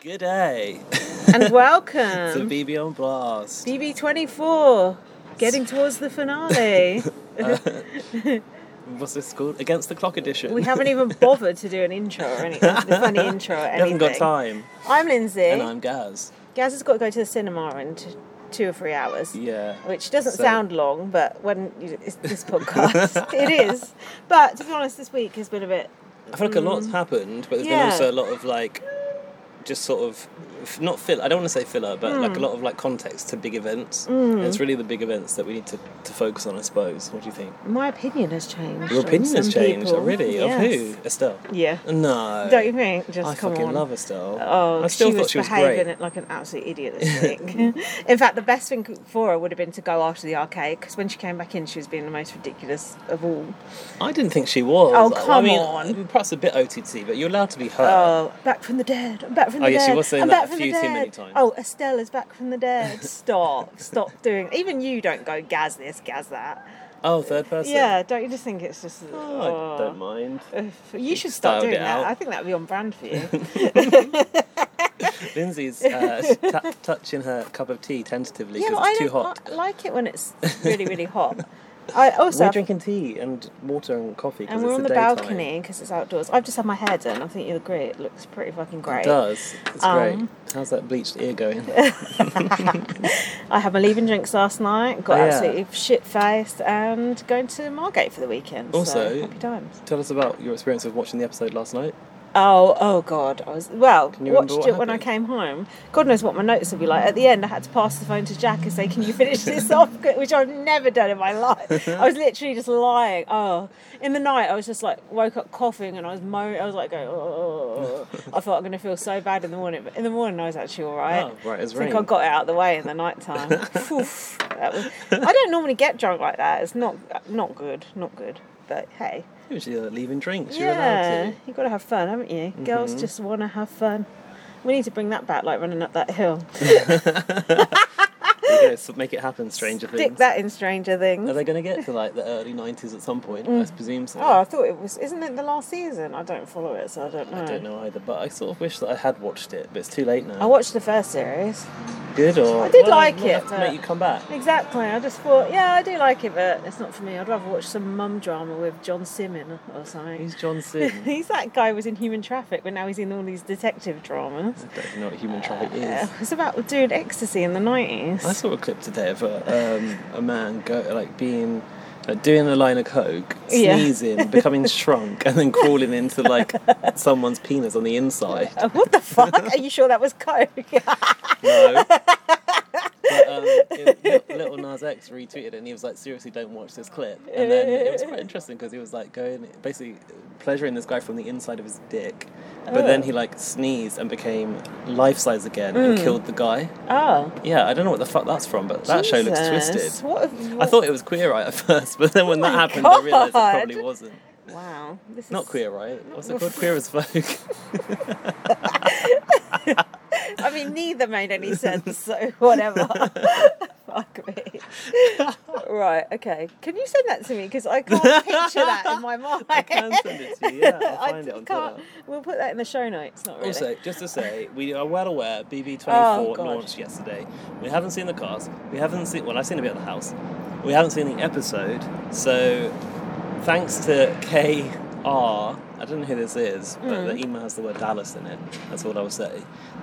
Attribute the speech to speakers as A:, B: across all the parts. A: Good day.
B: and
A: to
B: welcome.
A: BB on Blast.
B: BB24, getting towards the finale.
A: What's this called? Against the Clock Edition.
B: we haven't even bothered to do an intro or anything, a funny intro or
A: We haven't
B: anything. Eh?
A: got time.
B: I'm Lindsay.
A: And I'm Gaz.
B: Gaz has got to go to the cinema in t- two or three hours.
A: Yeah.
B: Which doesn't
A: So-
B: sound long, but when you, it's this podcast, it is. But to be honest, this week has been a bit.
A: I feel like a lot's happened, but there's
B: mm. Yeah.
A: been also a lot of like, just sort of, f- not fill. I don't want to say filler, but like
B: Mm.
A: a lot of like context to big events. And it's really the big events that we need to, to focus on, I suppose. What do you think?
B: My opinion has changed.
A: Your
B: on
A: opinion has
B: some
A: changed
B: people.
A: already.
B: Yes.
A: Of who? Estelle.
B: Yeah.
A: No.
B: Don't you think? Just
A: I
B: come
A: fucking
B: on.
A: love Estelle.
B: Oh,
A: I still
B: she
A: thought
B: was
A: she was
B: behaving
A: great.
B: like an absolute idiot this week. in fact, the best thing for her would have been to go after the arcade because when she came back in, she was being the most ridiculous of all.
A: I didn't think she was.
B: Oh,
A: I
B: come
A: mean,
B: on.
A: Perhaps a bit OTT, but you're allowed to be her.
B: Oh, back from the dead! I'm back from
A: Oh,
B: the
A: yeah,
B: dead!
A: she was saying
B: I'm
A: that
B: back
A: a
B: from
A: few
B: the
A: too
B: dead.
A: many times.
B: Oh, Estella's back from the dead. Stop! Stop doing. Even you don't go gaz this, gaz that.
A: Oh, third person.
B: Yeah, don't you just think it's just?
A: Oh, I don't mind.
B: Ugh, You should
A: Styled
B: start doing
A: it
B: that.
A: out.
B: I think that would be on brand for you.
A: Lindsay's uh, t- touching her cup of tea tentatively because
B: I
A: it's too
B: don't
A: hot.
B: li- like it when it's really, really hot. I also
A: We're drinking tea and water and coffee because
B: And we're
A: it's
B: on the
A: the daytime.
B: balcony because it's outdoors. I've just had my hair done. I think you'll agree. It looks pretty fucking
A: It
B: great.
A: does. It's
B: Um,
A: great. How's that bleached ear going?
B: I had my leaving drinks last night. Got
A: Oh, yeah.
B: absolutely shit faced and going to Margate for the weekend. so
A: Also-
B: happy times.
A: Tell us about your experience of watching the episode last night.
B: Oh, oh god. I was well.
A: you
B: watched
A: remember
B: it
A: what
B: when I came
A: happened?
B: home. God knows what my notes would be like. At the end, I had to pass the phone to Jack and say, "Can you finish this off?" Which I've never done in my life. I was literally just lying. Oh, in the night, I was just like woke up coughing and I was moaning. I was like, going, "Oh." I thought I'm going to feel so bad in the morning, but in the morning, I was actually all right.
A: Oh, right, it's
B: I think I
A: rain.
B: got it out of the way in the night time. Phew, that was, I don't normally get drunk like that. It's not not good, not good. But hey,
A: Usually they're leaving drinks. You're
B: yeah,
A: allowed to.
B: you've got to have fun, haven't you?
A: Mm-hmm.
B: Girls just want to have fun. We need to bring that back, like running up that hill.
A: You know, so make it happen, Stranger
B: Stick
A: Things.
B: that in Stranger
A: Are
B: Things.
A: they going to get to like the early 90s at some point? I presume so.
B: Oh, I thought it was. Isn't it the last season? I don't follow it, so I don't know.
A: I don't know either, but I sort of wish that I had watched it, but it's too late now.
B: Mm. I watched the first series.
A: Good or
B: I did like
A: might
B: it, uh,
A: Have to
B: but-
A: make you come back.
B: Exactly. I just thought, yeah, I do like it, but it's not for me. I'd rather watch some mum drama with John Simon or something.
A: Who's John Sim? I
B: He's that guy who was in Human Traffic, but now he's in all these detective dramas.
A: don't even know what human traffic is.
B: Yeah, it's about doing ecstasy in the nineties.
A: I saw a clip today of a, um, a man go like being like doing a line of coke,
B: Yeah.
A: sneezing, becoming shrunk, and then crawling into like someone's penis on the inside.
B: Uh, what the fuck? Are you sure that was coke?
A: No. But, um, it, little Nas X retweeted it and he was like, "Seriously, don't watch this clip." And then it was quite interesting because he was like going, basically pleasuring this guy from the inside of his dick, but then
B: Oh.
A: he like sneezed and became life size again
B: Hmm.
A: and killed the guy.
B: oh,
A: Yeah, I don't know what the fuck that's from, but that show looks
B: Jesus.
A: twisted.
B: What have you-
A: I thought it was Queer Eye at first, but then when that
B: my
A: happened, I realised it
B: God.
A: probably wasn't.
B: Wow, this is
A: Not Queer Eye. What's it called? Queer as Folk.
B: I mean, neither made any sense. So whatever. Fuck me. right. Okay. Can you send that to me? Because I can't picture that in my mind. I
A: Can send it to you. Yeah, I'll find it on
B: can't.
A: Twitter.
B: We'll put that in the show notes. Not really.
A: Also, just to say, we are well aware BB24
B: Oh, God.
A: launched yesterday. We haven't seen the cast. We haven't seen, well, I've seen a bit of the house. We haven't seen the episode. So, thanks to KR, I don't know who this is, but the
B: Mm.
A: email has the word Dallas in it. That's all I will say.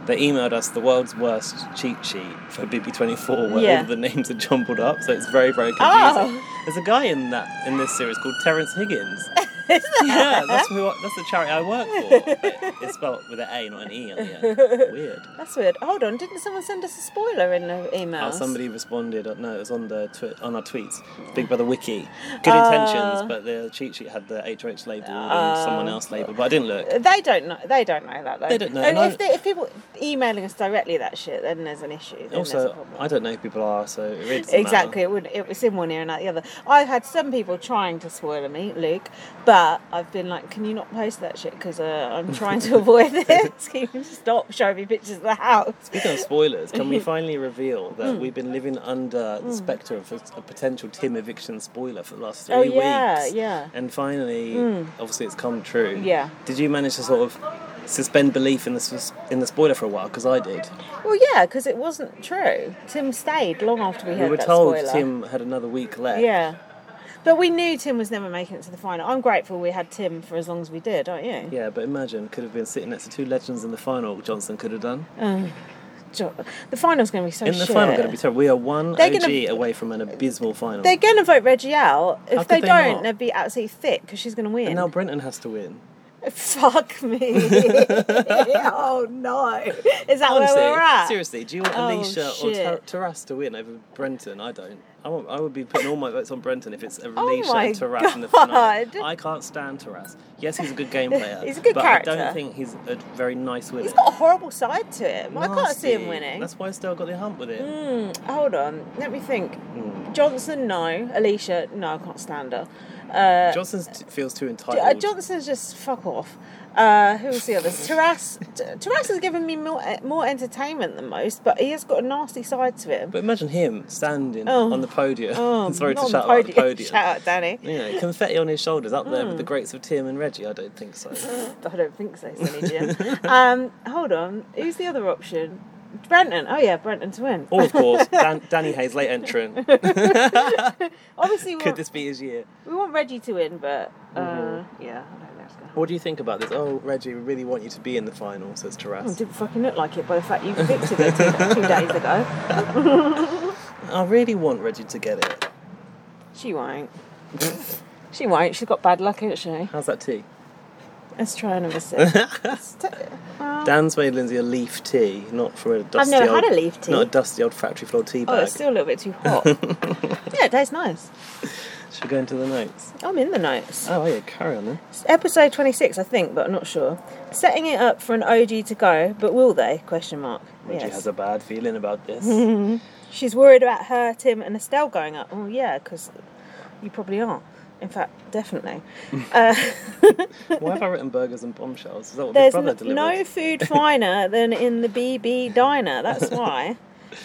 A: They emailed us the world's worst cheat sheet for BB24, where
B: Yeah.
A: all of the names are jumbled up. So it's very, very confusing.
B: Oh.
A: There's a guy in that in this series called Terence Higgins. Yeah, that's who. I, that's the charity I work for. But it's spelled with an A, not an E on the end. Weird.
B: That's weird. Hold on. Didn't someone send us a spoiler in the email?
A: Oh, somebody responded. uh, No, it was on the twi- on our tweets. Big Brother Wiki. Good
B: Oh.
A: intentions, but the cheat sheet had the HH label and
B: Uh.
A: someone else label. But I didn't look.
B: They don't know. They don't know that though.
A: They don't know,
B: And
A: and
B: if,
A: I-
B: they, if people emailing us directly that shit, then there's an issue. Then there's a
A: Also,
B: problem.
A: I don't know who people are, so it really doesn't
B: Exactly, it would. It was in one ear and out the other. I've had some people trying to spoil me, Luke, but I've been like, "Can you not post that shit? Because uh, I'm trying to avoid this. Can you stop showing me pictures of the house?"
A: Speaking of spoilers, can we finally reveal
B: Hmm.
A: that we've been living under the spectre of a, a potential Tim eviction spoiler for the last three
B: Oh, yeah,
A: weeks?
B: yeah. Hmm.
A: And finally, obviously, it's come true.
B: Yeah.
A: Did you manage to sort of suspend belief in the sus- in the spoiler for a while because I did.
B: Well, yeah, because it wasn't true. Tim stayed long after we heard
A: We were
B: that
A: told
B: spoiler.
A: Tim had another week left.
B: Yeah. But we knew Tim was never making it to the final. I'm grateful we had Tim for as long as we did, aren't you?
A: Yeah, but imagine could have been sitting next to two legends in the final. Johnson could have done
B: Jo- The final's going to be so
A: in the
B: Oh, shit.
A: final. Going to be terrible. We are one
B: They're
A: OG
B: gonna-
A: away from an abysmal final.
B: They're going to vote Reggie out. If
A: How could
B: they,
A: they
B: don't,
A: not?
B: they'd be absolutely thick because she's going to win.
A: And now Brenton has to win.
B: Fuck me. oh, no. Is that
A: Honestly,
B: where we're at?
A: seriously, do you want
B: Oh,
A: Alicia or Tar-
B: shit.
A: Taras to win over Brenton? I don't. I, want, I would be putting all my votes on Brenton if it's Alicia
B: Oh my
A: and Taras in the finale.
B: God.
A: I can't stand Taras. Yes, he's a good game player.
B: He's a good
A: but I
B: character.
A: don't think he's a very nice winner.
B: He's got a horrible side to him. I can't see him
A: Nasty.
B: winning. Mm.
A: That's why Estelle got the hump with it.
B: Hold on. Let me think.
A: Hmm.
B: Johnson, no. Alicia, no, I can't stand her. Uh,
A: Johnson t- feels too
B: J- uh,
A: entitled.
B: Johnson's just fuck off. Uh, who was the others? Taras. T- Taras has given me more eh, more entertainment than most, but he has got a nasty side to him.
A: but imagine him standing
B: Oh.
A: on the podium.
B: Oh,
A: Sorry to
B: not
A: shout
B: on the
A: out the podium.
B: Shout out, Danny.
A: You know, confetti on his shoulders, up there
B: Mm.
A: with the greats of Tim and Reggie. I don't think so.
B: I don't think so, Sonny Jim. um, hold on. Who's the other option? Brenton. Oh yeah, Brenton to win.
A: or of course, Dan- Danny Hayes, late entrant.
B: Obviously, we
A: Could
B: want,
A: this Mm-hmm. be his year?
B: we want Reggie to win, but uh, yeah, I don't know. It's gonna happen.
A: What do you think about this? Oh, Reggie, we really want you to be in the final, says
B: It
A: Taras.
B: didn't fucking look like it by the fact you predicted it two, two days ago.
A: I really want Reggie to get it.
B: She won't. she won't. She's got bad luck, hasn't she?
A: How's that tea?
B: Let's try another sip. Let's t-
A: Dan's made Lindsay a leaf tea, not from a dusty
B: Um, never
A: old,
B: had a leaf tea.
A: Not a dusty old factory floor tea
B: oh,
A: bag.
B: it's still a little bit too hot. yeah, it tastes nice.
A: Should we go into the notes?
B: I'm in the notes.
A: Oh, yeah, carry on then.
B: It's episode 26, I think, but I'm not sure. Setting it up for an OG to go, but will they? Question mark.
A: Reggie
B: yes.
A: has a bad feeling about this.
B: She's worried about her, Tim, and Estelle going up. Oh, yeah, because you probably are. In fact, definitely. Uh,
A: Why have I written burgers and bombshells? Is that what
B: There's
A: Big Brother
B: n-
A: delivered?
B: no food finer than in the BB diner. That's why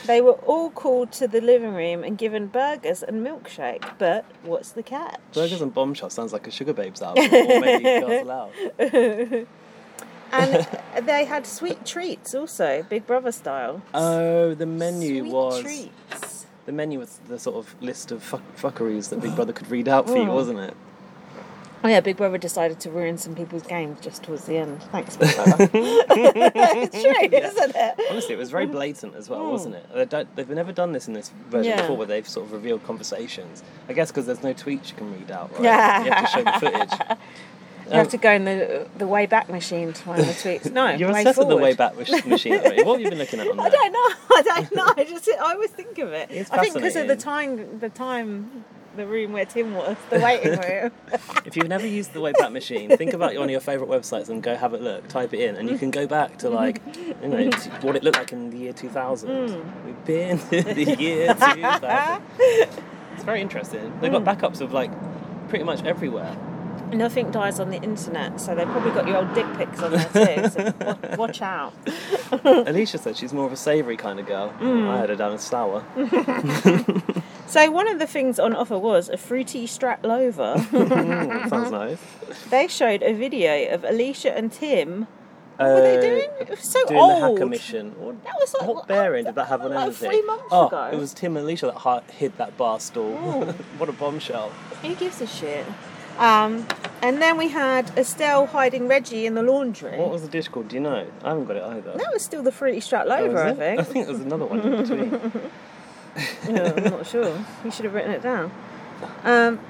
B: they were all called to the living room and given burgers and milkshake. But what's the catch?
A: Burgers and bombshells sounds like a Sugar Babes album, or maybe Girls Aloud.
B: And they had sweet treats also, Big Brother style.
A: Oh, the menu
B: sweet
A: was
B: treats.
A: the menu was the sort of list of fuck- fuckeries that Big Brother could read out for you,
B: Oh.
A: wasn't it?
B: Oh yeah, Big Brother decided to ruin some people's games just towards the end. Thanks, Big Brother. it's true, isn't it?
A: Honestly, it was very blatant as well, wasn't it? They don't, they've never done this in this version
B: Oh. Yeah.
A: before, where they've sort of revealed conversations. I guess because there's no tweets you can read out, right?
B: Yeah.
A: you have to show the footage. Um,
B: You have to go in the the way back machine to find the tweets. No,
A: Oh. You're
B: way
A: obsessed with the
B: forward.
A: way back mach- machine. Already. What have you been looking at on there?
B: I don't know. I don't know. I just I always think of it.
A: It's
B: I think because of the
A: fascinating.
B: time, the time, the room where Tim was, the waiting room.
A: If you've never used the Wayback Machine, think about one of your favourite websites and go have a look. Type it in, and you can go back to like, you know, t- what it looked like in the year 2000.
B: Hmm.
A: We've been to the year 2000. It's very interesting. They've
B: Hmm.
A: got backups of like pretty much everywhere.
B: Nothing dies on the internet, so they've probably got your old dick pics on there too. So wa- watch out.
A: Alicia said she's more of a savoury kind of girl.
B: Hmm.
A: I had her down as sour.
B: So one of the things on offer was a fruity stratlova.
A: Mm, sounds nice.
B: they showed a video of Alicia and Tim. What were they doing? It was so
A: Uh, Doing
B: old.
A: the hacker mission. What,
B: That was like
A: what bearing did that have on
B: like
A: anything?
B: three months
A: oh,
B: ago. Oh.
A: it was Tim and Alicia that hi- hid that bar stool. what a bombshell.
B: Who gives a shit? Um, and then we had Estelle hiding Reggie in the laundry.
A: What was the dish called? Do you know? I haven't got it either.
B: That was still the fruity
A: Oh, is
B: stratlova, I
A: it?
B: think.
A: I think there's another one in between.
B: No, I'm not sure. You should have written it down. Um,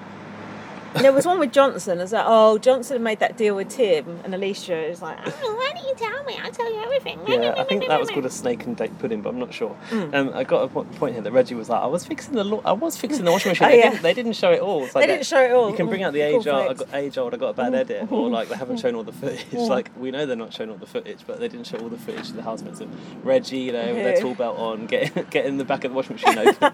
B: there was one with Johnson. As like, oh, Johnson had made that deal with Tim, and Alicia is like, "Ah."
C: Oh, why don't you tell me? I'll tell you everything.
A: yeah, I think that was called a snake and date pudding, but I'm not sure.
B: Hmm.
A: Um, I got a po- point here that Reggie was like, I was fixing the lo- I was fixing the washing machine.
B: Oh,
A: they,
B: yeah.
A: didn't, they didn't show it all. It's like
B: They didn't show it all.
A: You can bring out the
B: Mm,
A: age uh, old, I
B: cornflakes.
A: got age old, I got a
B: Mm.
A: bad edit, or like they haven't shown all the footage. like we know they're not showing all the footage, but they didn't show all the footage of the housemates of Reggie, you know, with their
B: Who?
A: tool belt on, get get in the back of the washing machine open.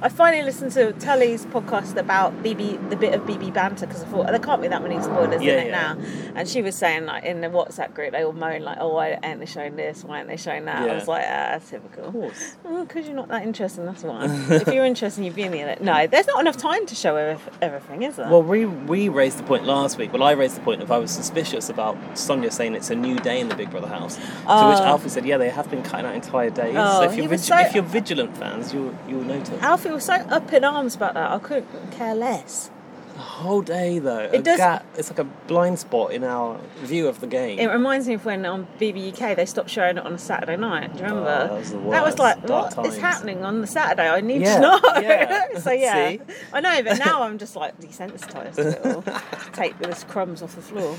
B: I finally listened to Tully's podcast about BB, the bit of BB banter, because I thought there can't be that many spoilers
A: Yeah,
B: in it
A: yeah.
B: now. And she was saying, like, in the WhatsApp group, they all moan, like, oh, why ain't they showing this? Why ain't they showing that?
A: Yeah.
B: I was like, ah, typical.
A: Of course.
B: Because you're not that interesting, that's why. if you're interesting, you'd be in the edit. No, there's not enough time to show everyth- everything, is there?
A: Well, we we raised the point last week. Well, I raised the point of I was suspicious about Sonia saying it's a new day in the Big Brother house. To which
B: Oh.
A: Alfie said, "Yeah, they have been cutting out entire days.
B: Oh,
A: so if
B: he
A: you're,
B: was
A: vigi-
B: so-
A: if you're vigilant fans, you'll you'll notice."
B: Alfie was so up in arms about that, I couldn't care less.
A: The whole day though,
B: It
A: a
B: does-
A: gap, it's like a blind spot in our view of the game.
B: It reminds me of when on BB UK they stopped showing it on a Saturday night. Do you remember?
A: Oh, that was the worst.
B: like, what
A: Dark
B: is
A: times.
B: happening on the Saturday? I need
A: Yeah,
B: to know.
A: yeah.
B: so yeah,
A: See?
B: I know, but now I'm just like desensitized to it all. Take this crumbs off the floor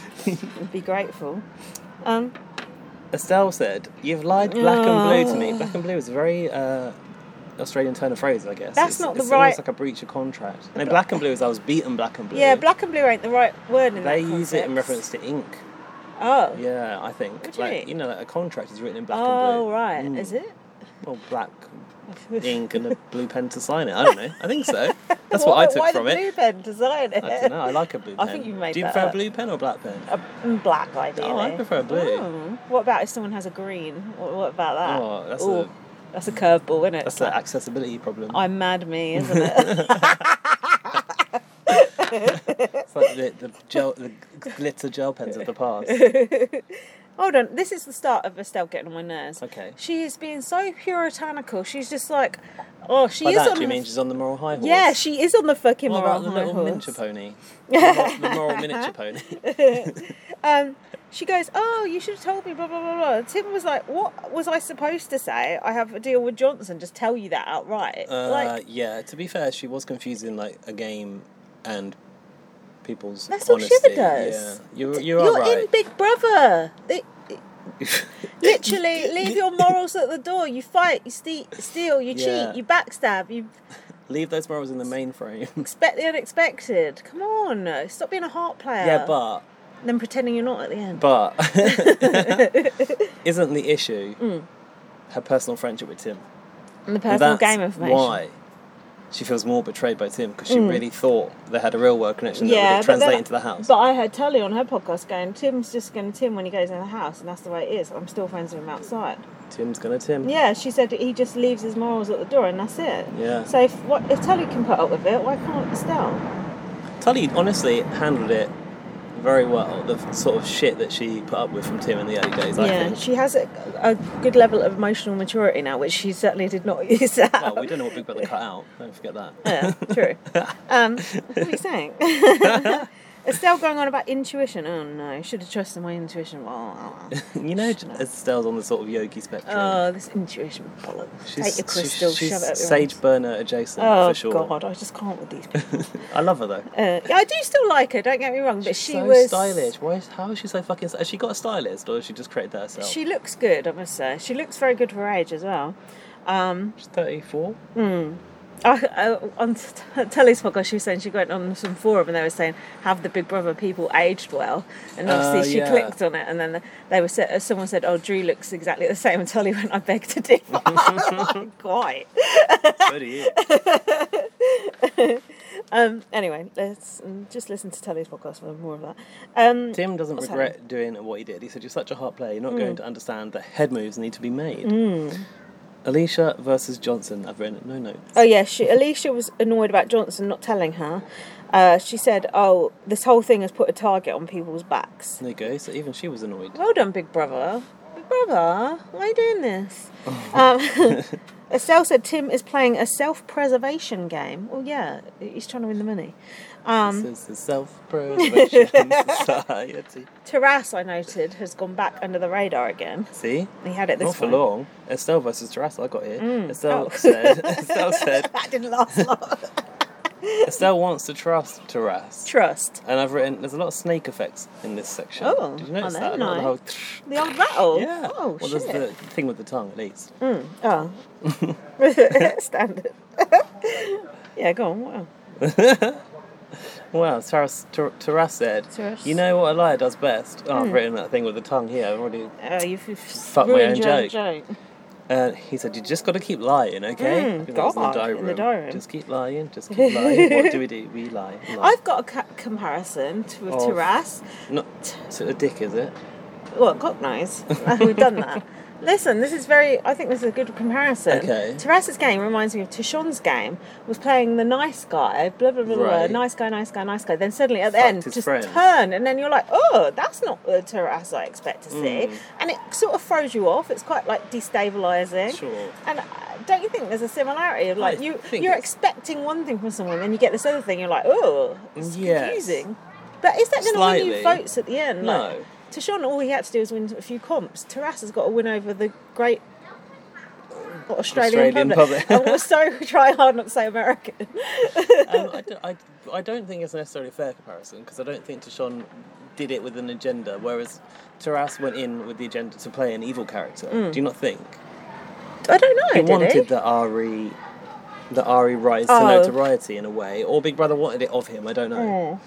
B: and be grateful. Um,
A: Estelle said, "You've lied black and blue to me."
B: Oh.
A: Black and blue is a very uh, Australian turn of phrase, I guess.
B: That's
A: it's,
B: not the
A: it's almost
B: right-
A: like a breach of contract. No, black and blue is I was beaten black and blue.
B: yeah, black and blue ain't the right word in
A: They
B: that
A: use it in reference
B: context.
A: to ink.
B: Oh.
A: Yeah, I think.
B: What do you
A: like,
B: mean?
A: know, like a contract is written in black and
B: Oh
A: blue.
B: right,
A: Mm.
B: is it?
A: Well, black ink and a blue pen to sign it. I don't know. I think so. That's what
B: Why-
A: I took
B: why
A: from
B: the
A: it.
B: blue pen design it?
A: I don't know. I like a blue
B: I
A: pen.
B: think you made
A: Do you
B: that
A: prefer a
B: up.
A: blue pen or black pen?
B: A mm, black, ideally.
A: Oh, I prefer a blue.
B: Oh. What about if someone has a green? What, what about that?
A: Oh, that's
B: Ooh,
A: a-
B: that's a curveball, isn't it?
A: That's the accessibility problem.
B: I'm mad me, isn't it?
A: It's like the, the gel, the glitter gel pens of the past.
B: Hold on, this is the start of Estelle getting on my nerves.
A: Okay.
B: She is being so puritanical. She's just like, oh, she
A: By
B: is
A: that,
B: on.
A: do you
B: the-
A: mean she's on the moral high horse?
B: yeah, she is on the fucking
A: What
B: moral
A: about the
B: high
A: little
B: horse.
A: miniature pony? The moral, the moral miniature pony.
B: um, she goes, "Oh, you should have told me." Blah blah blah blah. Tim was like, "What was I supposed to say? I have a deal with Johnson. Just tell you that outright."
A: Uh,
B: like
A: yeah, to be fair, she was confusing like a game and people's
B: that's all
A: honesty.
B: Shiver does.
A: Yeah, you're,
B: T-
A: you're, all
B: in
A: right.
B: Big Brother. It- it- literally, leave your morals at the door. You fight, you ste- steal, you
A: Yeah.
B: cheat, you backstab, you
A: Leave those morals in the mainframe.
B: expect the unexpected. Come on, stop being a heart player.
A: yeah, but
B: and then pretending you're not at the end.
A: but isn't the issue her personal friendship with Tim?
B: and the
A: And
B: Mm. personal
A: that's
B: game information.
A: Why? She feels more betrayed by Tim because she really thought they had a real world connection that
B: Mm. Yeah,
A: would
B: but
A: translate
B: that-
A: into the house.
B: But I heard Tully on her podcast going, Tim's just going to Tim when he goes in the house, and that's the way it is. I'm still friends with him outside.
A: Tim's gonna Tim.
B: Yeah, she said he just leaves his morals at the door, and that's it.
A: Yeah.
B: So if what if Tully can put up with it, why can't Estelle?
A: Tully honestly handled it very well. The f- sort of shit that she put up with from Tim in the early days. I
B: yeah,
A: think.
B: she has a, a good level of emotional maturity now, which she certainly did not use that.
A: Well, we don't know what Big Brother cut out. Don't forget that.
B: yeah, true. Um, what are you saying? Estelle going on about intuition. Oh no, should have trusted my intuition. Well, uh,
A: You know, Estelle's on the sort of yogi spectrum.
B: oh, this intuition bollocks. Take your
A: she-
B: crystal,
A: she's
B: shove it up your
A: sage burner adjacent
B: Oh
A: for sure.
B: God, I just can't with these people.
A: I love her though.
B: uh, yeah, I do still like her. Don't get me wrong, but she
A: so
B: was
A: stylish. Why? Is, how is she so fucking? st- Has she got a stylist, or has she just created that herself?
B: She looks good, I must say. She looks very good for her age as well. Um,
A: she's thirty-four.
B: I, I, on t- Tully's podcast, she was saying she went on some forum and they were saying have the Big Brother people aged well, and obviously
A: Oh,
B: she
A: yeah.
B: clicked on it, and then they were sa- someone said, "Oh, Drew looks exactly the same," and Tully went, "I beg to differ." Like, Quite.
A: So do you.
B: Um, anyway, let's mm, just listen to Tully's podcast for more of that. Um,
A: Tim doesn't
B: What's Hmm.
A: regret doing what he did. He said, "You're such a hot player. You're not going to understand that head moves need to be made." Alicia versus Johnson. I've written it. No notes.
B: Oh yeah, she Alicia was annoyed about Johnson not telling her. Uh, she said, "Oh, this whole thing has put a target on people's backs."
A: There you go. So even she was annoyed.
B: Well done, Big Brother. Big Brother, why are you doing this?
A: Oh.
B: um, Estelle said Tim is playing a self-preservation game. Well, yeah, he's trying to win the money. Um.
A: This is the self-preservation society.
B: Taras, I noted, has gone back under the radar again.
A: See.
B: He had it this
A: Not for
B: one.
A: long. Estelle versus Taras, I got here. Estelle
B: Oh.
A: said. Estelle said.
B: That didn't last long.
A: Estelle wants to trust Taras.
B: Trust
A: And I've written. There's a lot of snake effects in this section.
B: Oh,
A: Did you notice
B: are
A: that?
B: they
A: Not the
B: nice?
A: whole.
B: the old rattle.
A: Yeah.
B: Oh
A: well,
B: shit.
A: there's the thing with the tongue, at least.
B: Oh. Standard. yeah, go on. Wow.
A: Wow, Taras, Tar- Taras said,
B: Taras.
A: you know what a liar
B: Hmm.
A: does best? Oh, I've written that thing with the tongue here. I've already...
B: Oh, you've, you've
A: Fuck my
B: Uh, ruined
A: own
B: your
A: joke. And uh, he said, "You just got to keep lying, okay?"
B: Mm,
A: Because that was
B: God, in the diary room.
A: Just keep lying. Just keep lying. what do we do? We lie. and lie.
B: I've got a ca- comparison to, with
A: Of-
B: Taras.
A: Not is it a dick, is it?
B: Well, cock knives. We've done that. Listen, this is very. I think this is a good comparison.
A: Okay.
B: Teresa's game reminds me of Tishon's game. Was playing the nice guy, blah blah blah, blah
A: Right.
B: nice guy, nice guy, nice guy. Then suddenly at the
A: Fucked
B: end,
A: his
B: just
A: friend.
B: turn, and then you're like, oh, that's not the Teresa I expect to see,
A: Mm.
B: and it sort of throws you off. It's quite like destabilizing.
A: Sure.
B: And uh, don't you think there's a similarity of like
A: I
B: you
A: think
B: you're
A: it's-
B: expecting one thing from someone, then you get this other thing, you're like, oh, it's
A: Yes.
B: confusing. But is that going to win you
A: Slightly.
B: votes at the end?
A: No.
B: Like, Tashon, all he had to do was win a few comps. Taras has got to win over the great Australian,
A: Australian
B: public.
A: public.
B: and we're so try hard not to say American.
A: um, I, don't, I, I don't think it's necessarily a fair comparison because I don't think Tishon did it with an agenda, whereas Taras went in with the agenda to play an evil character.
B: Hmm.
A: Do you not think?
B: I don't know.
A: He
B: did
A: wanted
B: he?
A: the Ari, the Ari rise to
B: Oh.
A: notoriety in a way, or Big Brother wanted it of him. I don't know.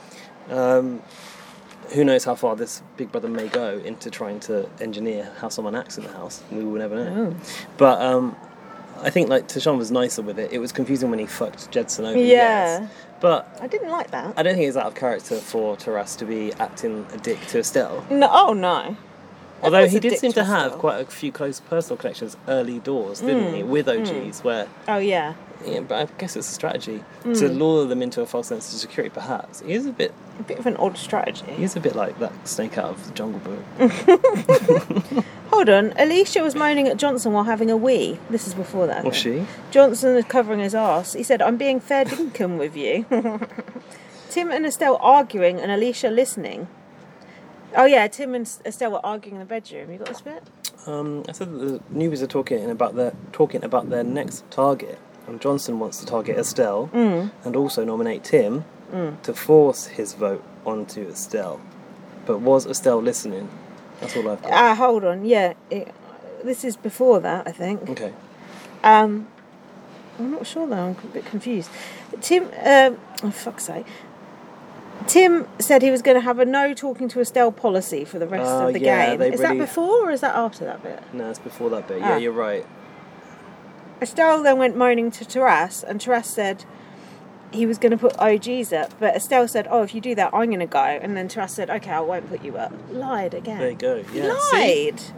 B: Mm.
A: Um,
B: Hmm.
A: who knows how far this Big Brother may go into trying to engineer how someone acts in the house? We will never know.
B: Hmm.
A: But um, I think like Tishon was nicer with it. It was confusing when he fucked Jedson over.
B: Yeah.
A: Yes. But
B: I didn't like that.
A: I don't think it's out of character for Taras to be acting a dick to Estelle.
B: No, oh no.
A: Although
B: was
A: he
B: a
A: did
B: dick
A: seem
B: to
A: to have
B: Estelle. Hmm.
A: quite a few close personal connections early doors, didn't he? With OGs, where
B: Oh yeah.
A: yeah, but I guess it's a strategy to lure them into a false sense of security. Perhaps he is a bit,
B: A bit of an odd strategy.
A: he is a bit like that snake out of the Jungle Book.
B: Hold on, Alicia was moaning at Johnson while having a wee. This is before that. I
A: Was
B: think.
A: she?
B: Johnson is covering his ass. He said, I'm being fair dinkum with you. Tim and Estelle arguing and Alicia listening. Oh, yeah, Tim and Estelle were arguing in the bedroom. You got this bit?
A: Um, I said that the newbies are talking about their talking about their next target, and Johnson wants to target Estelle and also nominate Tim to force his vote onto Estelle. But was Estelle listening? That's all I've got.
B: Ah, hold on, yeah. It, this is before that, I think.
A: Okay.
B: Um, I'm not sure though. I'm a bit confused. Tim, um, oh fuck's sake. Tim said he was going to have a no talking to Estelle policy for the rest
A: Oh,
B: of the
A: yeah,
B: game.
A: they
B: Is
A: really-
B: that before or is that after that bit?
A: No, it's before that bit.
B: Ah.
A: Yeah, you're right.
B: Estelle then went moaning to Taras, and Taras said he was going to put OGs up, but Estelle said, "Oh, if you do that, I'm going to go." And then Taras said, "Okay, I won't put you up." Lied again.
A: There you go. Yeah. See?
B: Lied.
A: He's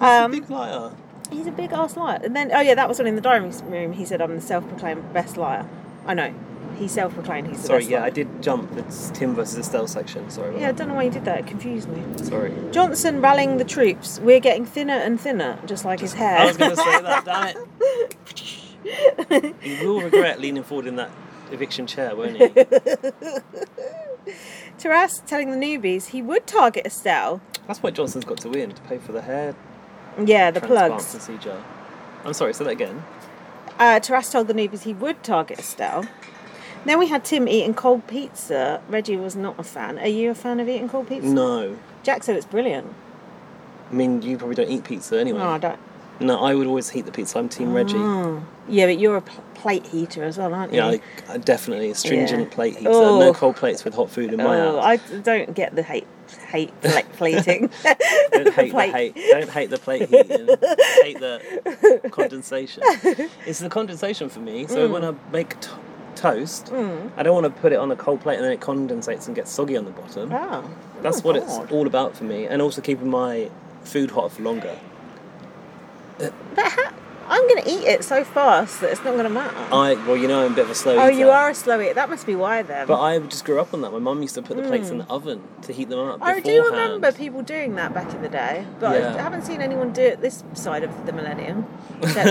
A: a
B: Um,
A: big liar.
B: He's a big ass liar. And then, oh yeah, that was one in the diary room. He said, "I'm the self-proclaimed best liar." I know. He self-proclaimed he's the
A: Sorry,
B: best
A: yeah,
B: liar.
A: I did jump the Tim versus Estelle section. Sorry about
B: Yeah, I don't know why you did that. It confused me.
A: that. Sorry.
B: Johnson rallying the troops. We're getting thinner and thinner, just like his hair.
A: I was going to say that, damn it. You will regret leaning forward in that eviction chair, won't you?
B: Taras telling the newbies he would target Estelle.
A: That's why Johnson's got to win to pay for the hair
B: Yeah, the
A: transplant
B: plugs.
A: procedure. I'm sorry, say that again.
B: Uh, Taras told the newbies he would target Estelle. Then we had Tim eating cold pizza. Reggie was not a fan. Are you a fan of eating cold pizza?
A: No,
B: Jack said it's brilliant.
A: I mean you probably don't eat pizza anyway.
B: No, I don't. Mm.
A: No, I would always heat the pizza. I'm Team Reggie.
B: Yeah, but you're a pl- plate heater as well, aren't you?
A: Yeah, I, I definitely a stringent
B: Yeah.
A: plate heater.
B: Oh.
A: No cold plates with hot food in my
B: oh,
A: house.
B: I don't get the hate hate plate plating.
A: Don't hate the
B: plate.
A: hate. Don't hate the plate heating. hate the condensation. It's the condensation for me. So
B: Mm.
A: when I make to toast, I don't want to put it on a cold plate and then it condensates and gets soggy on the bottom.
B: Oh,
A: That's
B: oh,
A: what
B: God.
A: it's all about for me, and also keeping my food hot for longer.
B: But how, I'm going to eat it so fast that it's not going to matter.
A: I well, you know, I'm a bit of a slow.
B: oh,
A: eater,
B: you are a slow eater. That must be why then.
A: But I just grew up on that. My mum used to put the plates in the oven to heat them up.
B: I Mm. Oh, do
A: beforehand.
B: remember people doing that back in the day, but I
A: Yeah.
B: haven't seen anyone do it this side of the millennium. Except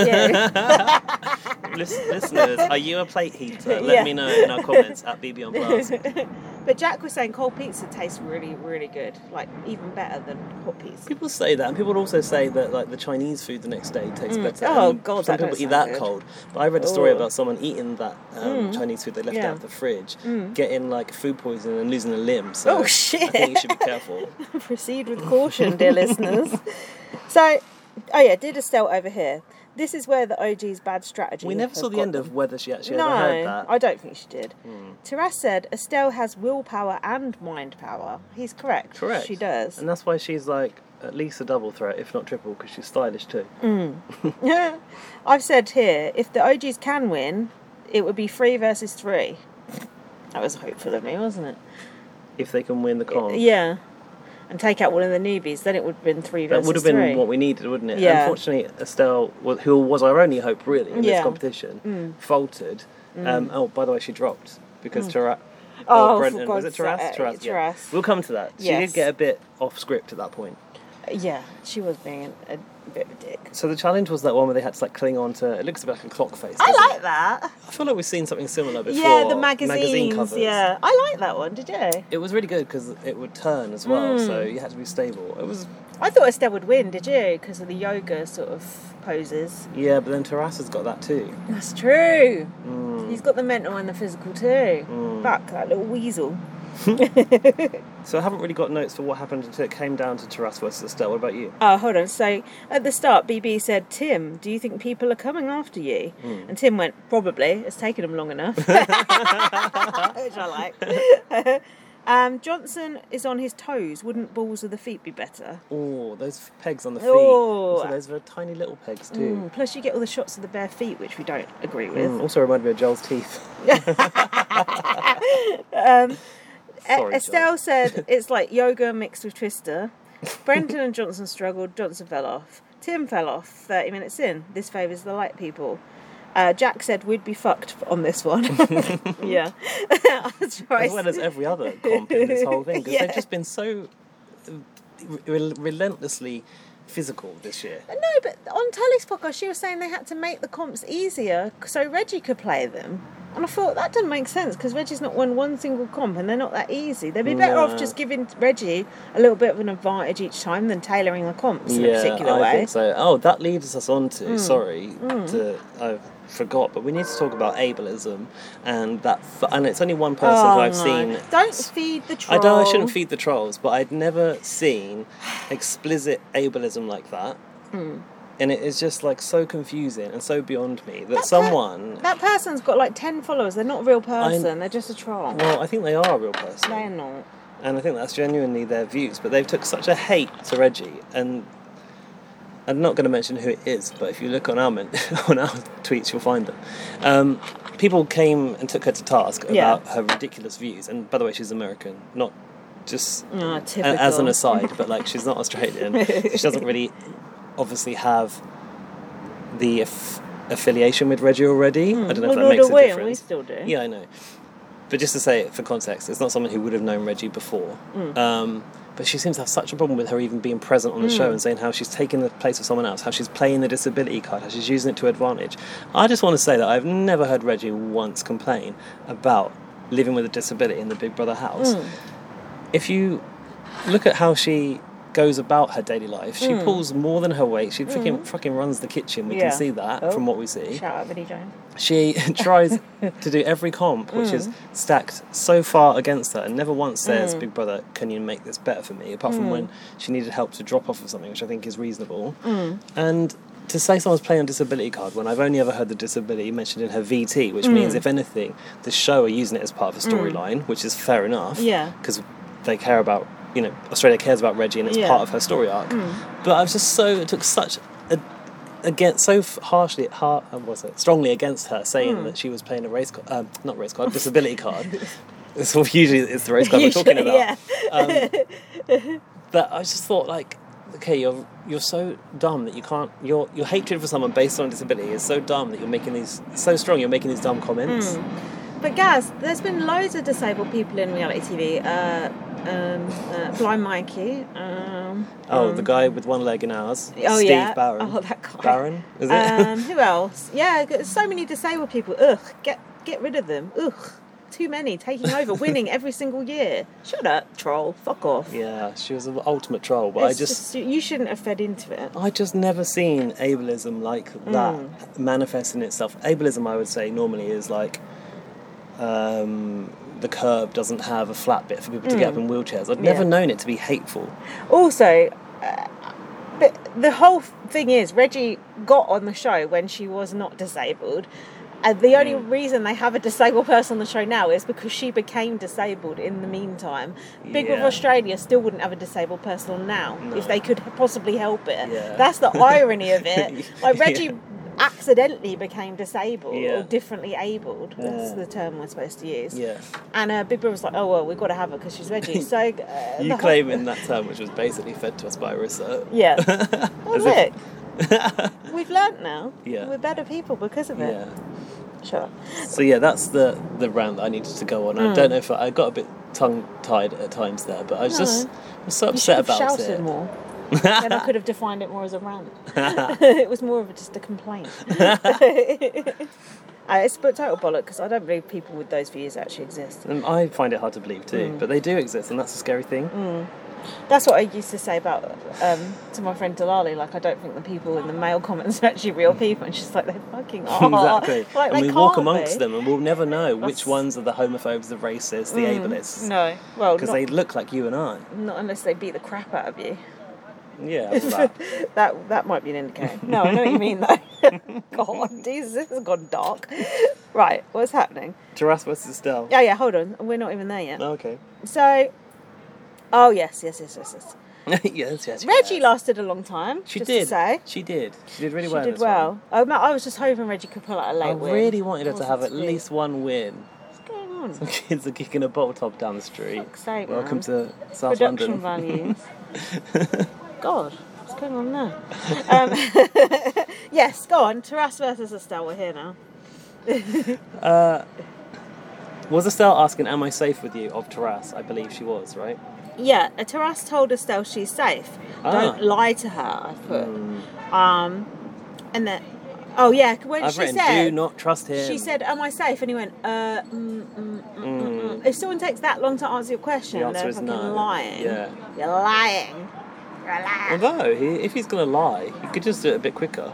B: you.
A: Lis- listeners, are you a plate heater? Let
B: Yeah.
A: me know in our comments at BB on Blast.
B: but Jack was saying cold pizza tastes really, really good. Like even better than hot pizza.
A: People say that, and people also say that like the Chinese food the next day tastes better.
B: Oh,
A: and
B: God,
A: some
B: that
A: people
B: don't
A: eat
B: sound
A: Mm. that
B: good.
A: cold. But I read a story
B: Ooh.
A: about someone eating that um, Chinese food they left
B: Yeah.
A: out of the fridge, getting like food poisoning and losing a limb. So
B: Oh,
A: I think you
B: shit.
A: should be careful.
B: Proceed with caution, dear listeners. So Oh yeah, did Estelle over here? This is where the OG's bad strategy.
A: We
B: would
A: never
B: have
A: saw the
B: got
A: end
B: them.
A: of whether she actually
B: no,
A: ever heard that. Hmm.
B: I don't think she did. Taras said Estelle has willpower and mind power. He's correct.
A: Correct.
B: She does.
A: And that's why she's like at least a double threat, if not triple, because she's stylish too.
B: I've said here, if the OGs can win, it would be three versus three. That was hopeful of me, wasn't it?
A: If they can win the con.
B: Yeah. And take out one of the newbies, then it would have been three
A: That
B: versus
A: would have been
B: three.
A: what we needed, wouldn't it?
B: Yeah.
A: Unfortunately, Estelle, wa- who was our only hope really in
B: Yeah. Mm.
A: this competition, faltered. Um, oh, by the way, she dropped because Tara.
B: Oh, for
A: Brenton. was it
B: God's
A: Taras?
B: sake,
A: Taras, yeah.
B: Taras.
A: We'll come to that. She
B: Yes.
A: did get a bit off script at that point.
B: Yeah, she was being a bit of a dick.
A: So the challenge was that one where they had to like cling on to. It looks a bit like a clock face.
B: I
A: doesn't it?
B: like that.
A: I feel like we've seen something similar before.
B: Yeah, the magazines.
A: magazine covers.
B: Yeah, I like that one. Did you?
A: It was really good because it would turn as well, so
B: Mm.
A: you had to be stable. It was
B: I thought Estelle would win. Did you? Because of the yoga sort of poses.
A: yeah, but then Taras has got that too.
B: That's true.
A: Mm.
B: He's got the mental and the physical too. Fuck that little weasel.
A: So I haven't really got notes for what happened until it came down to Taras versus Estelle. What about you?
B: Oh, hold on. So at the start, BB said, Tim, do you think people are coming after you? And Tim went, probably. It's taken them long enough. Which I like. um, Johnson is on his toes. Wouldn't balls of the feet be better?
A: Oh, those pegs on the feet.
B: Oh.
A: Also, those were tiny little pegs too.
B: Mm, Plus, you get all the shots of the bare feet, which we don't agree with.
A: Mm, also reminded me of Joel's teeth.
B: E-
A: Sorry,
B: Estelle
A: Joel.
B: said it's like yoga mixed with Twister. Brendan and Johnson struggled. Johnson fell off. Tim fell off 30 minutes in. This favours the light people. Uh, Jack said we'd be fucked on this one. yeah. I was
A: As well as every other comp in this whole thing, because
B: Yeah.
A: they've just been so uh, re- relentlessly physical this year.
B: But no, but on Tully's podcast, she was saying they had to make the comps easier so Reggie could play them. And I thought that doesn't make sense because Reggie's not won one single comp and they're not that easy. They'd be better off
A: No.
B: just giving Reggie a little bit of an advantage each time than tailoring the comps in a particular
A: I
B: way. Hmm.
A: think so. Oh, that leads us on to sorry, to, I forgot, but we need to talk about ableism and that. F- and it's only one person who I've
B: no.
A: seen.
B: Oh, Don't feed the troll.
A: I know I shouldn't feed the trolls, but I'd never seen explicit ableism like that.
B: Hmm.
A: And it is just like so confusing and so beyond me that,
B: That per-
A: someone.
B: that person's got like ten followers. They're not a real person. They're just a troll.
A: well, I think they are a real person.
B: They're not.
A: and I think that's genuinely their views. But they've took such a hate to Reggie, and I'm not going to mention who it is, but if you look on our men- on our tweets, you'll find them. Um, people came and took her to task about
B: Yeah.
A: her ridiculous views, and by the way, she's American, not just
B: Ah,
A: a- as an
B: typical.
A: aside, but like she's not Australian. she doesn't really, obviously, have the aff- affiliation with Reggie already. I don't know
B: Hmm. Well,
A: if that
B: nor
A: makes
B: do
A: a
B: we, and
A: difference.
B: we still do.
A: Yeah, I know. But just to say it for context, it's not someone who would have known Reggie before.
B: Mm.
A: Um, but she seems to have such a problem with her even being present on the
B: Mm.
A: show and saying how she's taking the place of someone else, how she's playing the disability card, how she's using it to advantage. I just want to say that I've never heard Reggie once complain about living with a disability in the Big Brother house.
B: Mm.
A: If you look at how she goes about her daily life, she pulls more than her weight. She freaking, fucking runs the kitchen. We
B: Mm. Yeah.
A: can see that
B: Oh.
A: from what we see
B: Shout out, Vinnie Jones.
A: she tries to do every comp which
B: Hmm.
A: is stacked so far against her and never once says big brother can you make this better for me apart
B: Hmm.
A: from when she needed help to drop off of something which i think is reasonable
B: Hmm.
A: and to say someone's playing a disability card when i've only ever heard the disability mentioned in her vt which means
B: Hmm.
A: if anything the show are using it as part of a storyline which is fair enough
B: Yeah.
A: because they care about you know australia cares about reggie and it's
B: Yeah. Hmm.
A: part of her story arc but i was just so it took such a against so f- harshly, har- uh, what was it strongly against her,
B: Hmm.
A: saying that she was playing a race card, um, not race card, disability card. It's all, usually it's the race card we're talking about. Um,
B: Yeah.
A: But I just thought like, okay, you're you're so dumb that you can't your your hatred for someone based on disability is so dumb that you're making these so strong. You're making these dumb comments.
B: Hmm. But Gaz, there's been loads of disabled people in reality TV. Uh, um, uh, Blind Mikey. Um,
A: Oh, the guy with one leg in ours,
B: oh
A: Steve
B: yeah.
A: Barron.
B: Oh, that guy.
A: Barron is it?
B: Um, who else? Yeah, there's so many disabled people. Ugh, get get rid of them. Ugh, too many taking over, winning every single year. Shut up, troll. Fuck off.
A: yeah, she was an ultimate troll. But I
B: It's
A: just
B: you- you shouldn't have fed into it.
A: I just never seen ableism like
B: Mm.
A: that manifesting itself. Ableism, I would say, normally is like um, the curb doesn't have a flat
B: Mm.
A: bit for people to get up in wheelchairs. I've never
B: Yeah.
A: known it to be hateful.
B: Also, uh, but the whole thing is Reggie got on the show when she was not disabled. And the only
A: Mm.
B: reason they have a disabled person on the show now is because she became disabled in the meantime. Big Brother
A: Yeah.
B: Australia still wouldn't have a disabled person on now if
A: No.
B: they could possibly help it.
A: Yeah.
B: That's the irony of it. Like
A: Yeah.
B: Reggie accidentally became disabled
A: Yeah.
B: or differently abled. That's
A: Yeah.
B: the term we're supposed to use.
A: Yeah.
B: And uh, Big Brother was like, oh, well, we've got to have her because she's Reggie. So uh, the
A: You
B: whole-
A: claim in that term, which was basically fed to us by Rissa.
B: Yeah.
A: As
B: Well,
A: if-
B: look, we've learnt now.
A: Yeah.
B: We're better people because of it.
A: yeah.
B: Sure.
A: So yeah, that's the the rant that I needed to go on. I
B: Mm.
A: don't know if I, I got a bit tongue tied at times there, but I was just I was so
B: You
A: upset
B: should have
A: about
B: shouted
A: it.
B: more. then I could have defined it more as a rant. it was more of a, just a complaint. Uh, it's but total bollock because I don't believe people with those views actually exist.
A: And I find it hard to believe too,
B: Mm.
A: but they do exist, and that's a scary thing.
B: That's what I used to say about um, to my friend Delali. Like, I don't think the people in the male comments are actually real people, and she's like, they fucking are.
A: exactly.
B: Like, they
A: and we walk
B: can't
A: amongst
B: be.
A: them, and we'll never know which
B: That's- Mm.
A: ones are the homophobes, the racists, the ableists,
B: No, well,
A: because
B: not,
A: they look like you and I.
B: not unless they beat the crap out of you.
A: Yeah. well, that-
B: that that might be an indicator. No, I know what you mean though. God, Jesus, this has gone dark. Right, what's happening?
A: Taras versus Estelle.
B: Oh yeah, hold on. We're not even there yet.
A: Okay.
B: So, oh yes, yes, yes, yes, yes.
A: yes, yes, yes.
B: Reggie lasted a long time.
A: She
B: just
A: did.
B: To say.
A: She did. She did really
B: She
A: well. in
B: did
A: this one.
B: well. Oh, Matt, I was just hoping Reggie could pull out a late
A: I
B: win.
A: really wanted her to have at
B: Wasn't
A: least one win.
B: What's going on?
A: The kids are kicking a bottle top down the street.
B: Fuck's sake,
A: Welcome
B: man.
A: to South
B: Production
A: London.
B: values. God, what's going on there? Um, yes, go on. Taras versus Estelle. We're here now.
A: Was Estelle asking, Am I safe with you? of Taras? I believe she was, right?
B: Yeah, uh, Taras told Estelle she's safe.
A: Ah. Hmm.
B: Don't lie to her. I put. Um, and then, oh yeah, when
A: I've
B: she
A: written,
B: said,
A: Do not trust him.
B: she said, "Am I safe?" And he went, "Uh, mm, mm, mm, mm, mm. if someone takes that long to answer your question,
A: Hmm. The
B: they're
A: answer is
B: fucking
A: no.
B: lying.
A: Yeah.
B: You're lying. You're a liar."
A: Although, he, if he's going to lie, he could just do it a bit quicker.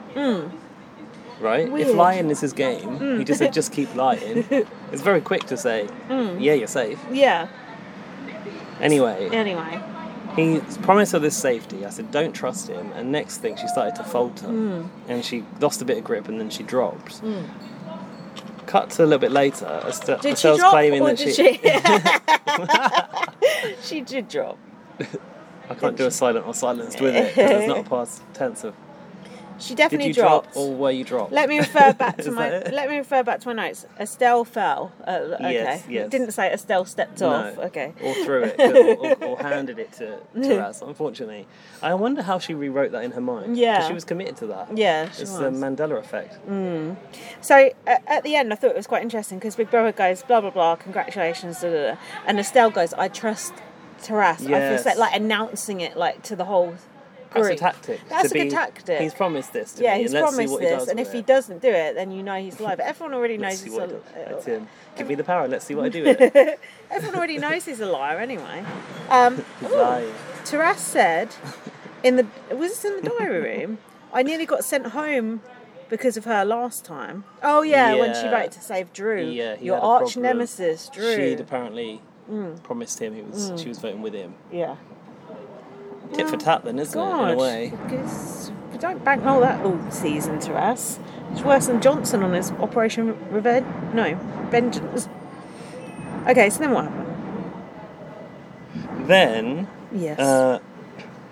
A: Right?
B: Hmm. Weird. Hmm.
A: If lying is his game, he just said, Just keep lying. it's very quick to say,
B: Hmm.
A: Yeah, you're safe.
B: Yeah.
A: Anyway,
B: Anyway,
A: He promised her this safety. I said, don't trust him. And next thing, she started to falter.
B: Hmm.
A: And she lost a bit of grip and then she dropped. Cut to a little bit later. Est-
B: did she
A: Estelle's
B: drop
A: claiming
B: or
A: that
B: did
A: she.
B: she? she did drop.
A: I can't do a silent or silenced with it because it's not a past tense of.
B: She
A: Did
B: definitely
A: you
B: dropped.
A: drop or were you dropped?
B: Let me refer back to
A: Is
B: my.
A: that it?
B: Let me refer back to my notes. Estelle fell. Uh, okay.
A: Yes, yes.
B: It didn't say Estelle stepped
A: No.
B: off. Okay.
A: Or threw it or, or, or handed it to, to us, unfortunately. I wonder how she rewrote that in her mind. 'cause
B: Yeah.
A: She was committed to that.
B: Yeah, she
A: It's
B: was. Mm,
A: the Mandela effect.
B: So uh, at the end, I thought it was quite interesting because Big Brother goes blah blah blah, congratulations, da, da, da. and Estelle goes, I trust Taras. I feel
A: Yes.
B: sa- like announcing it like to the whole.
A: That's a
B: group.
A: tactic.
B: That's
A: to
B: a good
A: be-
B: tactic.
A: He's promised this to
B: Yeah,
A: me,
B: he's
A: and let's see
B: promised
A: what he
B: this,
A: does
B: and
A: with
B: if he
A: it.
B: doesn't do it, then you know he's live. Everyone already
A: Let's
B: knows
A: see
B: he's
A: what
B: a,
A: I do. That's
B: uh,
A: him. Give me the power. Let's see what I do with it.
B: everyone already knows he's a liar anyway. Um,
A: Lying.
B: Taras said, in the was this in the diary room? I nearly got sent home because of her last time. Oh yeah, when she
A: Yeah.
B: wrote to save Drew,
A: Yeah, he
B: your
A: had a
B: arch
A: problem.
B: nemesis Drew. Mm.
A: She'd apparently promised him he was she was voting with him.
B: yeah.
A: Tit for tat, then, isn't it? In a way.
B: Because we don't bankroll that all season to us. It's worse than Johnson on his Operation Revenge. No, Vengeance. Okay, so then what happened?
A: Then,
B: Yes.
A: uh,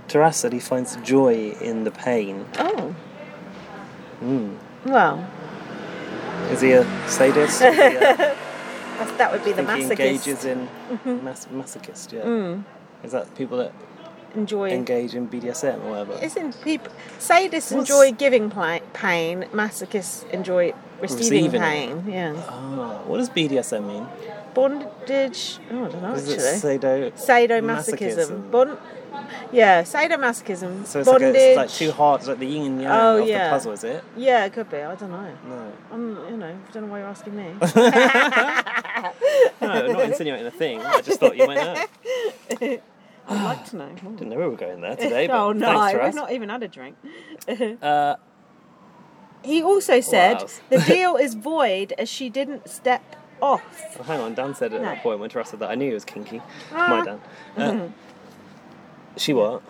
A: Taras said he finds joy in the pain.
B: oh.
A: Oh.
B: Well,
A: Is he a sadist? Is he a-
B: that, that would be the
A: think he
B: masochist. Mm-hmm. Mm.
A: engages in mas- masochist. Yeah. Is that people that
B: Enjoy.
A: engage in BDSM or whatever?
B: Isn't people
A: What's-
B: sadists enjoy giving pla- pain, masochists enjoy receiving,
A: Receiving it.
B: pain? Yeah.
A: Ah, what does BDSM mean?
B: Bondage. Oh, I don't know
A: Is it
B: actually.
A: sado-
B: Sadomasochism.
A: masochism?
B: Bond. Yeah, sadomasochism.
A: So it's like, a,
B: Bondage.
A: it's like two hearts, like the yin and yang
B: Oh,
A: of
B: yeah.
A: the puzzle, is it?
B: Yeah, it could be. I don't know.
A: No.
B: I'm, you know, I don't know why you're asking me.
A: No, I'm not insinuating a thing. I just thought you might know.
B: I'd like to know. more.
A: Didn't know we were going there today. But
B: oh no,
A: thanks,
B: we've
A: Taras.
B: not even had a drink.
A: Uh,
B: He also said
A: else?
B: the deal is void as she didn't step off.
A: well, hang on, Dan said at
B: No.
A: that point when Taras said that I knew he was kinky.
B: Ah.
A: My Dan. Uh, she what?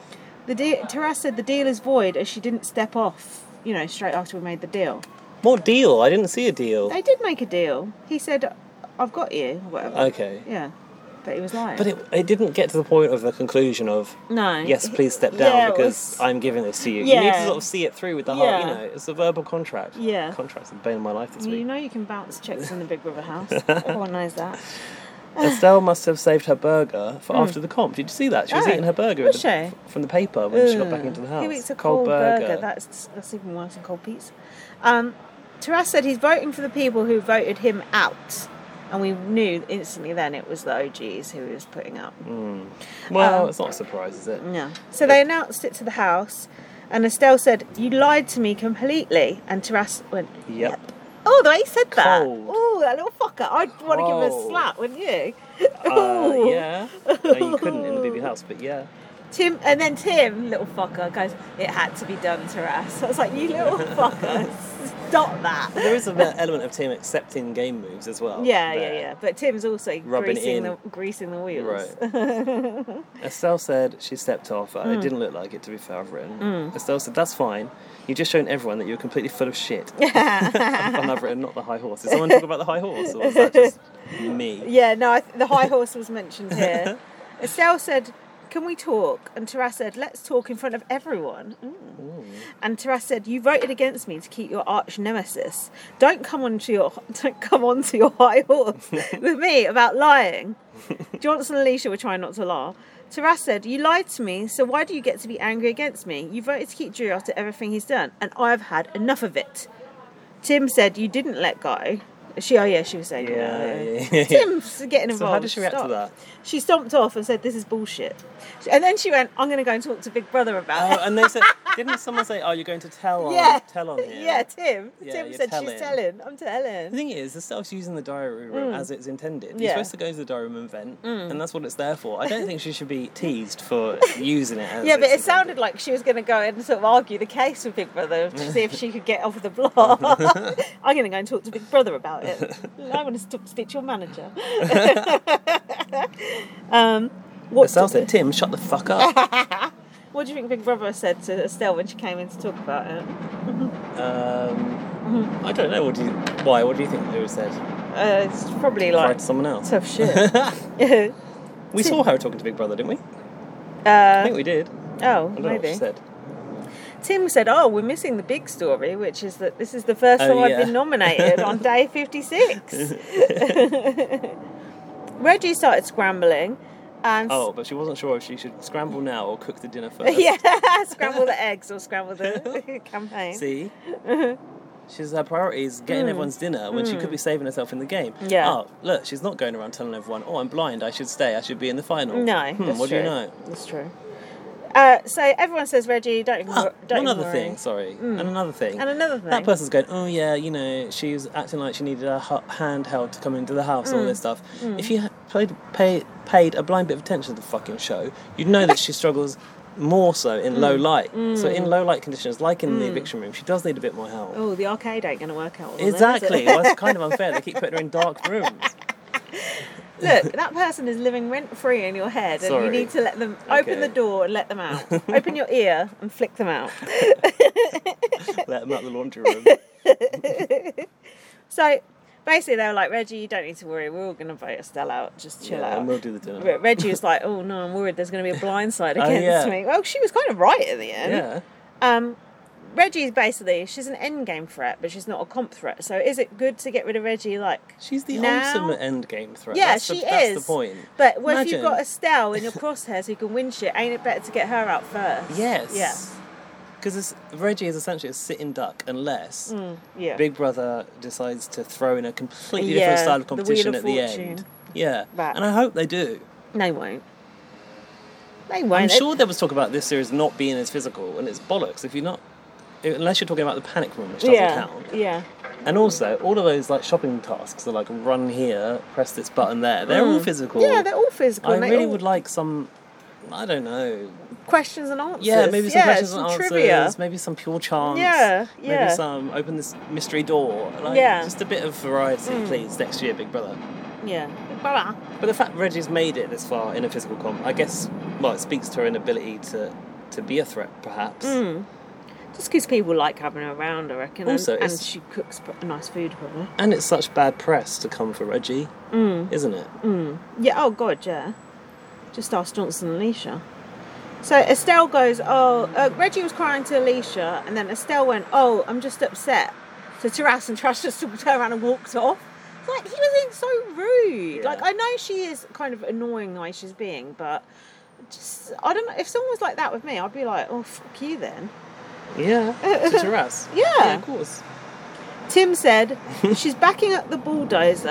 B: The de- Therese said the deal is void as she didn't step off. You know, straight after we made the deal.
A: What deal? I didn't see a deal.
B: They did make a deal. He said, "I've got you," or whatever.
A: Okay.
B: Yeah, but he was lying.
A: But it, it didn't get to the point of the conclusion of
B: no.
A: yes, please step down
B: Yeah, it
A: because
B: was-
A: I'm giving this to you. You need to
B: Yeah.
A: sort of see it through with the heart. You
B: Yeah.
A: know, it's a verbal contract.
B: Yeah.
A: contracts are the bane of my life this
B: You
A: week.
B: know you can bounce chicks in the Big Brother house. Everyone knows that.
A: Estelle must have saved her burger for after the comp. Did you see that? She was
B: Hmm. Oh,
A: eating her burger
B: was
A: in the-
B: she?
A: from the paper when she got back
B: Ugh.
A: into the house.
B: Who eats a cold, burger? That's that's even worse than cold pizza. Um, Taras said he's voting for the people who voted him out, and we knew instantly then it was the OGs who he was putting up.
A: well,
B: um,
A: it's not a surprise, is it?
B: Yeah. So they announced it to the house, and Estelle said, "You lied to me completely," and Taras went,
A: Yep.
B: Oh, the way he said that.
A: Cold.
B: Oh, that little fucker. I'd want to give him a
A: Cold.
B: slap, wouldn't you?
A: Uh,
B: Ooh.
A: yeah. No, you couldn't in the BB house, but yeah.
B: Tim, and then Tim, little fucker, goes, It had to be done, Taras. I was like, You little fucker, stop that.
A: There is an element of Tim accepting game moves as well.
B: Yeah,
A: there.
B: yeah, yeah. But Tim's also
A: Rubbing it in.
B: greasing the, greasing the wheels.
A: Estelle said she stepped off, and
B: Hmm.
A: it didn't look like it, to be fair, I've written. Estelle said, That's fine. You've just shown everyone that you're completely full of shit. and I've written, Not the high horse. Did someone talk about the high horse, or was that just me?
B: yeah, no, I th- the high horse was mentioned here. Estelle said, Can we talk? And Taras said, Let's talk in front of everyone. Mm. And Taras said, You voted against me to keep your arch nemesis. Don't come onto your don't come onto your high horse with me about lying. Johnson and Alicia were trying not to laugh. Taras said, You lied to me, so why do you get to be angry against me? You voted to keep Drew after everything he's done, and I've had enough of it. Tim said, You didn't let go. She, oh yeah, she was saying,
A: Yeah,
B: yeah.
A: yeah, yeah.
B: Tim's getting involved.
A: So how did she react to
B: Stop.
A: that?
B: She stomped off and said, "This is bullshit." And then she went, "I'm going to go and talk to Big Brother about
A: Oh,
B: it."
A: and they said, Didn't someone say, Oh, you're going to tell on,
B: yeah,
A: tell on here?
B: yeah, Tim.
A: Yeah,
B: Tim
A: you're
B: said
A: telling.
B: she's telling. I'm
A: The
B: telling.
A: thing is, the stuff's used in the diary room as it's intended. You're
B: Hmm. Yeah. Hmm.
A: supposed to go to the diary room and vent, and that's what it's there for. I don't think she should be teased for using it as
B: Yeah, but it
A: it's intended.
B: sounded like she was going to go and sort of argue the case with Big Brother to see if she could get off the block. I'm going to go and talk to Big Brother about it. I want to talk- speak to your manager. um, what,
A: Estelle
B: do,
A: said, Tim, shut the fuck up.
B: what do you think Big Brother said to Estelle when she came in to talk about it?
A: um,
B: Mm-hmm.
A: I don't know. What do you, why? What do you think they would have said?
B: Uh, it's probably
A: Try
B: like
A: to someone else.
B: tough shit. Uh,
A: we saw her talking to Big Brother, didn't we? I
B: Uh,
A: think we did.
B: oh,
A: I don't know what she
B: maybe.
A: said.
B: Tim said, "Oh, we're missing the big story, which is that this is the first
A: Oh,
B: time I've
A: yeah.
B: been nominated on day 56." Reggie started scrambling, and
A: Oh, but she wasn't sure if she should scramble now or cook the dinner first.
B: yeah, scramble the eggs or scramble the campaign.
A: See? She's her priority is getting everyone's dinner when she could be saving herself in the game.
B: Hmm. Yeah.
A: Oh, look, she's not going around telling everyone, "Oh, I'm blind. I should stay. I should be in the final."
B: No,
A: Hmm,
B: that's
A: what
B: true.
A: do you know?
B: That's true. Uh, so everyone says Reggie, don't even,
A: Ah,
B: wor- Oh, don't
A: one
B: even
A: other
B: worry. Mm.
A: thing, sorry, and another thing,
B: And another
A: That
B: thing.
A: person's going, oh yeah, you know, she was acting like she needed a hu- handheld to come into the house
B: Mm.
A: and all this stuff. If you ha- paid, pay, paid a blind bit of attention to the fucking show, you'd know that she struggles more so
B: Mm.
A: in low light. So in low light conditions, like in the eviction room, she does need a bit more help.
B: Oh, the arcade ain't going to work out. Well, then, is it?
A: Exactly. well, it's kind of unfair. They keep putting her in dark rooms.
B: Look, that person is living rent free in your head, and
A: Sorry.
B: you need to let them
A: Okay.
B: open the door and let them out. open your ear and flick them out.
A: Let them out the laundry room.
B: So basically, they were like, Reggie, you don't need to worry. We're all going to vote Estelle out. Just chill
A: yeah,
B: out.
A: and we'll do the dinner.
B: Re- Reggie was like, oh no, I'm worried there's going to be a blind side
A: Oh,
B: against
A: yeah.
B: me. Well, she was kind of right in the end.
A: Yeah.
B: Um, Reggie's basically, she's an end game threat, but she's not a comp threat. So is it good to get rid of Reggie? Like,
A: She's the
B: Now-
A: ultimate end game threat.
B: yeah,
A: that's
B: she
A: the,
B: is.
A: That's the point.
B: But well, if you've got
A: Imagine-
B: Estelle in your crosshairs who can win shit, ain't it better to get her out first?
A: Yes.
B: Yeah.
A: Because Reggie is essentially a sitting duck unless
B: Yeah.
A: Big Brother decides to throw in a completely different
B: Yeah,
A: style of
B: the Wheel
A: competition
B: of
A: at the
B: Fortune.
A: end. Yeah.
B: That.
A: And I hope they do.
B: They won't. They won't.
A: I'm
B: They-
A: sure there was talk about this series not being as physical, and it's bollocks if you're not. Unless you're talking about the panic room, which doesn't
B: Yeah.
A: count.
B: Yeah.
A: And also, all of those like shopping tasks are like run here, press this button there. They're all physical.
B: Mm. Yeah, they're all physical.
A: I
B: and they
A: really
B: all-
A: would like some. I don't know.
B: questions and answers.
A: Yeah, maybe some questions
B: some
A: and answers.
B: Trivia.
A: Maybe some pure chance.
B: Yeah, yeah.
A: Maybe some open this mystery door. Like,
B: Yeah. Mm.
A: Just a bit of variety, please, next year, Big Brother.
B: Yeah. Blah, blah.
A: But the fact Reggie's made it this far in a physical comp, I guess, well, it speaks to her inability to to be a threat, perhaps.
B: Mm. Just because people like having her around, I reckon. and-
A: Also,
B: and,
A: it's-
B: she cooks pr- nice food, probably.
A: And it's such bad press to come for Reggie,
B: Mm.
A: isn't it?
B: Yeah, oh god, yeah. Just ask Johnson and Alicia. So Estelle goes, Oh, uh, Reggie was crying to Alicia, and then Estelle went, Oh, I'm just upset. So Taras and Trash just turned around and walked off. It's Like, he was being so rude.
A: Yeah.
B: Like, I know she is kind of annoying the way she's being, but just, I don't know. If someone was like that with me, I'd be like, Oh, fuck you then.
A: Yeah, to Taras.
B: Yeah.
A: yeah, of course.
B: Tim said, She's backing up the bulldozer.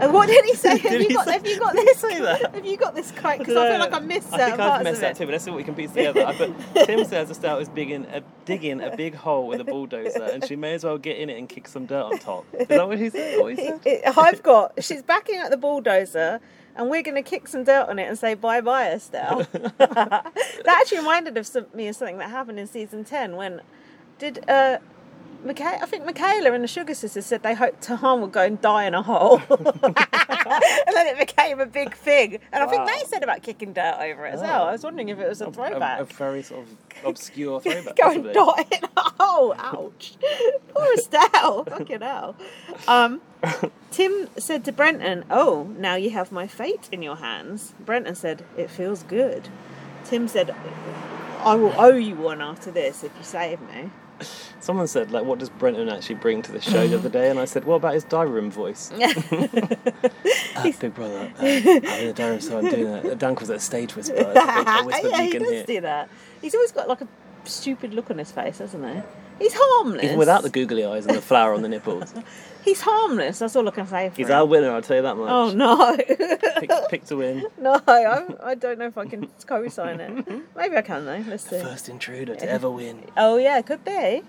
B: and what did he say?
A: Did
B: have, you
A: he
B: got,
A: say-
B: have you got
A: did he
B: this?
A: say that?
B: Have you got this quote? Because I feel like I missed
A: I
B: certain
A: think I've
B: parts
A: messed
B: of it.
A: that too, but let's see what we can piece together. I put, Tim says Estelle is digging a, digging a big hole with a bulldozer, and she may as well get in it and kick some dirt on top. Is that what he said? What he said?
B: I've got. She's backing up the bulldozer, and we're going to kick some dirt on it and say bye bye, Estelle. that actually reminded of some, me of something that happened in season ten when did uh, Micha- I think Michaela and the Sugar Sisters said they hoped Tahan would go and die in a hole, and then it became a big thing. And I think
A: Wow.
B: they said about kicking dirt over it as well. I was wondering if it was a
A: A,
B: throwback.
A: a very sort of obscure throwback.
B: Go and
A: possibly.
B: die in a hole. Ouch. Poor Estelle. Fucking hell. Um, Tim said to Brenton, Oh, now you have my fate in your hands. Brenton said, It feels good. Tim said, I will owe you one after this if you save me.
A: Someone said, like, what does Brenton actually bring to the show the other day? And I said, what about his diary room voice?
B: Mm.
A: Uh, big brother, uh, I'm in the diary room, so I'm doing a, a Dan calls it a stage whisper. It's a big- a whisper
B: yeah,
A: you
B: he
A: can
B: does
A: hear.
B: do that. He's always got like a stupid look on his face, hasn't he? He's harmless.
A: Even without the googly eyes and the flower on the nipples.
B: He's harmless. That's all I can say. For
A: He's
B: him.
A: our winner, I'll tell you that much.
B: Oh no.
A: Pick, pick to win.
B: No, I'm, I don't know if I can co-sign it. Maybe I can though. Let's see.
A: First intruder to ever win.
B: Oh yeah, could be.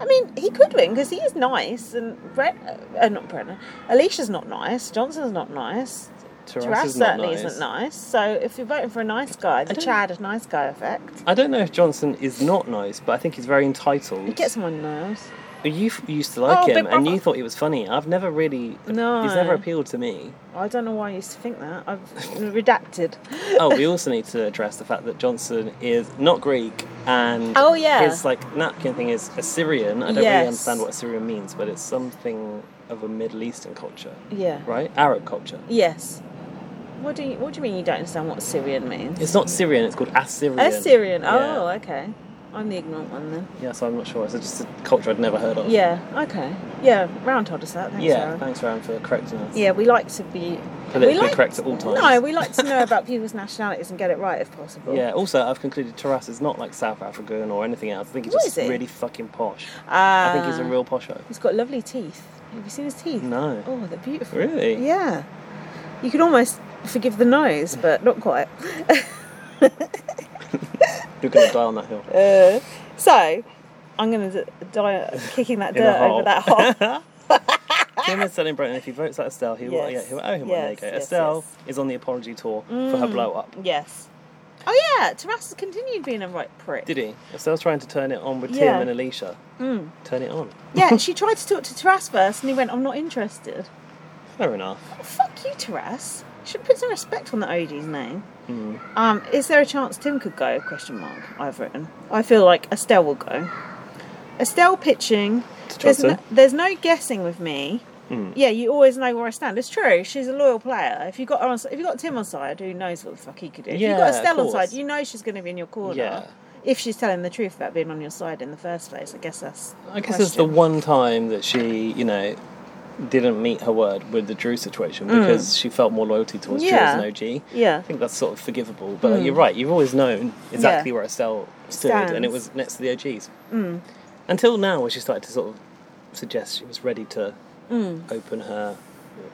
B: I mean, he could win because he is nice, and Brett, uh, not Brenna, Alicia's not nice. Johnson's not nice. Taras
A: not
B: certainly isn't nice. So if you're voting for a nice guy, the
A: don't-
B: Chad is nice guy effect.
A: I don't know if Johnson is not nice, but I think he's very entitled.
B: You get someone knows.
A: You f- used to like
B: Oh,
A: him,
B: Big
A: and you
B: Brother.
A: thought he was funny. I've never really.
B: No.
A: He's never appealed to me.
B: I don't know why I used to think that. I've redacted.
A: oh, we also need to address the fact that Johnson is not Greek, and
B: Oh, yeah.
A: his like napkin thing is Assyrian. I don't really
B: Yes.
A: understand what Assyrian means, but it's something of a Middle Eastern culture,
B: Yeah.
A: right? Arab culture.
B: Yes. What do you What do you mean you don't understand what Syrian means?
A: It's not Syrian; it's called Assyrian.
B: Assyrian.
A: Yeah.
B: Oh, okay. I'm the ignorant one then.
A: yeah. So I'm not sure. It's just a culture I'd never heard of.
B: Yeah, okay. Yeah, round told us that. Thanks,
A: Yeah.
B: Aaron.
A: Thanks, Aaron, for correcting us.
B: Yeah, we like to be
A: Politically
B: we like-
A: correct at all times.
B: No, we like to know about people's nationalities and get it right if possible.
A: Yeah, also, I've concluded Taras is not like South African or anything else. I think he's
B: What
A: just
B: is he?
A: really fucking posh.
B: Ah.
A: I think he's a real posho.
B: He's got lovely teeth. Have you seen his teeth?
A: No.
B: Oh, they're beautiful.
A: Really?
B: Yeah. You could almost forgive the nose, but not quite.
A: You're going to die on that hill.
B: Uh, so, I'm going to die kicking that
A: In a
B: dirt
A: hole.
B: over that hole.
A: Tim is telling Brenton if he votes like Estelle, he will,
B: Yes.
A: yeah, he will owe him
B: Yes,
A: one naked.
B: yes,
A: Estelle
B: yes. Mm.
A: is on the apology tour for her blow up.
B: yes. Oh, yeah, Taras continued being a right prick.
A: Did he? Estelle's trying to turn it on with
B: Yeah. Mm.
A: Tim and Alicia. Turn it on.
B: Yeah, she tried to talk to Taras first, and he went, I'm not interested.
A: Fair enough.
B: Fuck you, Taras. Should put some respect on the OD's name.
A: Hmm.
B: Um, is there a chance Tim could go? Question mark. I've written. I feel like Estelle will go. Estelle pitching. There's no,
A: Johnson.
B: there's no guessing with me.
A: Hmm.
B: Yeah, you always know where I stand. It's true. She's a loyal player. If you got her on, if you got Tim on side, who knows what the fuck he could do? If you
A: Yeah,
B: got
A: of
B: Estelle on
A: course.
B: side, you know she's going to be in your corner.
A: Yeah.
B: If she's telling the truth about being on your side in the first place, I guess that's.
A: I guess it's the
B: question.
A: one time that she, you know, didn't meet her word with the Drew situation because she felt more loyalty towards
B: Mm. Yeah.
A: Drew as an OG.
B: Yeah.
A: I think that's sort of forgivable. But you're right, you've always known exactly
B: Yeah.
A: where Estelle stood, and it
B: Stands. Mm.
A: was next to the OGs. Until now, when she started to sort of suggest she was ready to open her.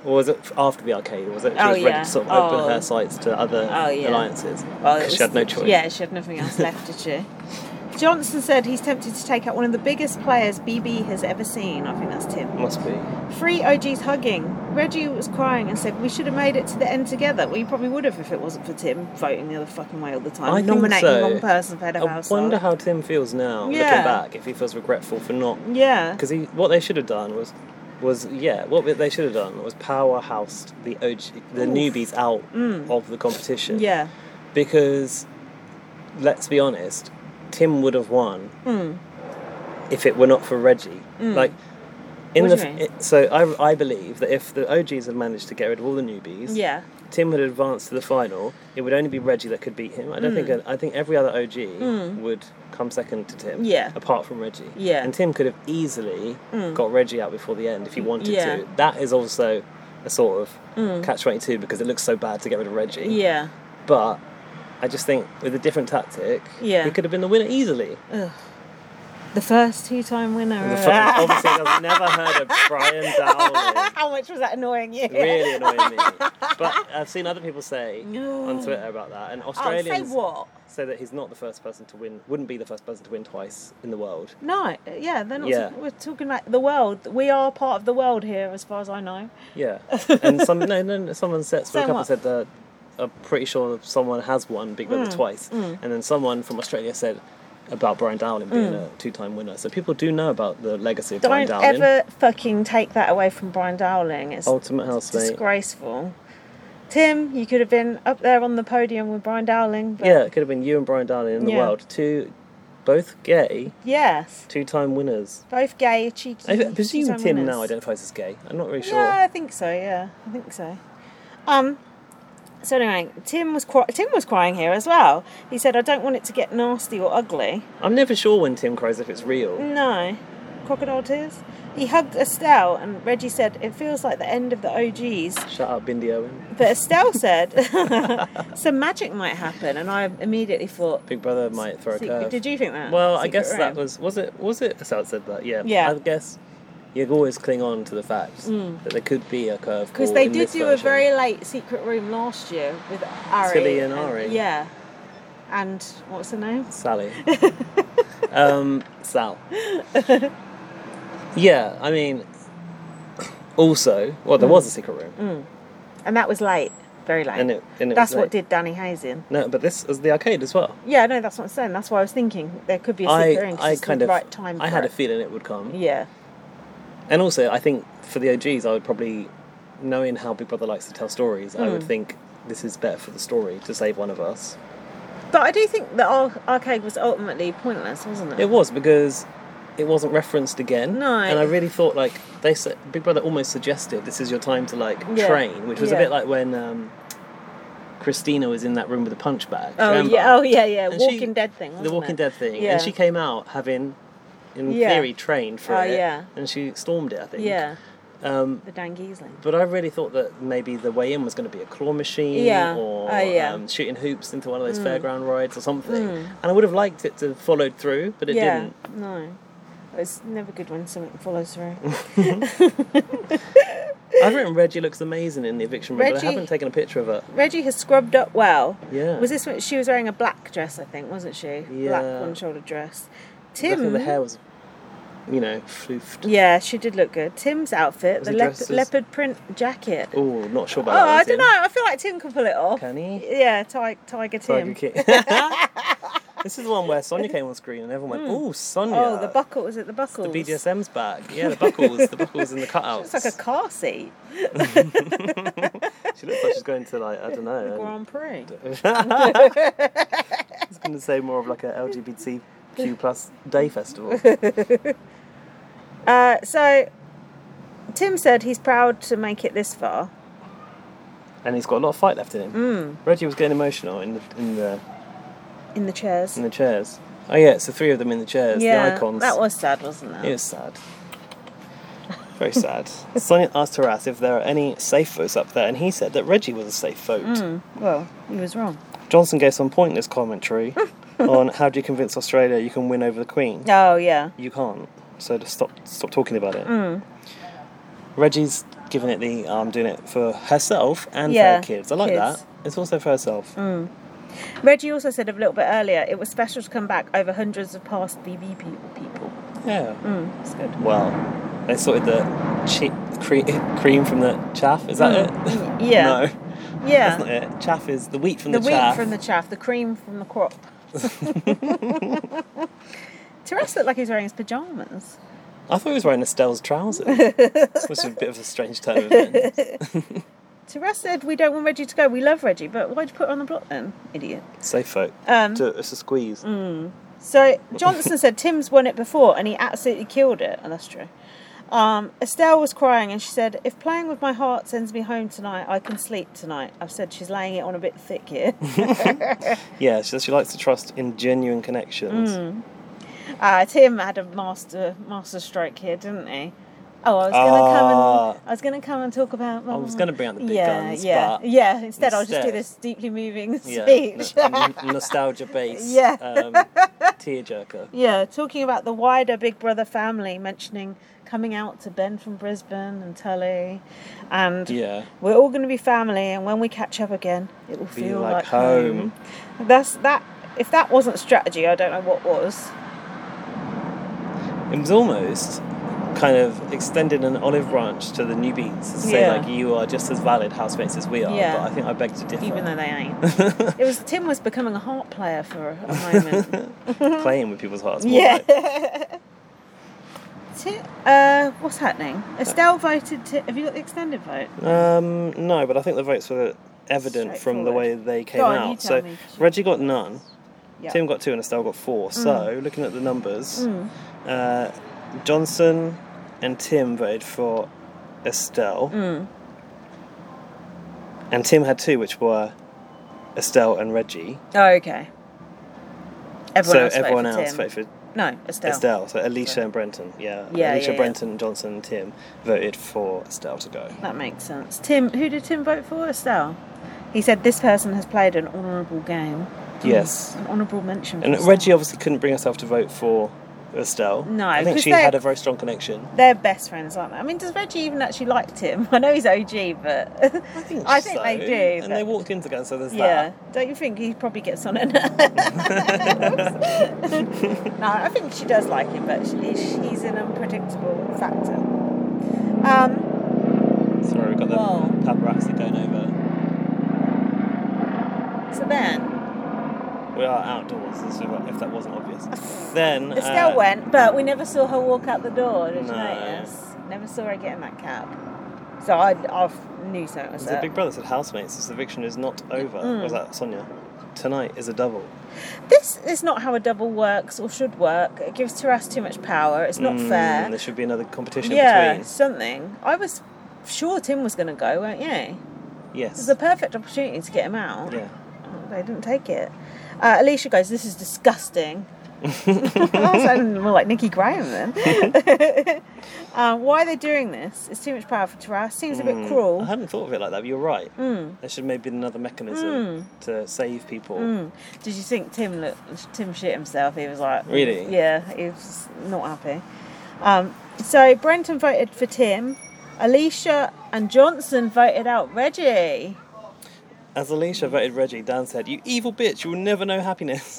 A: Or was it after the arcade? Or was it she
B: Mm. Oh,
A: was ready
B: yeah.
A: to sort of open
B: Oh.
A: her sights to other
B: Oh, yeah.
A: alliances?
B: Well, it
A: 'Cause
B: was-
A: she had no choice.
B: Yeah, she had nothing else left, did she? Johnson said he's tempted to take out one of the biggest players BB has ever seen. I think that's Tim.
A: Must be.
B: Three OGs hugging. Reggie was crying and said, We should have made it to the end together. Well, you probably would have if it wasn't for Tim voting the other fucking way all the time.
A: I think
B: nominating
A: so.
B: one person for head of
A: I
B: household.
A: wonder how Tim feels now, looking
B: Yeah.
A: back, if he feels regretful for not
B: yeah.
A: Because what they should have done was, was yeah, what they should have done was powerhoused the
B: Mm.
A: OG, the newbies out of the competition.
B: Yeah.
A: Because let's be honest, Tim would have won
B: Mm.
A: if it were not for Reggie. Like, in
B: What
A: the
B: do you
A: f-
B: mean?
A: it- so I, I believe that if the OGs had managed to get rid of all the newbies,
B: Yeah.
A: Tim had advanced to the final. It would only be Reggie that could beat him. I don't
B: Hmm.
A: think I think every other OG would come second to Tim.
B: Yeah.
A: Apart from Reggie.
B: Yeah. Hmm.
A: And Tim could have easily got Reggie out before the end if he wanted
B: Mm. Yeah. Hmm.
A: to. That is also a sort of catch twenty two because it looks so bad to get rid of Reggie.
B: Yeah.
A: But I just think with a different tactic,
B: Yeah. Uh.
A: he could have been the winner easily.
B: The first two-time winner.
A: The fact- obviously, I've never heard of Brian Dowling.
B: How much was that annoying you?
A: Really annoying me. But I've seen other people say on Twitter about that, and
B: Oh, say
A: Australians
B: what?
A: say that he's not the first person to win, wouldn't be the first person to win twice in the world.
B: No, Uh, yeah, they're not.
A: Yeah.
B: We're talking about the world. We are part of the world here, as far as I know.
A: Yeah, and some no, no, no, someone said spoke up
B: Someone.
A: and said that I'm pretty sure someone has won Big
B: Mm,
A: Brother twice, and then someone from Australia said about Brian Dowling being a two-time winner. So people do know about the legacy of Brian
B: Mm. Don't
A: Dowling.
B: ever fucking take that away from Brian Dowling. It's
A: Ultimate housemate.
B: disgraceful. Tim, you could have been up there on the podium with Brian Dowling. But
A: Yeah, it could have been you and Brian Dowling in the
B: Yeah.
A: world. Two, both gay,
B: Yes.
A: two-time winners.
B: Both gay, cheeky.
A: I presume
B: two-time
A: Tim
B: winners.
A: now identifies as gay. I'm not really sure.
B: Yeah, I think so. Yeah, I think so. Um. So anyway, Tim was cry- Tim was crying here as well. He said, "I don't want it to get nasty or ugly."
A: I'm never sure when Tim cries if it's real.
B: No, crocodile tears. He hugged Estelle, and Reggie said, "It feels like the end of the OGs."
A: Shut up, Bindi Owen.
B: But Estelle said, "Some magic might happen," and I immediately thought,
A: Big Brother might throw a
B: "Secret-
A: curve.
B: "Did you think that?"
A: Well, I
B: Secret
A: guess that
B: room.
A: was was it was it Estelle said that yeah
B: Yeah.
A: I guess you always cling on to the fact that there could be a curve
B: because they did do a very late secret room last year with Ari
A: Tilly and Ari.
B: Yeah, and what's her name?
A: Sally um, Sal yeah I mean also well
B: Hmm.
A: there was a secret room
B: And that was late, very late.
A: and it and it
B: that's
A: was
B: what
A: late.
B: did Danny Hayes in.
A: no but this is the arcade as well
B: Yeah, no, that's what I'm saying. That's why I was thinking there could be a
A: I
B: secret room. 'cause
A: I
B: it's the
A: kind of
B: right time.
A: I
B: for
A: had a
B: it.
A: feeling it would come
B: Yeah,
A: And also, I think for the OGs, I would probably, knowing how Big Brother likes to tell stories, I
B: Hmm.
A: would think this is better for the story to save one of us.
B: but I do think that our arcade was ultimately pointless, wasn't it?
A: It was because it wasn't referenced again.
B: No.
A: And I really thought like they said Big Brother almost suggested this is your time to like
B: Yeah.
A: train, which was a
B: Yeah.
A: bit like when um, Christina was in that room with a punch bag. Do you
B: oh
A: remember?
B: yeah, oh yeah, yeah.
A: um, And she-
B: Walking Dead thing.
A: the
B: wasn't
A: Walking
B: it?
A: Dead thing,
B: Yeah.
A: and she came out having, in
B: Yeah.
A: theory, trained for
B: Oh,
A: it,
B: yeah.
A: and she stormed it. I think.
B: Yeah,
A: Um,
B: the Dan Giesling.
A: But I really thought that maybe the way in was going to be a claw machine
B: Yeah.
A: or
B: Oh, yeah. Mm.
A: um, shooting hoops into one of those fairground rides or something. And I would have liked it to have followed through, but it
B: yeah,
A: didn't.
B: no. It's never good when something follows through.
A: I've written Reggie looks amazing in the eviction room, but I
B: Reggie-
A: haven't taken a picture of her.
B: Reggie has scrubbed up well.
A: Yeah.
B: Was this when she was wearing a black dress, I think, wasn't she?
A: Yeah.
B: Black one shoulder dress.
A: I think
B: Tim
A: the hair was, you know, floofed.
B: Yeah, she did look good. Tim's outfit,
A: Was
B: the
A: it
B: lep-
A: dresses?
B: leopard print jacket. Oh,
A: Oh, not sure about that.
B: I
A: one,
B: don't
A: Tim.
B: know. I feel like Tim could pull it off.
A: Can he?
B: Yeah, ti-
A: Tiger
B: Tiger Tim.
A: King. this is the one where Sonia came on screen and everyone went, "Oh, Sonia!"
B: Oh, the buckle. Was it the buckle?
A: The BDSM's back. Yeah, the buckles. the buckles in the cutouts.
B: It's like a car seat.
A: She looks like she's going to like I don't know.
B: The
A: um,
B: Grand Prix.
A: I was going to say more of like a LGBTQ plus day festival.
B: Uh, so, Tim said he's proud to make it this far.
A: And he's got a lot of fight left in him.
B: Hmm.
A: Reggie was getting emotional in the, in the
B: In the chairs.
A: in the chairs. Oh yeah, it's the three of them in the chairs, the
B: yeah,
A: icons.
B: that was sad, wasn't it?
A: It was sad. Very sad. Sonia asked Taras if there are any safe votes up there, and he said that Reggie was a safe vote.
B: Hmm. Well, he was wrong.
A: Johnson gave some pointless commentary on how do you convince Australia you can win over the Queen.
B: Oh, yeah.
A: you can't. So just stop stop talking about it.
B: Mm.
A: Reggie's giving it the um, doing it for herself and for
B: Yeah,
A: her kids. I like
B: kids. Mm.
A: that. It's also for herself.
B: Reggie also said a little bit earlier it was special to come back over hundreds of past BB pe- people.
A: Yeah.
B: It's Mm, good.
A: Well, they sorted the cheap cre- cream from the chaff. Is that it?
B: Mm. Yeah.
A: no,
B: Yeah.
A: that's not it. Chaff is the wheat from
B: the
A: the,
B: wheat
A: chaff.
B: from the chaff, the cream from the crop. Therese looked like he was wearing his pajamas.
A: I thought he was wearing Estelle's trousers, which is a bit of a strange turn of events.
B: To Russ said, we don't want Reggie to go. We love Reggie, but why'd you put her on the block then, idiot?
A: Safe folk.
B: Um,
A: Do it, it's a squeeze.
B: So Johnson said Tim's won it before, and he absolutely killed it, and that's true. Um, Estelle was crying, and she said, "If playing with my heart sends me home tonight, I can sleep tonight." I've said she's laying it on a bit thick here.
A: Yeah, she says she likes to trust in genuine connections.
B: Mm. uh, Tim had a master master stroke here, didn't he? Oh, I was gonna come
A: Ah.
B: and I was gonna come and talk about.
A: I was gonna bring out the big
B: yeah,
A: guns,
B: yeah,
A: but
B: yeah. Instead, I'll just do
A: instead-
B: this deeply moving
A: Yeah,
B: speech.
A: n- n- nostalgia based.
B: Yeah.
A: Um, tearjerker.
B: Yeah, talking about the wider Big Brother family, mentioning coming out to Ben from Brisbane and Tully, and
A: Yeah.
B: we're all going to be family, and when we catch up again, it will
A: Be
B: feel
A: like
B: like, home. That's that. If that wasn't strategy, I don't know what was.
A: It was almost kind of extended an olive branch to the newbies to say
B: Yeah.
A: like you are just as valid housemates as we are.
B: Yeah.
A: But I think I beg to differ.
B: Even though they ain't, it was Tim was becoming a harp player for a moment.
A: Playing with people's hearts. More
B: yeah.
A: like-
B: Ti uh, what's happening? Estelle voted. Ti have you got the extended vote?
A: Um, no, but I think the votes were evident from the way
B: Straightforward.
A: they came
B: Go on, you
A: out.
B: tell
A: so
B: me, 'cause you-
A: Reggie got none.
B: Yeah. Mm.
A: Tim got two and Estelle got four. So looking at the numbers, uh, Johnson and Tim voted for Estelle,
B: Mm.
A: and Tim had two, which were Estelle and Reggie.
B: Oh, okay. Everyone
A: so
B: else
A: everyone
B: voted for
A: else
B: Tim.
A: voted for
B: No, Estelle.
A: Estelle. So Alicia and Brenton, yeah,
B: Yeah,
A: Alicia,
B: yeah, yeah.
A: Brenton, Johnson, and Tim voted for Estelle to go.
B: That makes sense. Tim, who did Tim vote for? Estelle. He said this person has played an honourable game.
A: Yes.
B: An honourable mention. for
A: And
B: Estelle.
A: Reggie obviously couldn't bring herself to vote for Estelle.
B: No,
A: I think
B: because
A: she
B: they-
A: had a very strong connection.
B: They're best friends, aren't they? I mean, does Reggie even actually like Tim? I know he's OG, but I think,
A: so.
B: they do.
A: And they
B: but-
A: walked in together, so there's
B: yeah,
A: that.
B: don't you think he probably gets on her nerves? no, I think she does like him, but she, he's an unpredictable factor. Um,
A: Sorry, we've got the
B: Whoa.
A: paparazzi going over.
B: so then
A: We are outdoors, so if that wasn't obvious. Then.
B: Estelle
A: uh,
B: went, but we never saw her walk out the door. Did you
A: No.
B: notice? Never saw her get in that cab. So I, I knew something was
A: The
B: up.
A: Big Brother said housemates, this eviction is not over.
B: Mm.
A: Was that Sonia? Tonight is a double.
B: This is not how a double works or should work. It gives Taras too much power. It's not
A: Mm,
B: fair.
A: There should be another competition
B: Yeah,
A: between.
B: something. I was sure Tim was going to go, weren't you? It
A: Yes.
B: was a perfect opportunity to get him out.
A: Yeah.
B: They didn't take it. Uh, Alicia goes, This is disgusting. I sound more like Nikki Graham then. uh, why are they doing this? It's too much power for Taras. Seems a bit
A: I
B: cruel.
A: hadn't thought of it like that, but you're right.
B: Mm.
A: There should maybe be another mechanism to save people.
B: Did you think Tim looked, Tim shit himself? He was like,
A: Really?
B: Yeah, he was not happy. Um, so Brenton voted for Tim. Alicia and Johnson voted out Reggie.
A: As Alicia voted Reggie, Dan said, You evil bitch, you will never know happiness.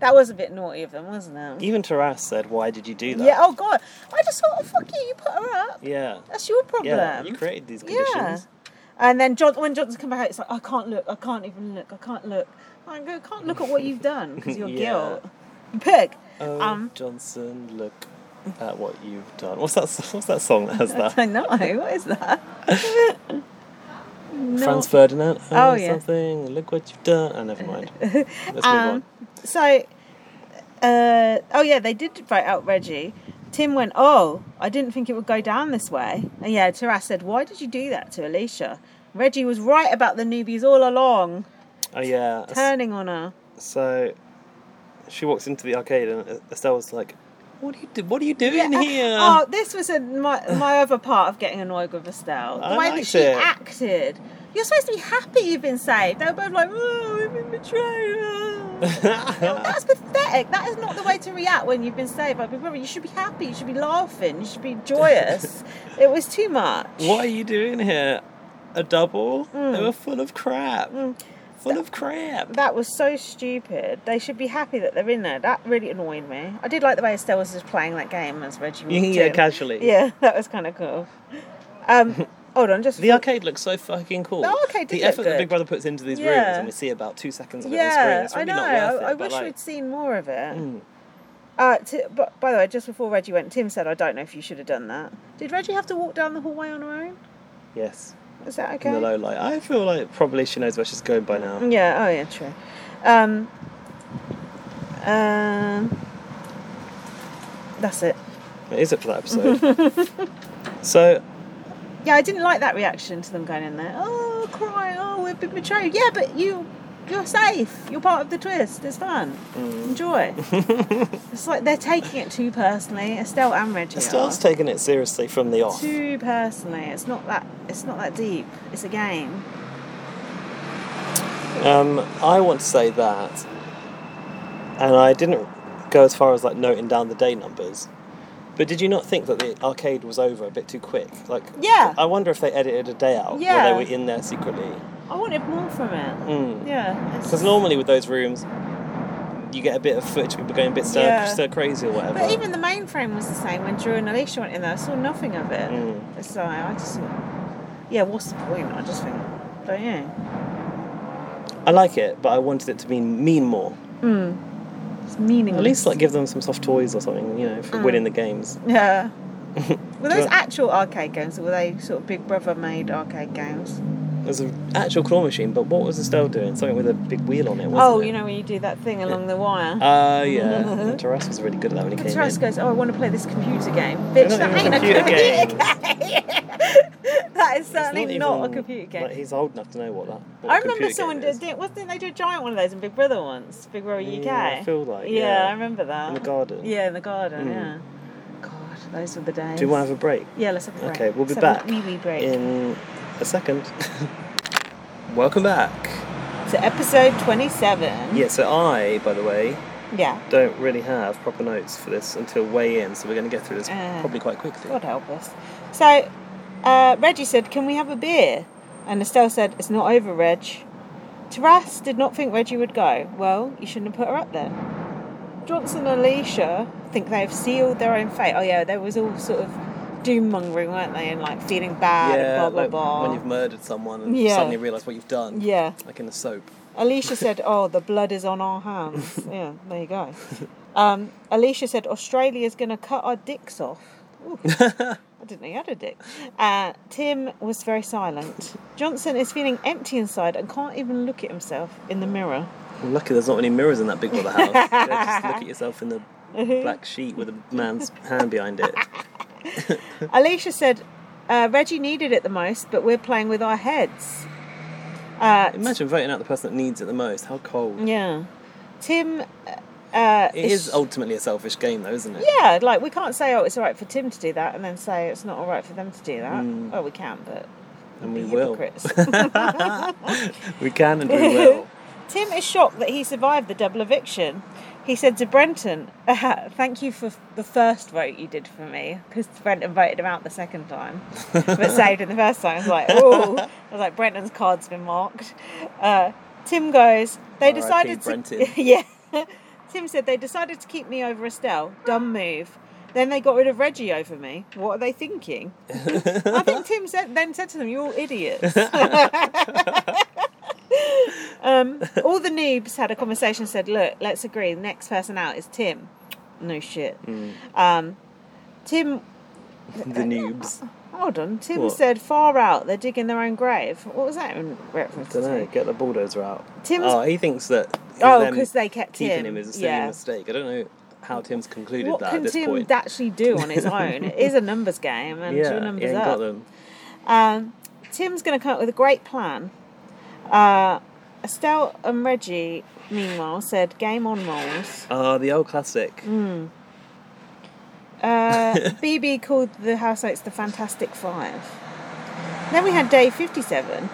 B: That was a bit naughty of them, wasn't it?
A: Even Taras said, Why did you do that?
B: Yeah. Oh God, I just thought, oh, fuck you, you put her up.
A: Yeah.
B: That's your problem.
A: Yeah, you created these
B: Yeah.
A: conditions.
B: And then John, when Johnson came back, it's like I can't look. I can't even look. I can't look. I go, can't look at what you've done because your
A: Yeah.
B: guilt. Pig.
A: Oh,
B: um.
A: Johnson, look at what you've done. What's that? s- What's that song that has that?
B: I know. What is that? no.
A: Franz Ferdinand.
B: Oh,
A: Oh,
B: yeah.
A: something. Look what you've done. Oh, never mind. Let's
B: Um, So, uh, oh yeah, they did vote out Reggie. Tim went, oh, I didn't think it would go down this way. And yeah, Taras said, why did you do that to Alicia? Reggie was right about the newbies all along,
A: move on. Oh yeah. s-
B: turning on her.
A: So she walks into the arcade and uh, Estelle was like, "What are you? Do- what are you doing
B: Yeah,
A: here?"
B: Oh, this was a, my, my other part of getting annoyed with Estelle. The
A: I
B: way that
A: liked
B: she
A: it.
B: acted. You're supposed to be happy you've been saved. They were both like, oh, we've been betrayed. oh." That's pathetic. That is not the way to react when you've been saved by Big Brother. You should be happy. You should be laughing. You should be joyous. it was too much.
A: what are you doing here? A double?
B: Mm.
A: They were full of crap. Full of crap.
B: That was so stupid. They should be happy that they're in there. That really annoyed me. I did like the way Estelle was just playing that game as Reggie. walked
A: Yeah,
B: in.
A: casually.
B: Yeah, that was kind of cool. Um, hold on, just
A: The arcade looks so fucking cool.
B: The arcade did
A: The
B: look
A: effort that
B: good.
A: Big Brother puts into these rooms,
B: Yeah.
A: and we see about two seconds of it on
B: yeah,
A: screen. It's really
B: I know.
A: not worth it. Mm.
B: I, I
A: but
B: wish
A: like,
B: we'd seen more of it. Uh, t- but by the way, just before Reggie went, Tim said, "I don't know if you should have done that." Did Reggie have to walk down the hallway on her own?
A: Yes.
B: Is that okay?
A: In the low light. I feel like probably she knows where she's going by now.
B: Yeah. Oh, yeah. True. Um. Um. That's it.
A: That is it for that episode. so,
B: Yeah, I didn't like that reaction to them going in there. Oh, cry. Oh, we've been betrayed. Yeah, but you, you're safe. You're part of the twist. It's fun.
A: Mm.
B: Enjoy. it's like they're taking it too personally. Estelle and Reggie.
A: Estelle's
B: are.
A: taken it seriously from the off.
B: too personally. It's not that. It's not that deep. It's a game.
A: Um, I want to say that, and I didn't go as far as like noting down the day numbers. But did you not think that the arcade was over a bit too quick? Like,
B: Yeah.
A: I wonder if they edited a day out
B: Yeah.
A: where they were in there secretly.
B: I wanted more from it.
A: Because
B: Yeah. it's-
A: Mm. normally with those rooms, you get a bit of footage of people going a bit stir,
B: Yeah.
A: stir crazy or whatever.
B: But even the mainframe was the same when Drew and Alicia went in there. I saw nothing of it.
A: Mm.
B: So I just thought, yeah, what's the point? I just think, don't you?
A: I like it, but I wanted it to mean mean more.
B: It's meaningless.
A: At least like give them some soft toys or something, you know,
B: Mm.
A: for winning the games.
B: Yeah. Were
A: Do you
B: those
A: want-
B: actual arcade games or were they sort of Big Brother made arcade games?
A: It was an actual claw machine, but what was Estelle doing? Something with a big wheel on it, wasn't
B: Oh,
A: it?
B: you know when you do that thing along the wire.
A: Oh yeah, Taras was really good at that when he
B: and
A: came
B: Taras
A: in.
B: goes, "Oh, I want to play this computer game."
A: They're
B: Bitch,
A: not
B: that
A: even
B: ain't a
A: computer
B: computer game. that is
A: It's
B: certainly not,
A: even-
B: a computer game.
A: Like, he's old enough to know what that. What
B: I
A: a computer
B: remember
A: game
B: someone
A: is.
B: did. Didn't, wasn't they do a giant one of those in Big Brother once? Big Brother UK.
A: Yeah, I feel like, yeah.
B: I remember that.
A: In the garden.
B: Yeah, in the garden.
A: Mm.
B: Yeah. God, those were the days.
A: Do you want to have a break?
B: Yeah, let's have a break.
A: Okay, we'll be
B: Let's have
A: back
B: a wee wee break.
A: in a second. Welcome back.
B: So episode twenty-seven.
A: Yeah, so I, by the way,
B: Yeah.
A: don't really have proper notes for this until way in, so we're going to get through this
B: Uh,
A: probably quite quickly.
B: God help us. So, uh, Reggie said, Can we have a beer? And Estelle said, It's not over, Reg. Taras did not think Reggie would go. Well, you shouldn't have put her up then. Johnson and Alicia think they have sealed their own fate. Oh, yeah, they was all sort of doom mongering, weren't they? And like feeling bad
A: yeah,
B: and blah, blah,
A: like
B: blah.
A: when you've murdered someone and you
B: Yeah.
A: suddenly realise what you've done.
B: Yeah.
A: Like in a soap.
B: Alicia said, "Oh, the blood is on our hands." Yeah, there you go. Um, Alicia said, "Australia's going to cut our dicks off." Ooh, I didn't know you had a dick. Uh, Tim was very silent. Johnson is feeling empty inside and can't even look at himself in the mirror.
A: Well, lucky there's not any mirrors in that big brother house. Yeah, just look at yourself in the
B: Uh-huh.
A: black sheet with a man's hand behind it.
B: Alicia said, uh, "Reggie needed it the most, but we're playing with our heads." Uh,
A: Imagine voting out the person that needs it the most. How cold.
B: yeah, Tim. Uh,
A: It is ultimately a selfish game, though, isn't it?
B: Yeah, like we can't say, oh, it's all right for Tim to do that, and then say it's not all right for them to do that. Well, we can, but
A: and Mm. we
B: we'd be
A: will.
B: hypocrites.
A: We can and we will.
B: Tim is shocked that he survived the double eviction. He said to Brenton, "Ah, "Thank you for the first vote you did for me, because Brenton voted him out the second time, but saved him the first time." I was like, "Oh," I was like, "Brenton's card's been marked." Uh, Tim goes, "They
A: R.I.P.
B: decided to,
A: Brenton.
B: yeah." Tim said they decided to keep me over Estelle. Dumb move. Then they got rid of Reggie over me. What are they thinking? I think Tim said, then said to them, "You're all idiots." Um, all the noobs had a conversation and said, look, let's agree, the next person out is Tim. No shit.
A: Hmm.
B: Um, Tim,
A: the noobs.
B: hold on, Tim
A: What?
B: said, far out, they're digging their own grave. What was that in reference
A: Don't know.
B: to?
A: Get the bulldozer out.
B: Tim's-
A: oh, he thinks that.
B: Oh,
A: them
B: 'cause they kept
A: keeping
B: him.
A: him is a silly
B: Yeah.
A: mistake. I don't know how Tim's concluded
B: What
A: that at
B: can
A: this
B: Tim
A: point.
B: actually do on his own? it is a numbers game, and your
A: yeah, he
B: numbers
A: ain't
B: up.
A: got them.
B: Um, Tim's going to come up with a great plan. Uh, Estelle and Reggie, meanwhile, said, game on, Moles.
A: Ah, the old classic.
B: Mm. Uh, BB called the housemates the Fantastic Five. Then we had day 57.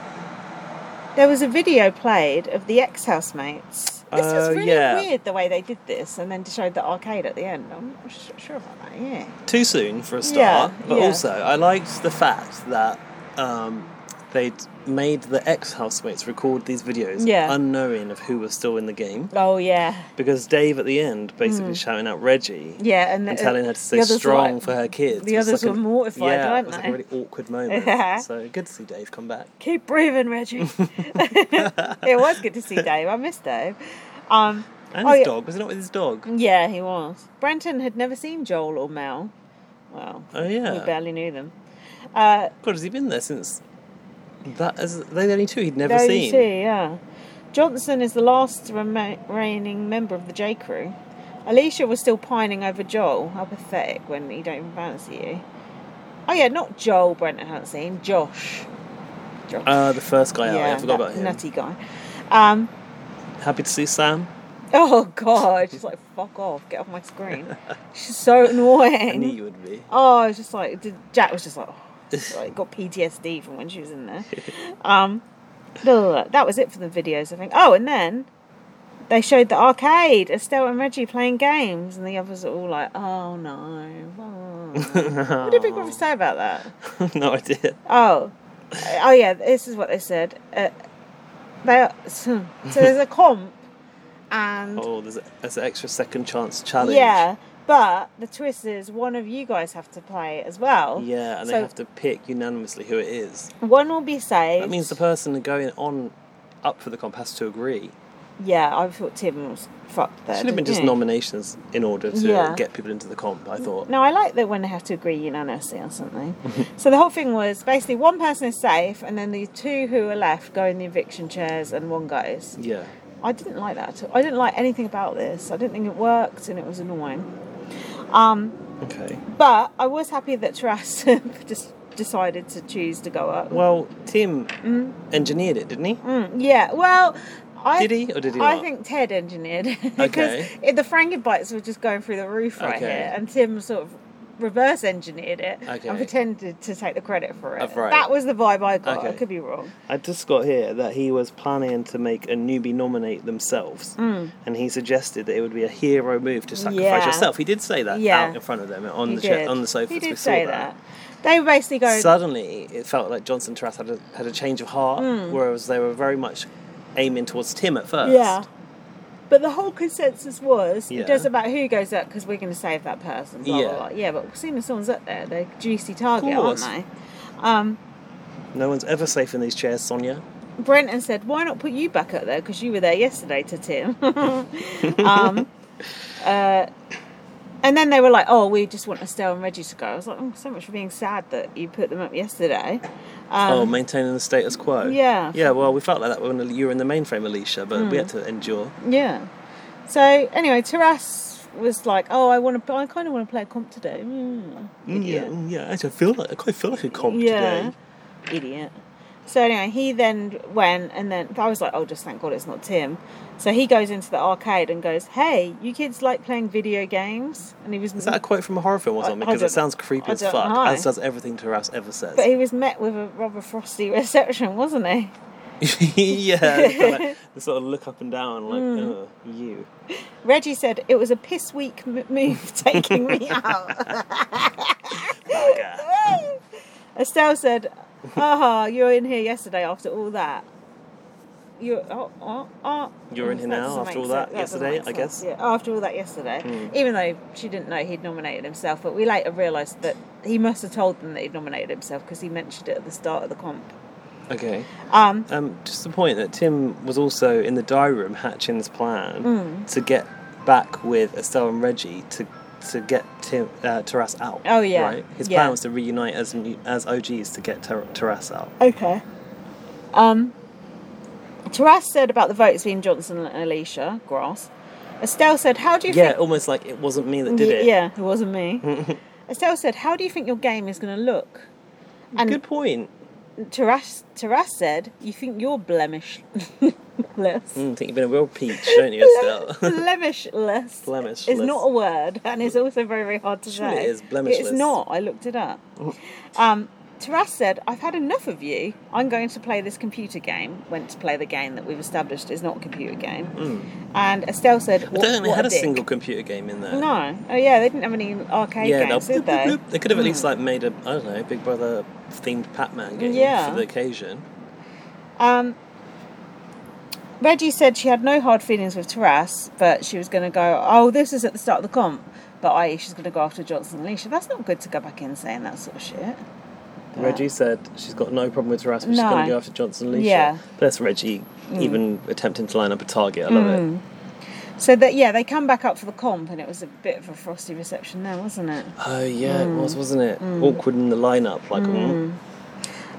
B: There was a video played of the ex housemates. This was
A: Oh,
B: really
A: yeah.
B: weird the way they did this and then showed the arcade at the end. I'm not su- sure about that, yeah.
A: too soon for a start,
B: Yeah,
A: but
B: yeah.
A: also I liked the fact that um, they'd made the ex housemates record these videos
B: Yeah.
A: unknowing of who was still in the game
B: Oh, yeah.
A: because Dave at the end basically shouting out Reggie
B: Hmm. Yeah, and, the,
A: and telling her to stay
B: the others were
A: strong
B: like-
A: for her kids.
B: the
A: It was
B: others
A: like
B: were
A: an-
B: mortified,
A: yeah,
B: weren't
A: It was like
B: they?
A: a really awkward moment.
B: Yeah.
A: So good to see Dave come back.
B: Keep breathing, Reggie. it was good to see Dave. I miss Dave. Um,
A: And
B: Oh,
A: his
B: yeah. Mm.
A: dog. Was he not with his dog?
B: Yeah, he was. Brenton had never seen Joel or Mel. Well,
A: Oh, yeah.
B: we barely knew them. Uh,
A: God, has he been there since? That is, they're the only two he'd never
B: there you
A: seen.
B: see, yeah. Johnson is the last rema- remaining member of the J Crew. Alicia was still pining over Joel. How pathetic when you don't even fancy you. Oh yeah, not Joel Brenton hadn't seen Josh. Josh.
A: Uh, the first guy out. I forgot
B: that
A: about him.
B: Nutty guy. Um,
A: Happy to see Sam.
B: oh god, she's like fuck off, get off my screen. She's so
A: I knew
B: annoying.
A: you would be.
B: Oh, I was just like did, Jack was just like, oh, like got PTSD from when she was in there. Um, blah, blah, blah. that was it for the videos, I think. Oh, and then they showed the arcade, Estelle and Reggie playing games, and the others are all like, oh no. oh." what did Big Brother say about that?
A: no idea.
B: Oh, Uh, oh yeah. This is what they said. Uh, they so, so there's a comp, and
A: Oh, there's, a, there's an extra second chance Oh, challenge.
B: yeah, but the twist is one of you guys have to play as well.
A: Yeah, and they
B: So-
A: have to pick unanimously who it is.
B: One will be saved.
A: That means the person going on up for the comp has to agree.
B: yeah, I thought Tim was fucked there.
A: Should have been
B: didn't
A: just
B: you?
A: nominations in order to
B: Yeah.
A: get people into the comp, I thought.
B: No, I like that when they have to agree unanimously on something. so the whole thing was basically one person is safe, and then the two who are left go in the eviction chairs, and one goes.
A: Yeah.
B: I didn't like that at all. I didn't like anything about this. I didn't think it worked and it was annoying. Um,
A: Okay.
B: but I was happy that Taras just decided to choose to go up.
A: Well, Tim engineered it, didn't he?
B: Mm-hmm. Mm, yeah, well, I,
A: Did he or did he
B: I
A: not?
B: think Ted engineered because
A: Okay.
B: if the frangibites were just going through the roof right
A: Okay.
B: here and Tim sort of reverse engineered it
A: Okay.
B: and pretended to take the credit for it.
A: Uh, right.
B: That was the vibe I got. I
A: Okay.
B: could be wrong.
A: I just got here that he was planning to make a newbie nominate themselves, and he suggested that it would be a hero move to sacrifice
B: Mm. Yeah.
A: yourself. He did say that
B: Yeah.
A: out in front of them on
B: He
A: the
B: did.
A: chair, on the sofa.
B: He
A: as we
B: did
A: saw
B: say that. They were basically going,
A: Suddenly, it felt like Johnson Taras had a, had a change of heart,
B: Mm.
A: whereas they were very much aiming towards Tim at first.
B: Yeah. But the whole consensus was
A: Yeah.
B: it doesn't matter who goes up because we're going to save that person. Blah,
A: Yeah.
B: Blah, blah. Yeah, but as soon as someone's up there, they're juicy target, aren't
A: course.
B: they? Um,
A: No one's ever safe in these chairs, Sonia.
B: Brenton said, "Why not put you back up there because you were there yesterday to Tim?" um, uh, and then they were like, "Oh, we just want Estelle and Reggie to go." I was like, oh, "So much for being sad that you put them up yesterday."
A: oh,
B: Um,
A: maintaining the status quo.
B: yeah.
A: Yeah, well, we felt like that when you were in the mainframe, Alicia, but we had to endure.
B: Yeah. So anyway, Taras was like, "Oh, I want to. I kind of want to play a comp today." Mm,
A: Mm, Yeah,
B: idiot.
A: mm, yeah. I don't feel like I quite feel like a comp today.
B: Idiot. So anyway, he then went, and then I was like, "Oh, just thank God it's not Tim." So he goes into the arcade and goes, "Hey, you kids like playing video games?" And he was,
A: Is that a quote from a horror film or
B: I-
A: something?
B: I
A: Because
B: don't-
A: it sounds creepy
B: I
A: as
B: don't
A: fuck,
B: know.
A: as does everything Taras ever says.
B: but he was met with a rather frosty reception, wasn't he?
A: yeah, it's kinda like, the sort of look up and down, like, "Ugh, you.
B: Reggie said it was a piss weak m- move taking me out. Estelle said, "Aha, you were in here yesterday after all that." You oh, oh, oh.
A: You were in here
B: That
A: now
B: doesn't
A: after
B: make
A: all that
B: sense. doesn't
A: yesterday,
B: make
A: I
B: sense.
A: guess. Hmm.
B: Yeah, after all that yesterday. Even though she didn't know he'd nominated himself, but we later realised that he must have told them that he'd nominated himself because he mentioned it at the start of the comp.
A: Okay.
B: Um,
A: Um, just the point that Tim was also in the diary room hatching his plan
B: Mm.
A: to get back with Estelle and Reggie to to get Tim uh, Taras out.
B: Oh, yeah.
A: Right. His
B: Yeah.
A: plan was to reunite as mu- as OGs to get Tar- Taras out.
B: Okay. Um, Taras said about the votes being Johnson and Alicia Grass. Estelle said, "How do you
A: Yeah,
B: think?"
A: almost like it wasn't me that did
B: Y-
A: it.
B: Yeah, it wasn't me. Estelle said, "How do you think your game is going to look?" And
A: Good point.
B: Taras Taras said, "You think you're blemishless,
A: Mm, I think you've been a real peach, don't you, Estelle?
B: blemishless,
A: Blemishless.
B: is not a word, and it's also very very hard to
A: Surely
B: say.
A: it is blemishless.
B: It's not. I looked it up. Um, Taras said, "I've had enough of you. I'm going to play this computer game. Went to play the game that we've established is not a computer game." And Estelle said,
A: Mm. I
B: "What,
A: don't think they
B: what
A: had a,
B: dick."
A: single computer game in there.
B: No. Oh yeah, they didn't have any arcade
A: Yeah,
B: games,
A: they,
B: did they?
A: they could have at
B: Mm.
A: least like made a I don't know Big Brother themed Pac-Man game
B: Yeah.
A: for the occasion.
B: Um, Reggie said she had no hard feelings with Taras, but she was going to go, oh, this is at the start of the comp, but i.e., she's going to go after Johnson and Alicia. That's not good to go back in saying that sort of shit.
A: Reggie said she's got no problem with Taras, but she's
B: No.
A: going to go after Johnson and Leisha.
B: Yeah. Mm.
A: Bless Reggie, even attempting to line up a target. I love it.
B: So that yeah, they come back up for the comp, and it was a bit of a frosty reception there, wasn't it?
A: Oh yeah, it
B: Mm.
A: was, wasn't it? Awkward in the lineup, like, mm.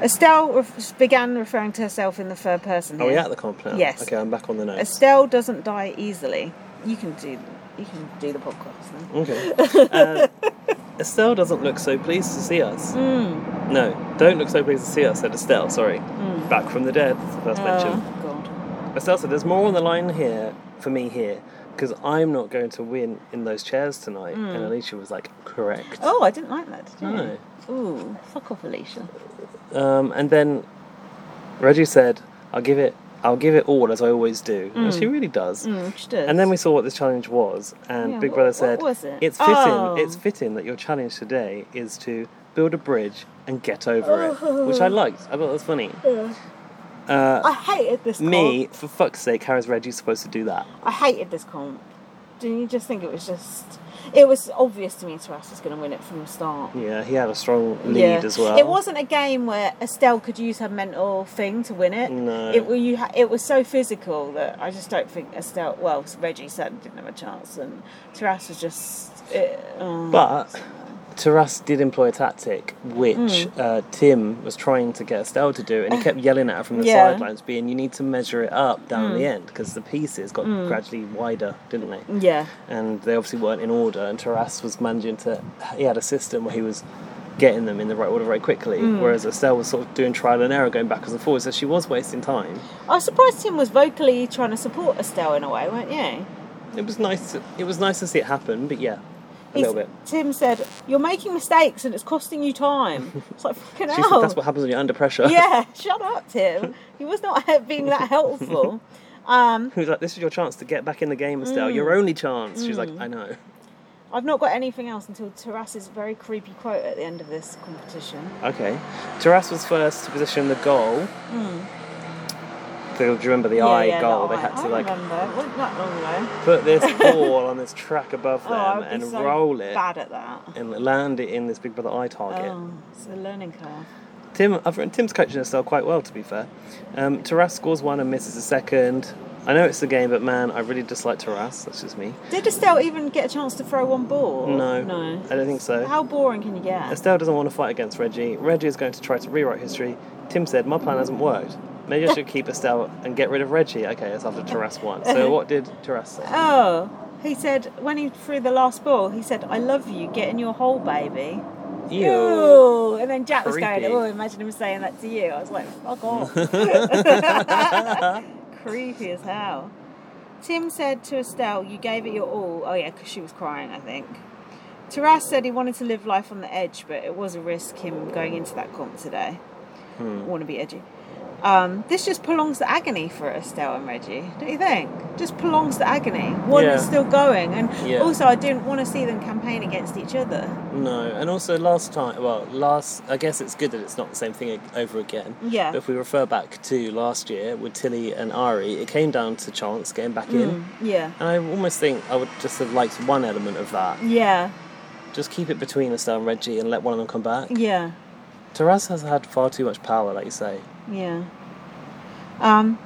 B: Estelle ref began referring to herself in the third person.
A: are Oh, we
B: here.
A: at the comp now?
B: Yes.
A: Okay, I'm back on the notes.
B: Estelle doesn't die easily. You can do you can do the podcast then.
A: Okay. Uh, Estelle doesn't look so pleased to see us.
B: Mm.
A: No, don't look so pleased to see us, said Estelle, sorry. Back from the dead, that's the first mention.
B: Oh God.
A: Estelle said, There's more on the line here for me here, because I'm not going to win in those chairs tonight.
B: Mm.
A: And Alicia was like, Correct.
B: Oh, I didn't like that. Did you?
A: No.
B: Ooh, fuck off, Alicia.
A: Um, and then Reggie said, I'll give it I'll give it all as I always do. And she really does.
B: Mm, she does.
A: And then we saw what this challenge was, and
B: Yeah,
A: Big
B: what-
A: Brother
B: what
A: said,
B: was it?
A: "It's fitting.
B: Oh.
A: It's fitting that your challenge today is to build a bridge and get over
B: Oh.
A: it," which I liked. I thought that was funny. Uh,
B: I hated this.
A: Me, for fuck's sake, how is Reggie supposed to do that?
B: comp. I hated this comp. Didn't you just think it was just? It was obvious to me Taras was going to win it from the start.
A: Yeah, he had a strong lead
B: Yeah.
A: as well.
B: It wasn't a game where Estelle could use her mental thing to win it.
A: No.
B: It, wa- you ha- it was so physical that I just don't think Estelle, well, Reggie certainly didn't have a chance, and Taras was just. It, oh.
A: But Taras did employ a tactic which
B: Hmm.
A: uh, Tim was trying to get Estelle to do, and he kept yelling at her from the
B: Eh. Yeah. Hmm.
A: sidelines, being, "You need to measure it up down the end because the pieces got gradually wider, didn't they?"
B: yeah.
A: and they obviously weren't in order. And Taras was managing to, he had a system where he was getting them in the right order very quickly,
B: Hmm.
A: whereas Estelle was sort of doing trial and error, going backwards and forwards. So she was wasting time.
B: I was surprised Tim was vocally trying to support Estelle in a way, weren't you?
A: It was nice. To, it was nice to see it happen, but yeah, a little bit.
B: Tim said, You're making mistakes and it's costing you time. It's like, fucking
A: She
B: hell.
A: said that's what happens when you're under pressure.
B: yeah, shut up, Tim. He was not being that helpful. Um,
A: He was like, "This is your chance to get back in the game, Estelle.
B: Mm.
A: Your only chance." She was like, "I know."
B: I've not got anything else until Taras's very creepy quote at the end of this competition.
A: Okay. Taras was first to position the goal.
B: Mm.
A: Do you remember the eye goal?
B: the
A: they had
B: eye-
A: to
B: I
A: like
B: remember. It wasn't that long ago.
A: put this ball on this track above them
B: Oh, I would be
A: and
B: so
A: roll it.
B: Bad at that.
A: and land it in this Big Brother eye target.
B: Oh, it's a learning curve.
A: Tim, I've written Tim's coaching his style quite well, to be fair. Um, Taras scores one and misses a second. I know it's the game, but man, I really dislike Taras. That's just me.
B: Did Estelle even get a chance to throw one ball?
A: No,
B: No.
A: I don't think so.
B: How boring can you get?
A: Estelle doesn't want to fight against Reggie. Reggie is going to try to rewrite history. Tim said, "My plan hasn't worked. Maybe I should keep Estelle and get rid of Reggie." Okay, that's after Taras won. So what did Taras say?
B: Oh, he said when he threw the last ball, he said, "I love you. Get in your hole, baby."
A: Ew.
B: Ooh, and then Jack was going,
A: Creepy.
B: "Oh, imagine him saying that to you." I was like, "Fuck off." Creepy as hell. Tim said to Estelle, "You gave it your all." Oh yeah, because she was crying, I think. Taras said he wanted to live life on the edge, but it was a risk him going into that comp today.
A: Hmm.
B: Want to be edgy. Um, this just prolongs the agony for Estelle and Reggie, don't you think? Just prolongs the agony. One
A: Yeah.
B: is still going, and
A: Yeah.
B: also I didn't want to see them campaign against each other.
A: No, and also last time, well, last, I guess it's good that it's not the same thing ag- over again.
B: Yeah.
A: But if we refer back to last year with Tilly and Ari, it came down to chance getting back
B: Mm.
A: in.
B: Yeah,
A: And I almost think I would just have liked one element of that.
B: yeah,
A: Just keep it between Estelle and Reggie and let one of them come back.
B: yeah.
A: Taras has had far too much power, like you say.
B: Yeah. Um,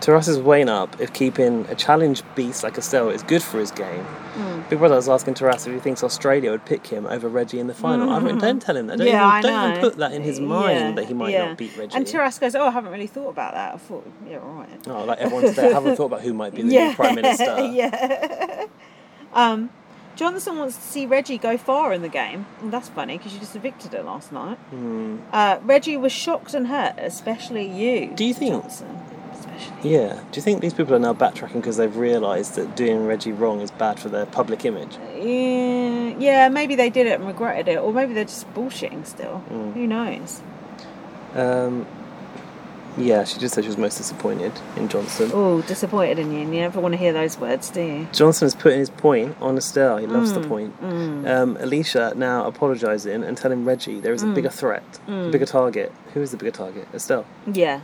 A: Taras is weighing up if keeping a challenge beast like Estelle is good for his game.
B: Hmm.
A: Big Brother was asking Taras if he thinks Australia would pick him over Reggie in the final. I went, don't tell him that. Don't,
B: yeah, I
A: even,
B: know.
A: don't even put that in his mind
B: Yeah,
A: that he might
B: yeah.
A: not beat Reggie.
B: And Taras goes, "Oh, I haven't really thought about that. I thought, yeah, all right."
A: Oh, like everyone today. I haven't thought about who might be the
B: yeah,
A: new prime minister.
B: yeah. um, Johnson wants to see Reggie go far in the game. And that's funny because you just evicted her last night.
A: Hmm.
B: Uh, Reggie was shocked and hurt, especially you.
A: Do you think-
B: Johnson, especially?
A: Yeah. Do you think these people are now backtracking because they've realised that doing Reggie wrong is bad for their public image?
B: Yeah, yeah, maybe they did it and regretted it, or maybe they're just bullshitting still.
A: Hmm.
B: Who knows?
A: Um, yeah, she just said she was most disappointed in Johnson.
B: Oh, disappointed in you. and You never want to hear those words, do you?
A: Johnson is putting his point on Estelle. He loves
B: Mm,
A: the point. Um, Alicia now apologising and telling Reggie there is
B: Mm.
A: a bigger threat, a bigger target. Who is the bigger target? Estelle.
B: Yeah.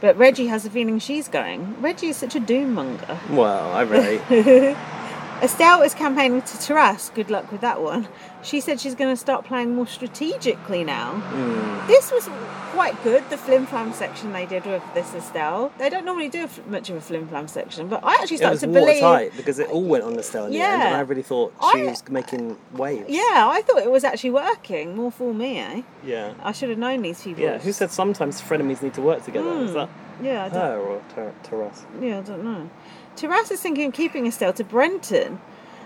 B: But Reggie has a feeling she's going. Reggie is such a doom monger.
A: Well, I relate.
B: Estelle is campaigning to Taras. Good luck with that one. She said she's going to start playing more strategically now.
A: Hmm.
B: This was quite good, the flim flam section they did with this Estelle. They don't normally do a f- much of a flim flam section, but I actually
A: It
B: started
A: was
B: to believe.
A: watertight because it all went on Estelle in the end, and
B: Yeah.
A: I really thought she
B: I-
A: was making waves.
B: Yeah, I thought it was actually working. More for me, eh?
A: Yeah.
B: I should have known these people.
A: Yeah. Who said sometimes frenemies need to work together? Is that
B: Yeah, Mm. I don't,
A: her or Ter- Taras?
B: yeah, I don't know. Taras is thinking of keeping Estelle to Brenton.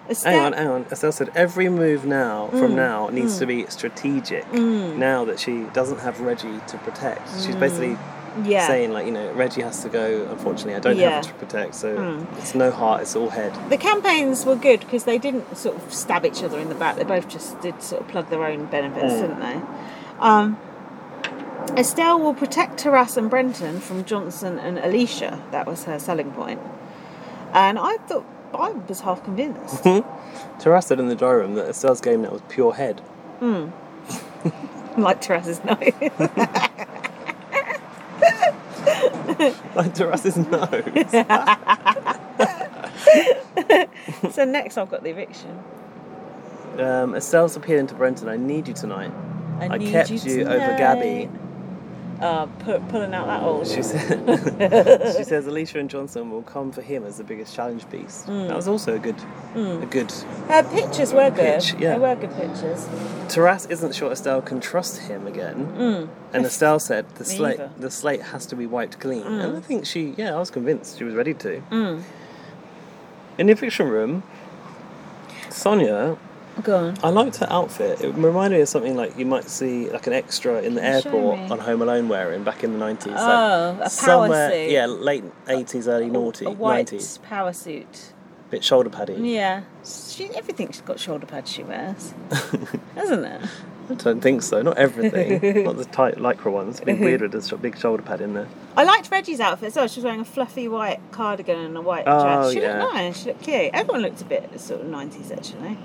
B: Estelle,
A: Hang on, hang on. Estelle said every move now from
B: Mm.
A: now needs to be strategic. Now that she doesn't have Reggie to protect, she's
B: Mm.
A: basically
B: yeah.
A: saying like you know Reggie has to go. Unfortunately, I don't
B: Yeah. Hmm.
A: have to protect, so it's no heart, it's all head.
B: The campaigns were good because they didn't sort of stab each other in the back. They both just did sort of plug their own benefits,
A: Hmm.
B: didn't they? Um, Estelle will protect Taras and Brenton from Johnson and Alicia. That was her selling point. And I thought, I was half convinced.
A: Taras said in the dry room that Estelle's game now was pure head.
B: like Taras's no.
A: Like Taras's nose.
B: so next I've got the eviction.
A: um, Estelle's appealing to Brenton. I need you tonight.
B: I,
A: I,
B: need
A: kept you, over Gabby.
B: tonight. Uh, pu- pulling out that old.
A: She said. she says Alicia and Johnson will come for him as the biggest challenge piece.
B: Hmm.
A: That was also a good, a good.
B: Her Uh, pictures were good.
A: Pitch, yeah.
B: They were good pictures.
A: Taras isn't sure Estelle can trust him again, and Estelle said the slate
B: Mm. either. Mm.
A: the slate has to be wiped clean. And I think she, yeah, I was convinced she was ready to. In the eviction room, Sonia
B: Go on.
A: I liked her outfit. It reminded me of something like you might see like an extra in the
B: show
A: airport
B: me?
A: on Home Alone wearing back in the nineties.
B: Oh, a power
A: somewhere,
B: suit.
A: Yeah, late eighties, early naughty
B: A white
A: nineties.
B: power suit.
A: Bit shoulder paddy.
B: Yeah. She, everything she's got shoulder pads she wears. Hasn't it?
A: I don't think so. Not everything. Not the tight lycra ones. It'd be weird with a sh- big shoulder pad in there.
B: I liked Reggie's outfit as well. She was wearing a fluffy white cardigan and a white
A: Oh,
B: dress. She
A: yeah.
B: looked nice. She looked cute. Everyone looked a bit sort of 90s actually.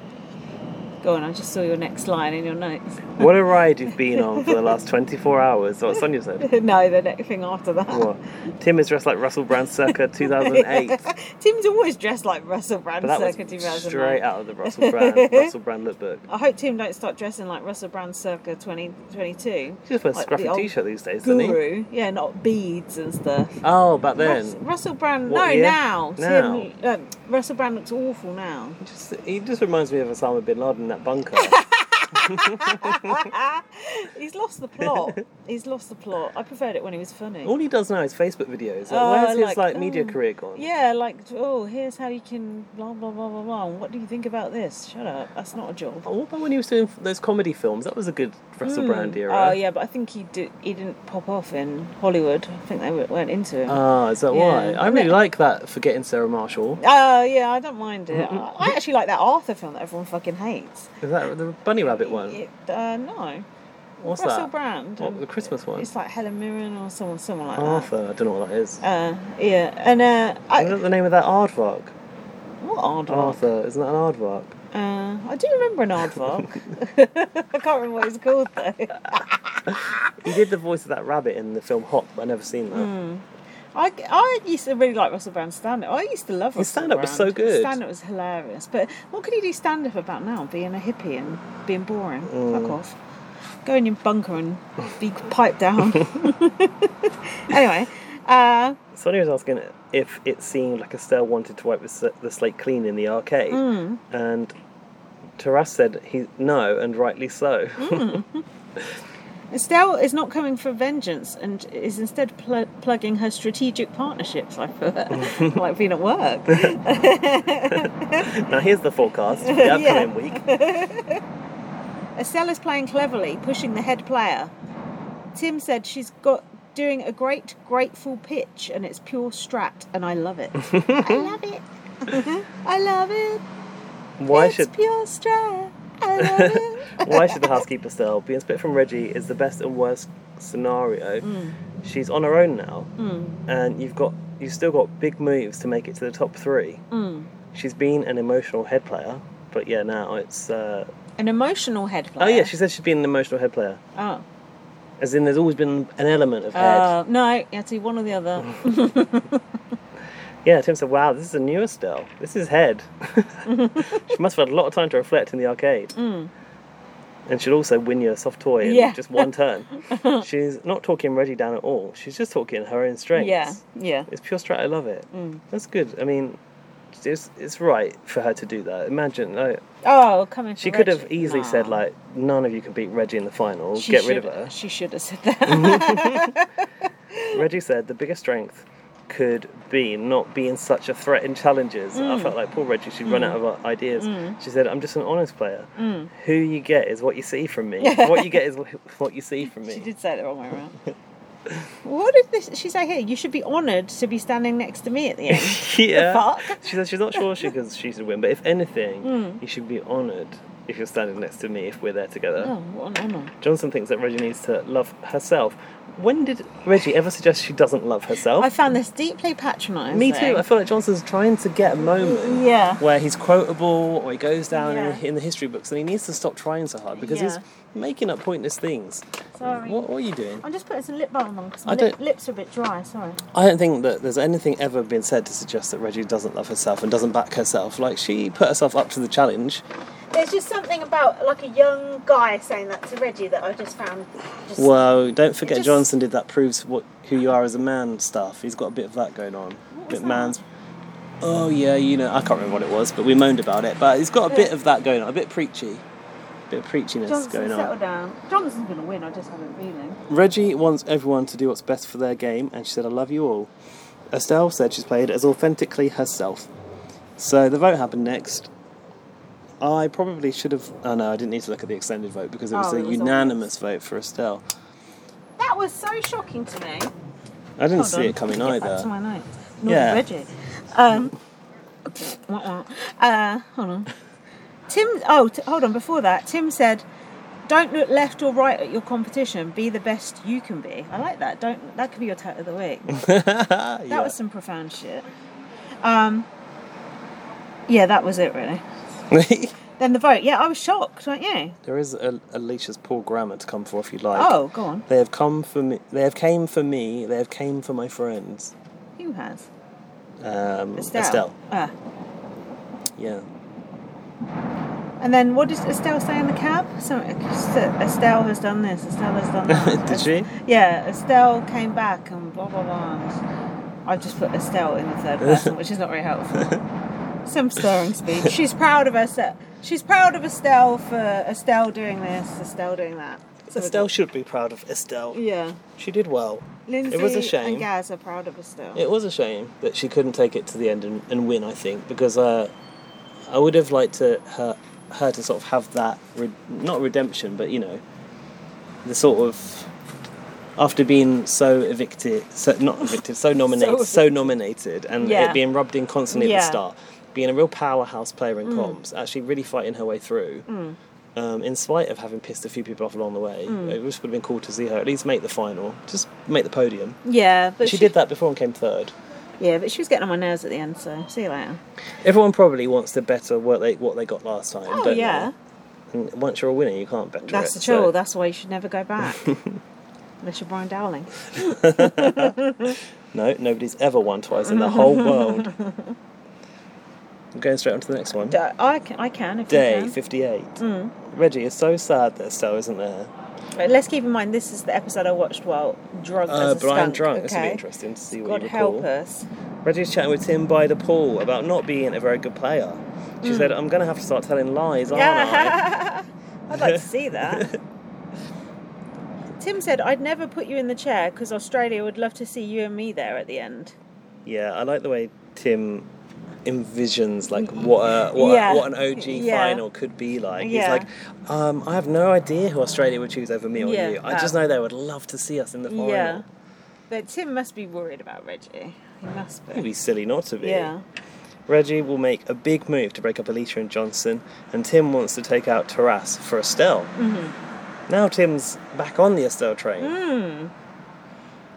B: Go on, I just saw your next line in your notes.
A: What a ride you've been on for the last twenty four hours. What Sonia said.
B: no, the next thing after that.
A: What? Tim is dressed like Russell Brand circa two thousand eight.
B: Tim's always dressed like Russell Brand
A: But that
B: circa
A: was
B: 2009.
A: straight out of the Russell Brand Russell Brand lookbook.
B: I hope Tim don't start dressing like Russell Brand circa 2022.
A: He just wears
B: Like the
A: scruffy
B: old
A: t-shirt these days, doesn't he?
B: Guru, yeah, not beads and stuff.
A: Oh, back then.
B: Russ- Russell Brand,
A: What
B: no,
A: year?
B: now.
A: Now.
B: Tim, um, Russell Brand looks awful now.
A: Just, he just reminds me of Osama bin Laden in that bunker.
B: He's lost the plot. He's lost the plot. I preferred it when he was funny.
A: All he does now is Facebook videos. Like,
B: Oh,
A: where's his
B: like,
A: like, media
B: oh,
A: career gone?
B: Yeah, like, oh, here's how you can blah, blah, blah, blah, blah. What do you think about this? Shut up. That's not a job.
A: Oh, What about when he was doing those comedy films? That was a good Russell Brand era.
B: Oh, yeah, but I think he, did, he didn't pop off in Hollywood. I think they w- weren't into him.
A: Ah, is that
B: Yeah.
A: why? I really
B: Yeah.
A: like that Forgetting Sarah Marshall.
B: Oh, yeah, I don't mind it. I I actually like that Arthur film that everyone fucking hates.
A: Is that the Bunny Rabbit one?
B: It, uh, no.
A: What's
B: Russell
A: that?
B: Brand.
A: What,
B: and
A: the Christmas one?
B: It's like Helen Mirren or someone, someone like
A: Arthur. I don't know what that is.
B: that. Uh, yeah, and uh, I,
A: Isn't that the name of that aardvark?
B: what Aardvark?
A: Arthur. Isn't that an aardvark?
B: Uh, I do remember an Aardvark. I can't remember what it's called though.
A: He did the voice of that rabbit in the film Hop, but I've never seen that.
B: Hmm. I, I used to really like Russell Brand's stand up. I used to love Russell
A: His stand-up was so
B: Brand.
A: good.
B: Stand up was hilarious. But what could he do stand up about now? Being a hippie and being boring.
A: Mm.
B: Fuck off. Go in your bunker and be piped down. anyway, uh,
A: Sonia was asking if it seemed like Estelle wanted to wipe the, s- the slate clean in the arcade,
B: Hmm.
A: and Taras said he no, and rightly so.
B: Hmm. Estelle is not coming for vengeance and is instead pl- plugging her strategic partnerships. I put like being at work.
A: now here's the forecast for the
B: Yeah.
A: upcoming week.
B: Estelle is playing cleverly, pushing the head player. Tim said she's got doing a great grateful pitch and it's pure strat and I love it.
C: I love it.
B: I love it.
A: Why
B: it's
A: should
B: pure strat. I love it.
A: why should the housekeeper Estelle being split from Reggie is the best and worst scenario? She's on her own now, and you've got you've still got big moves to make it to the top three. She's been an emotional head player, but yeah, now it's. Uh...
B: An emotional head player.
A: Oh yeah, she said she's been an emotional head player.
B: Oh.
A: As
B: Ah.
A: in, there's always been an element of head.
B: Uh, no, you had to do one or the other.
A: Yeah, Tim said, wow, this is the new Estelle. This is head. she must have had a lot of time to reflect in the arcade. And she'll also win you a soft toy in
B: Mm. Yeah.
A: just one turn. she's not talking Reggie down at all. She's just talking her own strengths.
B: Yeah, Mm. yeah.
A: It's pure strat. I love it. That's good. I mean, it's, it's right for her to do that. Imagine, like,
B: Oh, coming.
A: she could have easily said, like, none of you can beat Reggie in the final.
B: She
A: Get rid of
B: should-
A: her.
B: She should have said that.
A: Reggie said the biggest strength could be not being such a threat in challenges.
B: Mm.
A: I felt like poor Reggie, she'd run out of ideas. She said, I'm just an honest player.
B: Mm.
A: Who you get is what you see from me. what you get is wh- what you see from me.
B: she did say it the wrong way around. what did this, she say here? You should be honoured to be standing next to me at the end.
A: yeah.
B: fuck? Mm.
A: She said she's not sure she could, she should win, but if anything, you should be honoured if you're standing next to me if we're there together.
B: oh, what an honour.
A: Johnson thinks that Reggie needs to love herself. When did Reggie ever suggest she doesn't love herself?
B: I found this deeply patronising.
A: Me too. I feel like Johnson's trying to get a moment
B: Yeah.
A: where he's quotable or he goes down in,
B: Yeah.
A: in the history books, and he needs to stop trying so hard because he's
B: Yeah.
A: making up pointless things.
B: Sorry.
A: What, what are you doing?
B: I'm just putting some lip balm on because
A: I
B: my lip,
A: don't-
B: lips are a bit dry. Sorry.
A: I don't think that there's anything ever been said to suggest that Reggie doesn't love herself and doesn't back herself. Like she put herself up to the challenge.
B: There's just something about like a young guy saying that to Reggie that I just found. Just,
A: Well, don't forget
B: just-
A: Johnson did that proves what who you are as a man stuff. He's got a bit of that going on.
B: What was
A: bit
B: that?
A: man's. Oh yeah, you know I can't remember what it was, but we moaned about it. But he's got a bit of that going on, a bit preachy, bit of preachiness
B: Johnson,
A: going on.
B: settle down. Johnson's gonna win. I just have a feeling.
A: Reggie wants everyone to do what's best for their game, and she said, I love you all. Estelle said she's played as authentically herself. So the vote happened next. I probably should have. Oh no, I didn't need to look at the extended vote because it was
B: Oh,
A: a
B: it was
A: unanimous vote for Estelle.
B: That was so shocking to me.
A: I didn't
B: Hold
A: see
B: on,
A: it coming
B: let me get Back to
A: either.
B: my notes. Naughty
A: Yeah.
B: Reggie. Um, wah, wah. uh, hold on. Tim. Oh, t- hold on. Before that, Tim said, "Don't look left or right at your competition. Be the best you can be." I like that. Don't. That could be your tat of the week.
A: that
B: That was some profound shit. Um, yeah, that was it really. Then the vote. Yeah, I was shocked, weren't you?
A: there is a, Alicia's poor grammar to come for if you like.
B: Oh, go on.
A: They have come for me. They have came for me. They have came for my friends.
B: Who has?
A: Um,
B: Estelle.
A: Estelle.
B: Ah.
A: Yeah.
B: And then what did Estelle say in the cab? So Estelle has done this. Estelle has done that.
A: Did she?
B: Yeah, Estelle came back and blah blah blah. I've just put Estelle in the third person, which is not very helpful. Some stirring speech. She's proud of herself. She's proud of Estelle for Estelle doing this, Estelle doing that. So
A: Estelle should be proud of Estelle.
B: Yeah.
A: She did well.
B: Lindsay
A: a shame.
B: and Gaz are proud of Estelle.
A: It was a shame that she couldn't take it to the end and, and win, I think, because uh, I would have liked to, her, her to sort of have that, re- not redemption, but you know, the sort of. After being so evicted, so not evicted, so nominated, so,
B: So
A: nominated, and
B: Yeah.
A: it being rubbed in constantly at the
B: Yeah.
A: start, being a real powerhouse player in comms, actually really fighting her way through, um, in spite of having pissed a few people off along the way, it just would have been cool to see her at least make the final, just make the podium.
B: yeah, but
A: She did that before and came third.
B: Yeah, but she was getting on my nerves at the end. So see you later.
A: Everyone probably wants to better what they what they got last time.
B: Oh
A: don't
B: yeah.
A: They? And once you're a winner, you can't better
B: That's
A: it.
B: the trouble.
A: so-
B: That's why you should never go back. Unless you're Brian Dowling.
A: No, nobody's ever won twice in the whole world. I'm going straight on to the next one.
B: D- I can. I can if you
A: Day
B: can.
A: fifty-eight.
B: Mm.
A: Reggie is so sad that Estelle isn't there.
B: Right, let's keep in mind this is the episode I watched while drunk. as
A: Uh,
B: a
A: blind
B: skunk,
A: drunk.
B: Okay.
A: This will be interesting to see what
B: God
A: you recall.
B: help us.
A: Reggie's chatting with Tim by the pool about not being a very good player. She said, "I'm going to have to start telling lies, aren't I?"
B: Mm. Yeah. I'd like to see that. Tim said, "I'd never put you in the chair because Australia would love to see you and me there at the end."
A: Yeah, I like the way Tim envisions like what a, what,
B: Mm-hmm. Yeah.
A: a, what an OG
B: Yeah.
A: final could be like.
B: Yeah.
A: He's like, um, I have no idea who Australia would choose over me or
B: Yeah,
A: you. I just
B: that.
A: know they would love to see us in the final.
B: Yeah, but Tim must be worried about Reggie. He must
A: It'd
B: be.
A: be silly not to be.
B: Yeah.
A: Reggie will make a big move to break up Alicia and Johnson, and Tim wants to take out Taras for Estelle.
B: Mm-hmm.
A: Now Tim's back on the Estelle train.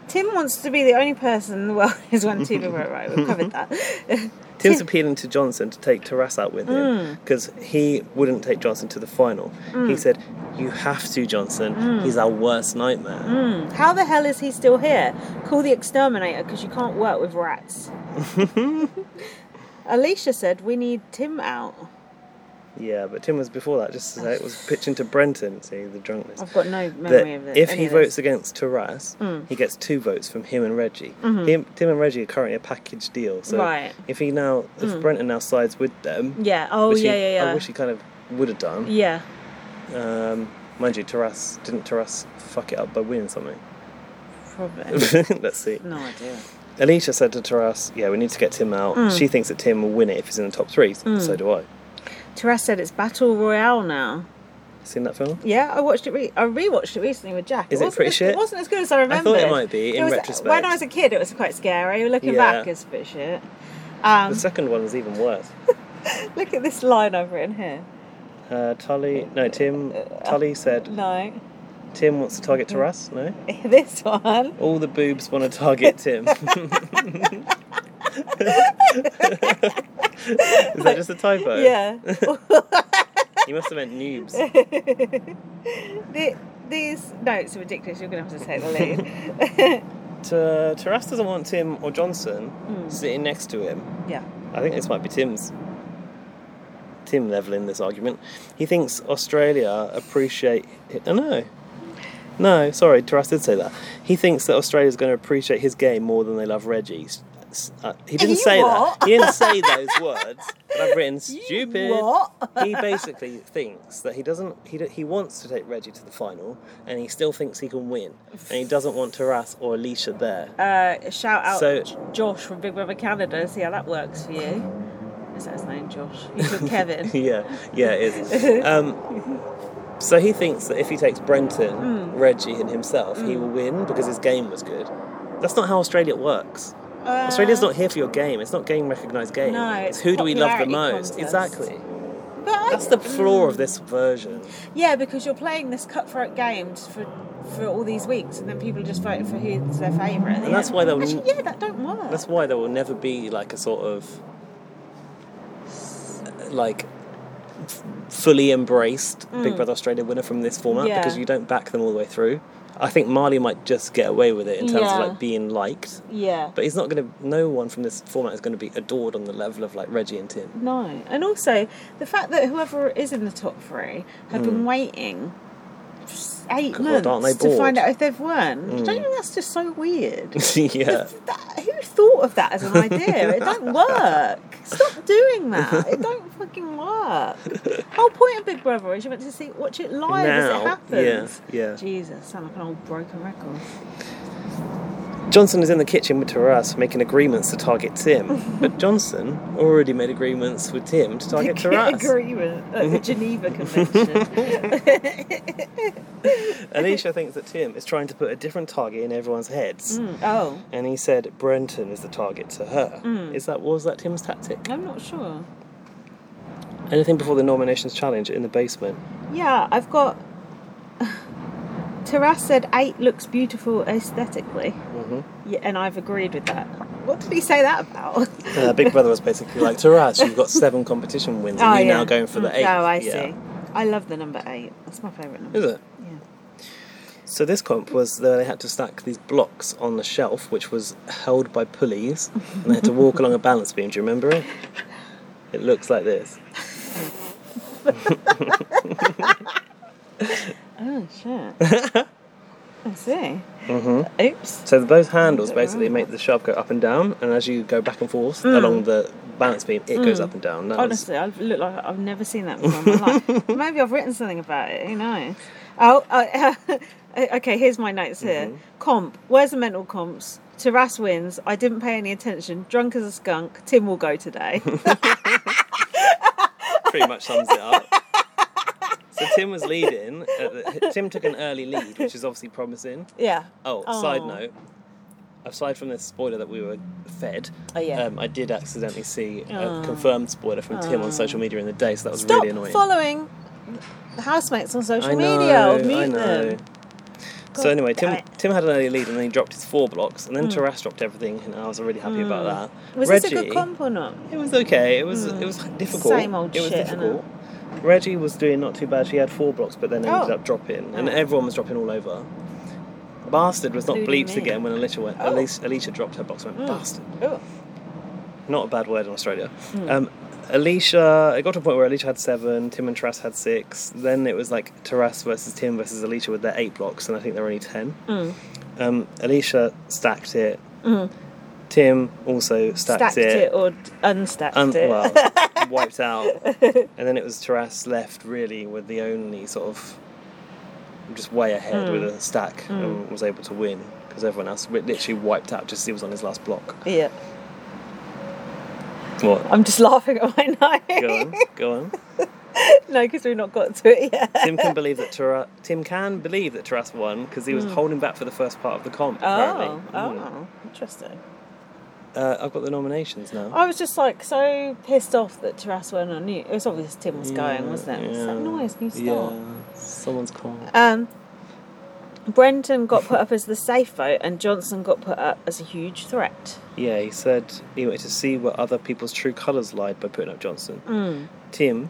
B: Tim Mm. wants to be the only person in the world who's won two in a row. We've covered that.
A: Tim's
B: Tim-
A: appealing to Johnson to take Taras out with him because he wouldn't take Johnson to the final. He
B: Mm.
A: said, "You have to, Johnson. He's our worst nightmare."
B: Mm. Hmm, How the hell is he still here? Call the exterminator because you can't work with rats. Alicia said we need Tim out.
A: Yeah, but Tim was before that. Just to say, it was pitching to Brenton. See the drunkness.
B: I've got no memory of
A: That
B: it.
A: if
B: Mm.
A: he votes against Taras, he gets two votes from him and Reggie. Him, Tim and Reggie are currently a package deal. So
B: Mm-hmm. Right. Mm.
A: if he now, if Brenton now sides with them,
B: yeah. Oh
A: which
B: yeah,
A: he,
B: yeah, yeah.
A: I wish he kind of would have done.
B: yeah.
A: Um, mind you, Taras didn't Taras fuck it up by winning something.
B: Probably.
A: Let's see.
B: no idea.
A: Alicia said to Taras, "Yeah, we need to get Tim out." She thinks that Tim will win it if he's in the top three. So do I.
B: Therese said it's battle royale now.
A: Seen that film?
B: Yeah, I watched it. Re- I rewatched it recently with Jack.
A: Is it
B: wasn't
A: pretty
B: as,
A: shit?
B: It wasn't as good as I
A: thought it
B: remember.
A: might be, in retrospect.
B: When I was a kid, it was quite scary. Looking
A: Yeah.
B: back, it's a bit shit. Um,
A: The second one is even worse.
B: look at this line I've written here.
A: Uh, Tully, no, Tim. Tully said
B: No,
A: Tim wants to target Taras. No,
B: this one.
A: all the boobs want to target Tim. is that just a typo?
B: Yeah.
A: You must have meant noobs.
B: The, these notes are ridiculous. You're going to have to take the lead.
A: Uh, Taras doesn't want Tim or Johnson sitting next to him.
B: yeah.
A: I think this might be Tim's. Tim leveling this argument. He thinks Australia appreciate. I know. No, sorry, Taras did say that. He thinks that Australia's going to appreciate his game more than they love Reggie's. S- uh, he didn't
B: You
A: say
B: what?
A: that. He didn't say those words. But I've written stupid.
B: what?
A: he basically thinks that he doesn't. He, d- he wants to take Reggie to the final, and he still thinks he can win, and he doesn't want Taras or Alicia there.
B: Uh, shout out
A: So-
B: J- Josh from Big Brother Canada. See how that works for you. Is that his name, Josh? He's with Kevin.
A: yeah, yeah, it is. Um, so he thinks that if he takes Brenton,
B: Hmm.
A: Reggie, and himself, he will win because his game was good. That's not how Australia works. Australia's not here for your game. It's not game recognised game.
B: Uh, No,
A: it's
B: it's
A: who do we love the
B: popularity
A: most?
B: contest.
A: Exactly.
B: But I-
A: That's the flaw of this version.
B: Yeah, because you're playing this cutthroat game for for all these weeks, and then people are just voting for who's their favourite. at the
A: And that's
B: end.
A: why they'll-
B: Actually, yeah, that don't work.
A: That's why there will never be like a sort of like f- fully embraced Big Brother Australia winner from this format
B: Mm. Yeah.
A: because you don't back them all the way through. I think Marley might just get away with it in terms
B: Yeah.
A: of like being liked,
B: yeah.
A: but he's not going to. No one from this format is going to be adored on the level of like Reggie and Tim.
B: no, and also the fact that whoever is in the top three have been waiting s- eight
A: God, Hmm. aren't
B: months
A: they
B: to
A: bored?
B: find
A: Hmm.
B: out if they've won. Don't you think that's just so weird?
A: yeah,
B: That- who thought of that as an idea? It don't work. Stop doing that. It don't fucking work. Whole point of Big Brother is you meant to see watch it live as
A: Now,
B: it
A: yeah,
B: happens.
A: yeah.
B: Jesus, sound like an old broken record.
A: Johnson is in the kitchen with Taras making agreements to target Tim, but Johnson already made agreements with Tim to target Taras.
B: Agreement at the Geneva Convention.
A: Alicia thinks that Tim is trying to put a different target in everyone's heads.
B: oh,
A: And he said Brenton is the target to her.
B: Mm.
A: Is that was that Tim's tactic?
B: I'm not sure.
A: Anything before the nominations challenge in the basement?
B: Yeah, I've got. Taras said eight looks beautiful aesthetically,
A: hmm
B: yeah, and I've agreed with that. What did he say that about?
A: Uh, Big Brother was basically like Taras, you've got seven competition wins, and
B: Oh,
A: you're
B: yeah.
A: now going for the
B: Mm,
A: eight.
B: Oh, I see. I love the number eight. That's my favourite number.
A: Is it?
B: Yeah.
A: So this comp was that they had to stack these blocks on the shelf, which was held by pulleys, and they had to walk along a balance beam. Do you remember it? It looks like this.
B: Oh shit. I see. Mm-hmm. Oops.
A: So those handles basically make the shelf go up and down, and as you go back and forth along the balance beam, it goes up and down. That was-
B: Mm. Honestly, I look like I've never seen that before in my life. Maybe I've written something about it. Who knows? Oh, oh, okay. Here's my notes here.
A: Mm-hmm.
B: Comp. Where's the mental comps? Taras wins. I didn't pay any attention. Drunk as a skunk. Tim will go today.
A: pretty much sums it up. So Tim was leading. At the, Tim took an early lead, which is obviously promising.
B: yeah.
A: Oh, side
B: Oh.
A: note. Aside from this spoiler that we were fed,
B: Oh, yeah.
A: um, I did accidentally see a confirmed spoiler from Tim on social media in the day, so that was
B: Stop
A: really annoying.
B: following housemates on social
A: I know,
B: media. Or mute
A: I know.
B: them.
A: so anyway,
B: damn
A: Tim,
B: it. Mm.
A: Tim had an early lead and then he dropped his four blocks, and then Taras dropped everything, and I was really happy about that.
B: Was
A: Reggie,
B: this a good comp or not?
A: It was okay. It was it was difficult.
B: Hmm. Same old
A: It was
B: shit,
A: difficult. Reggie was doing not too bad. She had four blocks, but then ended
B: Oh.
A: up dropping, and
B: Oh.
A: everyone was dropping all over. Bastard was not
B: Who do you
A: bleeped
B: mean?
A: again when Alicia went.
B: Oh.
A: Alicia, Alicia dropped her box. and Went
B: Mm.
A: bastard.
B: Oh,
A: Not a bad word in Australia.
B: Hmm.
A: Um, Alicia, it got to a point where Alicia had seven, Tim and Taras had six. Then it was like Taras versus Tim versus Alicia with their eight blocks, and I think there were only ten.
B: Hmm.
A: Um, Alicia stacked it. Tim also stacked,
B: stacked it. or d- unstacked
A: um,
B: it.
A: well, wiped out. And then it was Taras left really with the only sort of just way ahead
B: Hmm.
A: with a stack and was able to win because everyone else wi- literally wiped out just as he was on his last block.
B: yeah,
A: What?
B: I'm just laughing at my
A: Go
B: note.
A: on, go on.
B: no, because we've not got to it yet.
A: Tim can believe that Taras. Tim can believe that Taras won because he was holding back for the first part of the comp.
B: Hmm. Oh,
A: Apparently. Mm.
B: oh, interesting.
A: Uh, I've got the nominations now.
B: I was just like so pissed off that Taras went on. It was obvious Tim was going, wasn't it? It's
A: Yeah,
B: that noise, can you stop?
A: Yeah, someone's called.
B: Um, Brenton got put up as the safe vote, and Johnson got put up as a huge threat.
A: Yeah, he said he wanted to see where other people's true colours lied by putting up Johnson.
B: Mm.
A: Tim,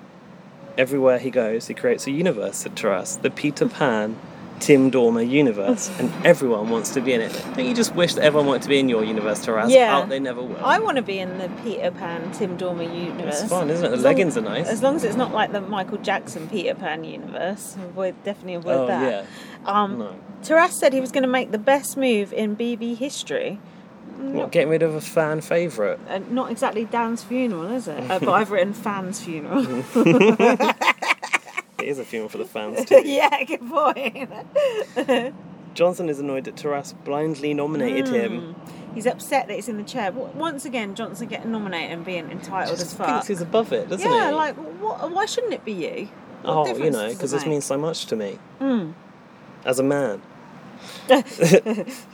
A: everywhere he goes, he creates a universe, said Taras. The Peter Pan, Tim Dormer universe, and everyone wants to be in it. Don't you just wish that everyone wanted to be in your universe, Taras?
B: Yeah.
A: Out they never will.
B: I want to be in the Peter Pan Tim Dormer universe.
A: It's fun, isn't it? The
B: As long-
A: leggings are nice.
B: As long as it's not like the Michael Jackson Peter Pan universe, we're definitely avoid
A: oh,
B: that.
A: yeah.
B: Um,
A: No.
B: Taras said he was going to make the best move in BB history.
A: What, getting rid of a fan favourite?
B: Uh, not exactly Dan's funeral, is it? Uh, but I've written fans'
A: Mm-hmm.
B: funeral.
A: It is a funeral for the fans, too.
B: yeah, good point.
A: Johnson is annoyed that Taras blindly nominated
B: Mm.
A: him.
B: He's upset that he's in the chair. But once again, Johnson getting nominated and being entitled as
A: Just
B: fuck.
A: thinks he's above it, doesn't
B: yeah,
A: he?
B: like what, why shouldn't it be you? What
A: oh, you
B: difference
A: know,
B: does it
A: because this
B: make? Hmm.
A: means so much to me. As a man.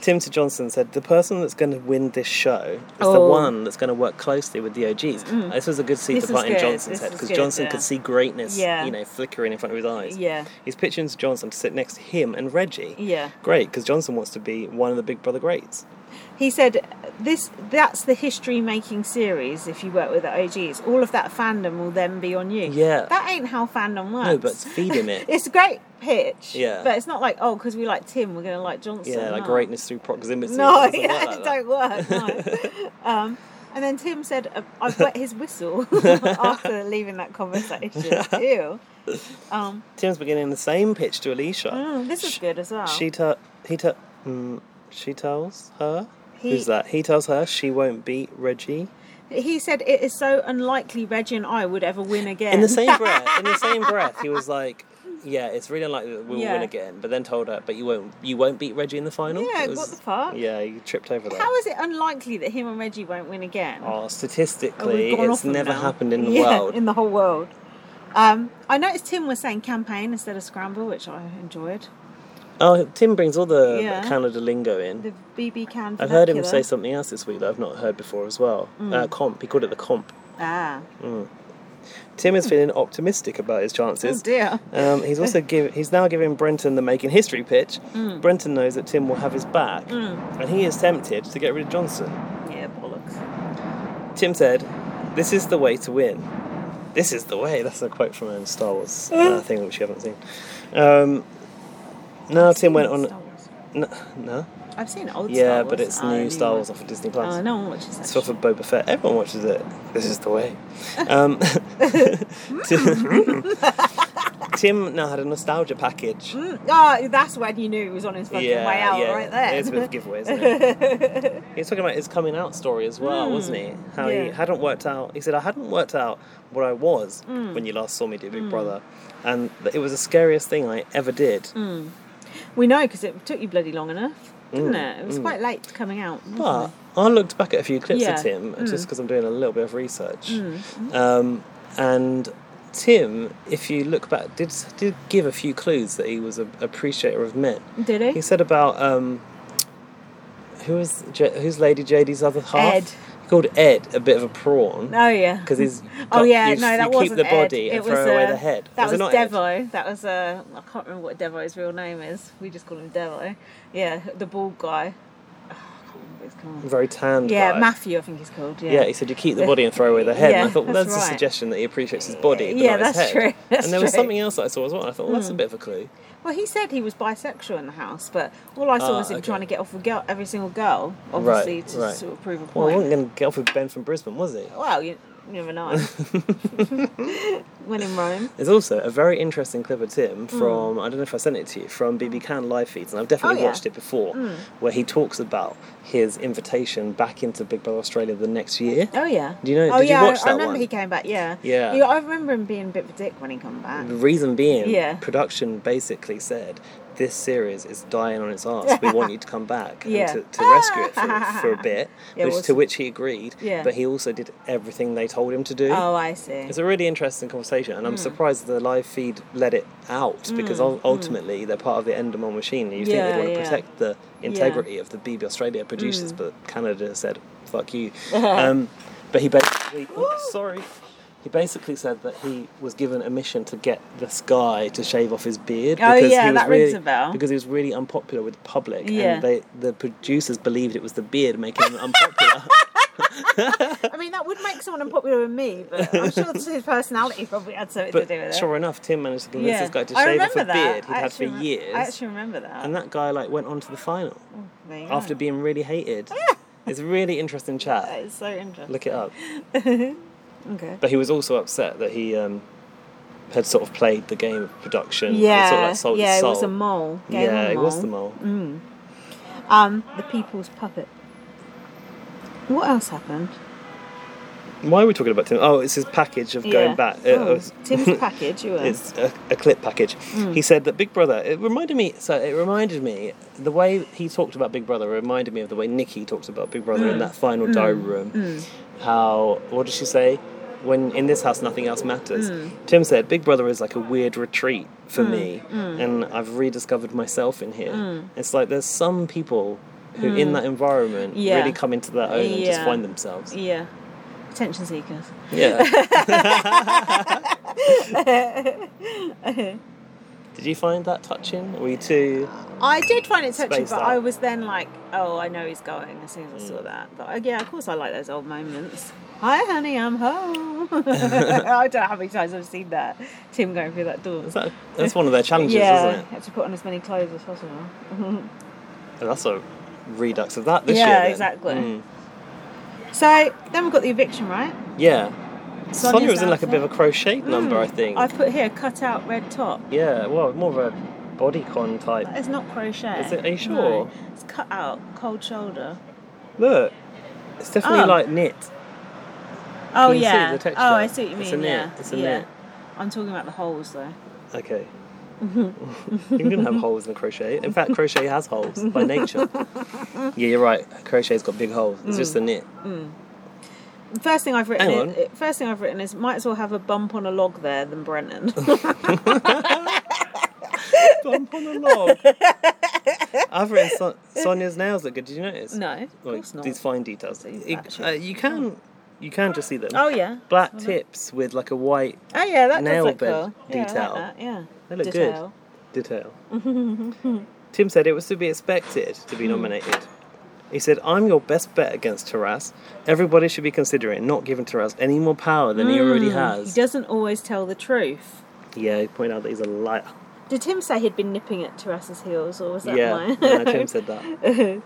A: Tim to Johnson said, The person that's going to win this show is the
B: Oh. Mm.
A: one that's going to work closely with the OGs. This was a good seed
B: This
A: to
B: was
A: plant in
B: good,
A: Johnson's
B: this
A: head
B: was
A: because
B: good,
A: Johnson
B: yeah.
A: could see greatness,
B: Yeah.
A: you know, flickering in front of his eyes.
B: Yeah.
A: He's pitching to Johnson to sit next to him and Reggie.
B: Yeah.
A: Great, because Johnson wants to be one of the Big Brother greats.
B: He said this that's the history making series if you work with the OGs. All of that fandom will then be on you.
A: Yeah.
B: That ain't how fandom works.
A: No, but feed him it.
B: It's a great pitch.
A: Yeah.
B: But it's not like, oh, because we like Tim, we're going to like Johnson.
A: yeah, like
B: No.
A: greatness through proximity.
B: No,
A: It doesn't
B: yeah,
A: work like that.
B: it don't work. No. um, and then Tim said, uh, I've wet his whistle after leaving that conversation. Ew. Um,
A: Tim's beginning the same pitch to Alicia.
B: mm, this is
A: Sh-
B: good as well.
A: She tell he tell mm, she tells her
B: He-
A: who's that? He tells her she won't beat Reggie.
B: He said, it is so unlikely Reggie and I would ever win again.
A: In the same breath, in the same breath, he was like, "Yeah, it's really unlikely that we'll
B: Yeah.
A: win again." But then told her, "But you won't, you won't beat Reggie in the final."
B: Yeah,
A: It
B: what the fuck?
A: Yeah, you tripped over that.
B: How is it unlikely that him and Reggie won't win again?
A: Oh,
B: Oh, we've
A: statistically,
B: gone off
A: it's
B: them
A: never
B: now.
A: happened in the
B: Yeah,
A: world.
B: In the whole world. Um, I noticed Tim was saying campaign instead of scramble, which I enjoyed.
A: Oh, Tim brings all the
B: Yeah.
A: Canada lingo in.
B: The BB can.
A: I've heard him
B: vernacular. Mm.
A: say something else this week that I've not heard before as well. Uh, comp, he called it the comp.
B: Ah,
A: Tim
B: Hmm.
A: is feeling optimistic about his chances.
B: oh dear.
A: Um, he's also give, he's now giving Brenton the making history pitch.
B: Mm.
A: Brenton knows that Tim will have his back, and he is tempted to get rid of Johnson.
B: Yeah, bollocks.
A: Tim said, "This is the way to win. This is the way." That's a quote from a Star Wars
B: Uh-huh.
A: uh, thing which you haven't seen. Um, now Tim went
B: Star
A: on.
B: Wars.
A: No, no?
B: I've seen old Star
A: yeah,
B: Wars.
A: but it's
B: I
A: new
B: knew
A: Star
B: it.
A: Wars off of Disney Plus.
B: Oh, no one watches that.
A: It's off
B: shit.
A: of Boba Fett. Everyone watches it. This is the way. Um,
B: Mm.
A: Tim, Tim now had a nostalgia package.
B: Mm, Oh, that's when you knew he was on his fucking way out right there.
A: It's a bit of a giveaway, isn't it? he was talking about his coming out story as well, wasn't he? How he
B: Hmm. yeah.
A: hadn't worked out. He said, "I hadn't worked out what I was
B: Hmm.
A: when you last saw me do Big Brother, and th- it was the scariest thing I ever did."
B: Hmm. we know because it took you bloody long enough, didn't
A: Mm,
B: it? It was quite late coming out. wasn't
A: But I looked back at a few clips
B: Yeah. Hmm.
A: of Tim just because I'm doing a little bit of research, um, and. Tim, if you look back, did did give a few clues that he was an appreciator of men.
B: it? Did he?
A: He said about um, who was J- who's Lady JD's other half?
B: Ed.
A: He called Ed a bit of a prawn.
B: Oh yeah.
A: Because he's
B: Oh
A: got-
B: yeah,
A: you,
B: no, that
A: you
B: wasn't
A: keep the body
B: Ed.
A: and
B: it
A: throw
B: was,
A: away
B: uh,
A: the head.
B: That was,
A: it not Ed?
B: Devo. That was uh, I can't remember what Devo's real name is. We just call him Devo. Yeah, the bald guy. Oh, I can't remember what he's called.
A: Very tanned.
B: Yeah,
A: guy.
B: Matthew, I think he's called. Yeah.
A: Yeah, he said you keep the body and throw away the head. and I
B: Yeah,
A: thought, well,
B: that's
A: that's, a
B: right.
A: suggestion that he appreciates his body. But
B: Yeah,
A: not his head.
B: that's true, that's
A: and there was
B: true. Hmm.
A: something else that I saw as well. and I thought, well, that's a bit of a clue.
B: Well, he said he was bisexual in the house, but all I saw
A: Ah,
B: was him
A: okay.
B: trying to get off with girl, every single girl, obviously,
A: Right,
B: to
A: right.
B: sort of prove a
A: Well, I
B: point.
A: wasn't going to get off with Ben from Brisbane, was he?
B: Well, you, you never know. when in Rome.
A: There's also a very interesting clip of Tim
B: Hmm.
A: from, I don't know if I sent it to you, from BB Can live feeds, and I've definitely
B: Oh, yeah.
A: watched it before, where he talks about his invitation back into Big Brother Australia the next year.
B: Oh yeah.
A: Do you know-
B: Oh
A: did you
B: yeah,
A: watch
B: I,
A: that
B: I remember
A: one?
B: he came back. Yeah.
A: Yeah.
B: I remember him being a bit of a dick when he come back.
A: The reason being,
B: Yeah.
A: production basically said, this series is dying on its arse. We want you to come back
B: Yeah.
A: and to, to rescue it for, for a bit,
B: Yeah,
A: which,
B: well,
A: to
B: so-
A: which he agreed.
B: Yeah.
A: But he also did everything they told him to do.
B: Oh, I see.
A: It's a really interesting conversation,
B: Mm.
A: and I'm surprised the live feed let it out because ul- ultimately they're part of the Endemol machine. And you think
B: Yeah,
A: they'd want to
B: yeah. Mm.
A: protect the integrity of the BB Australia producers, but Canada said, fuck you. um, but he basically, oops, sorry. He basically said that he was given a mission to get this guy to shave off his beard
B: Oh, yeah,
A: he was
B: that
A: really,
B: rings a bell.
A: because he was really unpopular with the public,
B: Yeah.
A: and they, the producers believed it was the beard making him unpopular.
B: I mean, that would make someone unpopular with me, but I'm sure his personality probably had something to do with
A: But
B: it.
A: sure enough, Tim managed to convince
B: yeah.
A: this guy to
B: I
A: shave off
B: remember
A: a
B: that.
A: beard he'd
B: I
A: had for
B: actually remem-
A: years.
B: I actually Oh, remember that.
A: And that guy like went on to the final
B: There you
A: after
B: go.
A: being really hated. it's a really interesting
B: That
A: chat.
B: is so interesting.
A: Look it up.
B: Okay.
A: But he was also upset that he um, had sort of played the game of production. and sort of,
B: Yeah,
A: like, sold his
B: yeah, it
A: soul.
B: was a mole. Game
A: yeah,
B: of
A: it was the
B: mole.
A: mole.
B: Um, the people's puppet. What else happened?
A: Why are we talking about Tim? Oh, it's his package of
B: Mm. Yeah.
A: going back. Uh,
B: Oh,
A: it's-
B: Tim's package. You were.
A: It's a, a clip package.
B: Hmm.
A: He said that Big Brother. It reminded me. So it reminded me the way he talked about Big Brother reminded me of the way Nikki talked about Big Brother
B: Hmm.
A: in that final diary room. How what did she say? When in this house, nothing else matters.
B: Hmm.
A: Tim said, "Big Brother is like a weird retreat for me,
B: Hmm.
A: and I've rediscovered myself in here. It's like there's some people who, in that environment,
B: Hmm. Yeah.
A: really come into their own and just
B: Yeah.
A: find themselves.
B: Yeah. Attention seekers.
A: Yeah. Did you find that touching? Were you too?
B: I did find it touching,
A: Spaced
B: but
A: out. Mm.
B: I was then like, oh, I know he's going as soon as I saw that. But uh, yeah, of course, I like those old moments. Hi, honey, I'm home. I don't know how many times I've seen that. Tim going through that door.
A: Is that, that's one of their challenges,
B: yeah,
A: isn't it?
B: had to put on as many clothes as possible.
A: And that's a redux of that this
B: Yeah,
A: year. then.
B: exactly.
A: Mm.
B: So then we've got the eviction, right?
A: Yeah. Sonia, was in like a bit of a crocheted number, I think.
B: Mm. I've put here cut out red top.
A: Yeah, well, more of a bodycon type.
B: That is not crochet.
A: Is it- are you
B: No,
A: sure?
B: it's cut out, cold shoulder.
A: Look, it's definitely
B: Oh.
A: like knit.
B: Oh
A: you see
B: yeah.
A: the texture?
B: oh, I see what you mean.
A: It's a knit.
B: Yeah.
A: It's a
B: yeah.
A: knit.
B: I'm talking about the holes though.
A: Okay. You're gonna have holes in a crochet. In fact, crochet has holes by nature. yeah, you're right. Crochet's got big holes. It's
B: Mm.
A: just a knit.
B: First thing I've written.
A: Hang
B: Is, first thing I've written is might as well have a bump on a log there than Brennan.
A: Bump on a log. I've written Son- Sonia's nails look good. Did you notice?
B: no, of
A: Like,
B: course not.
A: These fine details.
B: These
A: It-
B: batches.
A: uh, you can, you can just see them.
B: Oh yeah.
A: Black tips with like a white
B: Oh yeah, that
A: Nail
B: does look
A: bed
B: cool. Yeah, I
A: detail.
B: like that. yeah.
A: They look good.
B: detail.
A: detail. Tim said it was to be expected to
B: Hmm.
A: be nominated. He said, "I'm your best bet against Taras. Everybody should be considering not giving Taras any more power than he already
B: Hmm. He
A: has."
B: doesn't always tell the truth.
A: Yeah, he pointed out that he's a liar.
B: Did Tim say he'd been nipping at Terrace's heels, or was that
A: Yeah,
B: mine?
A: no, Tim said that.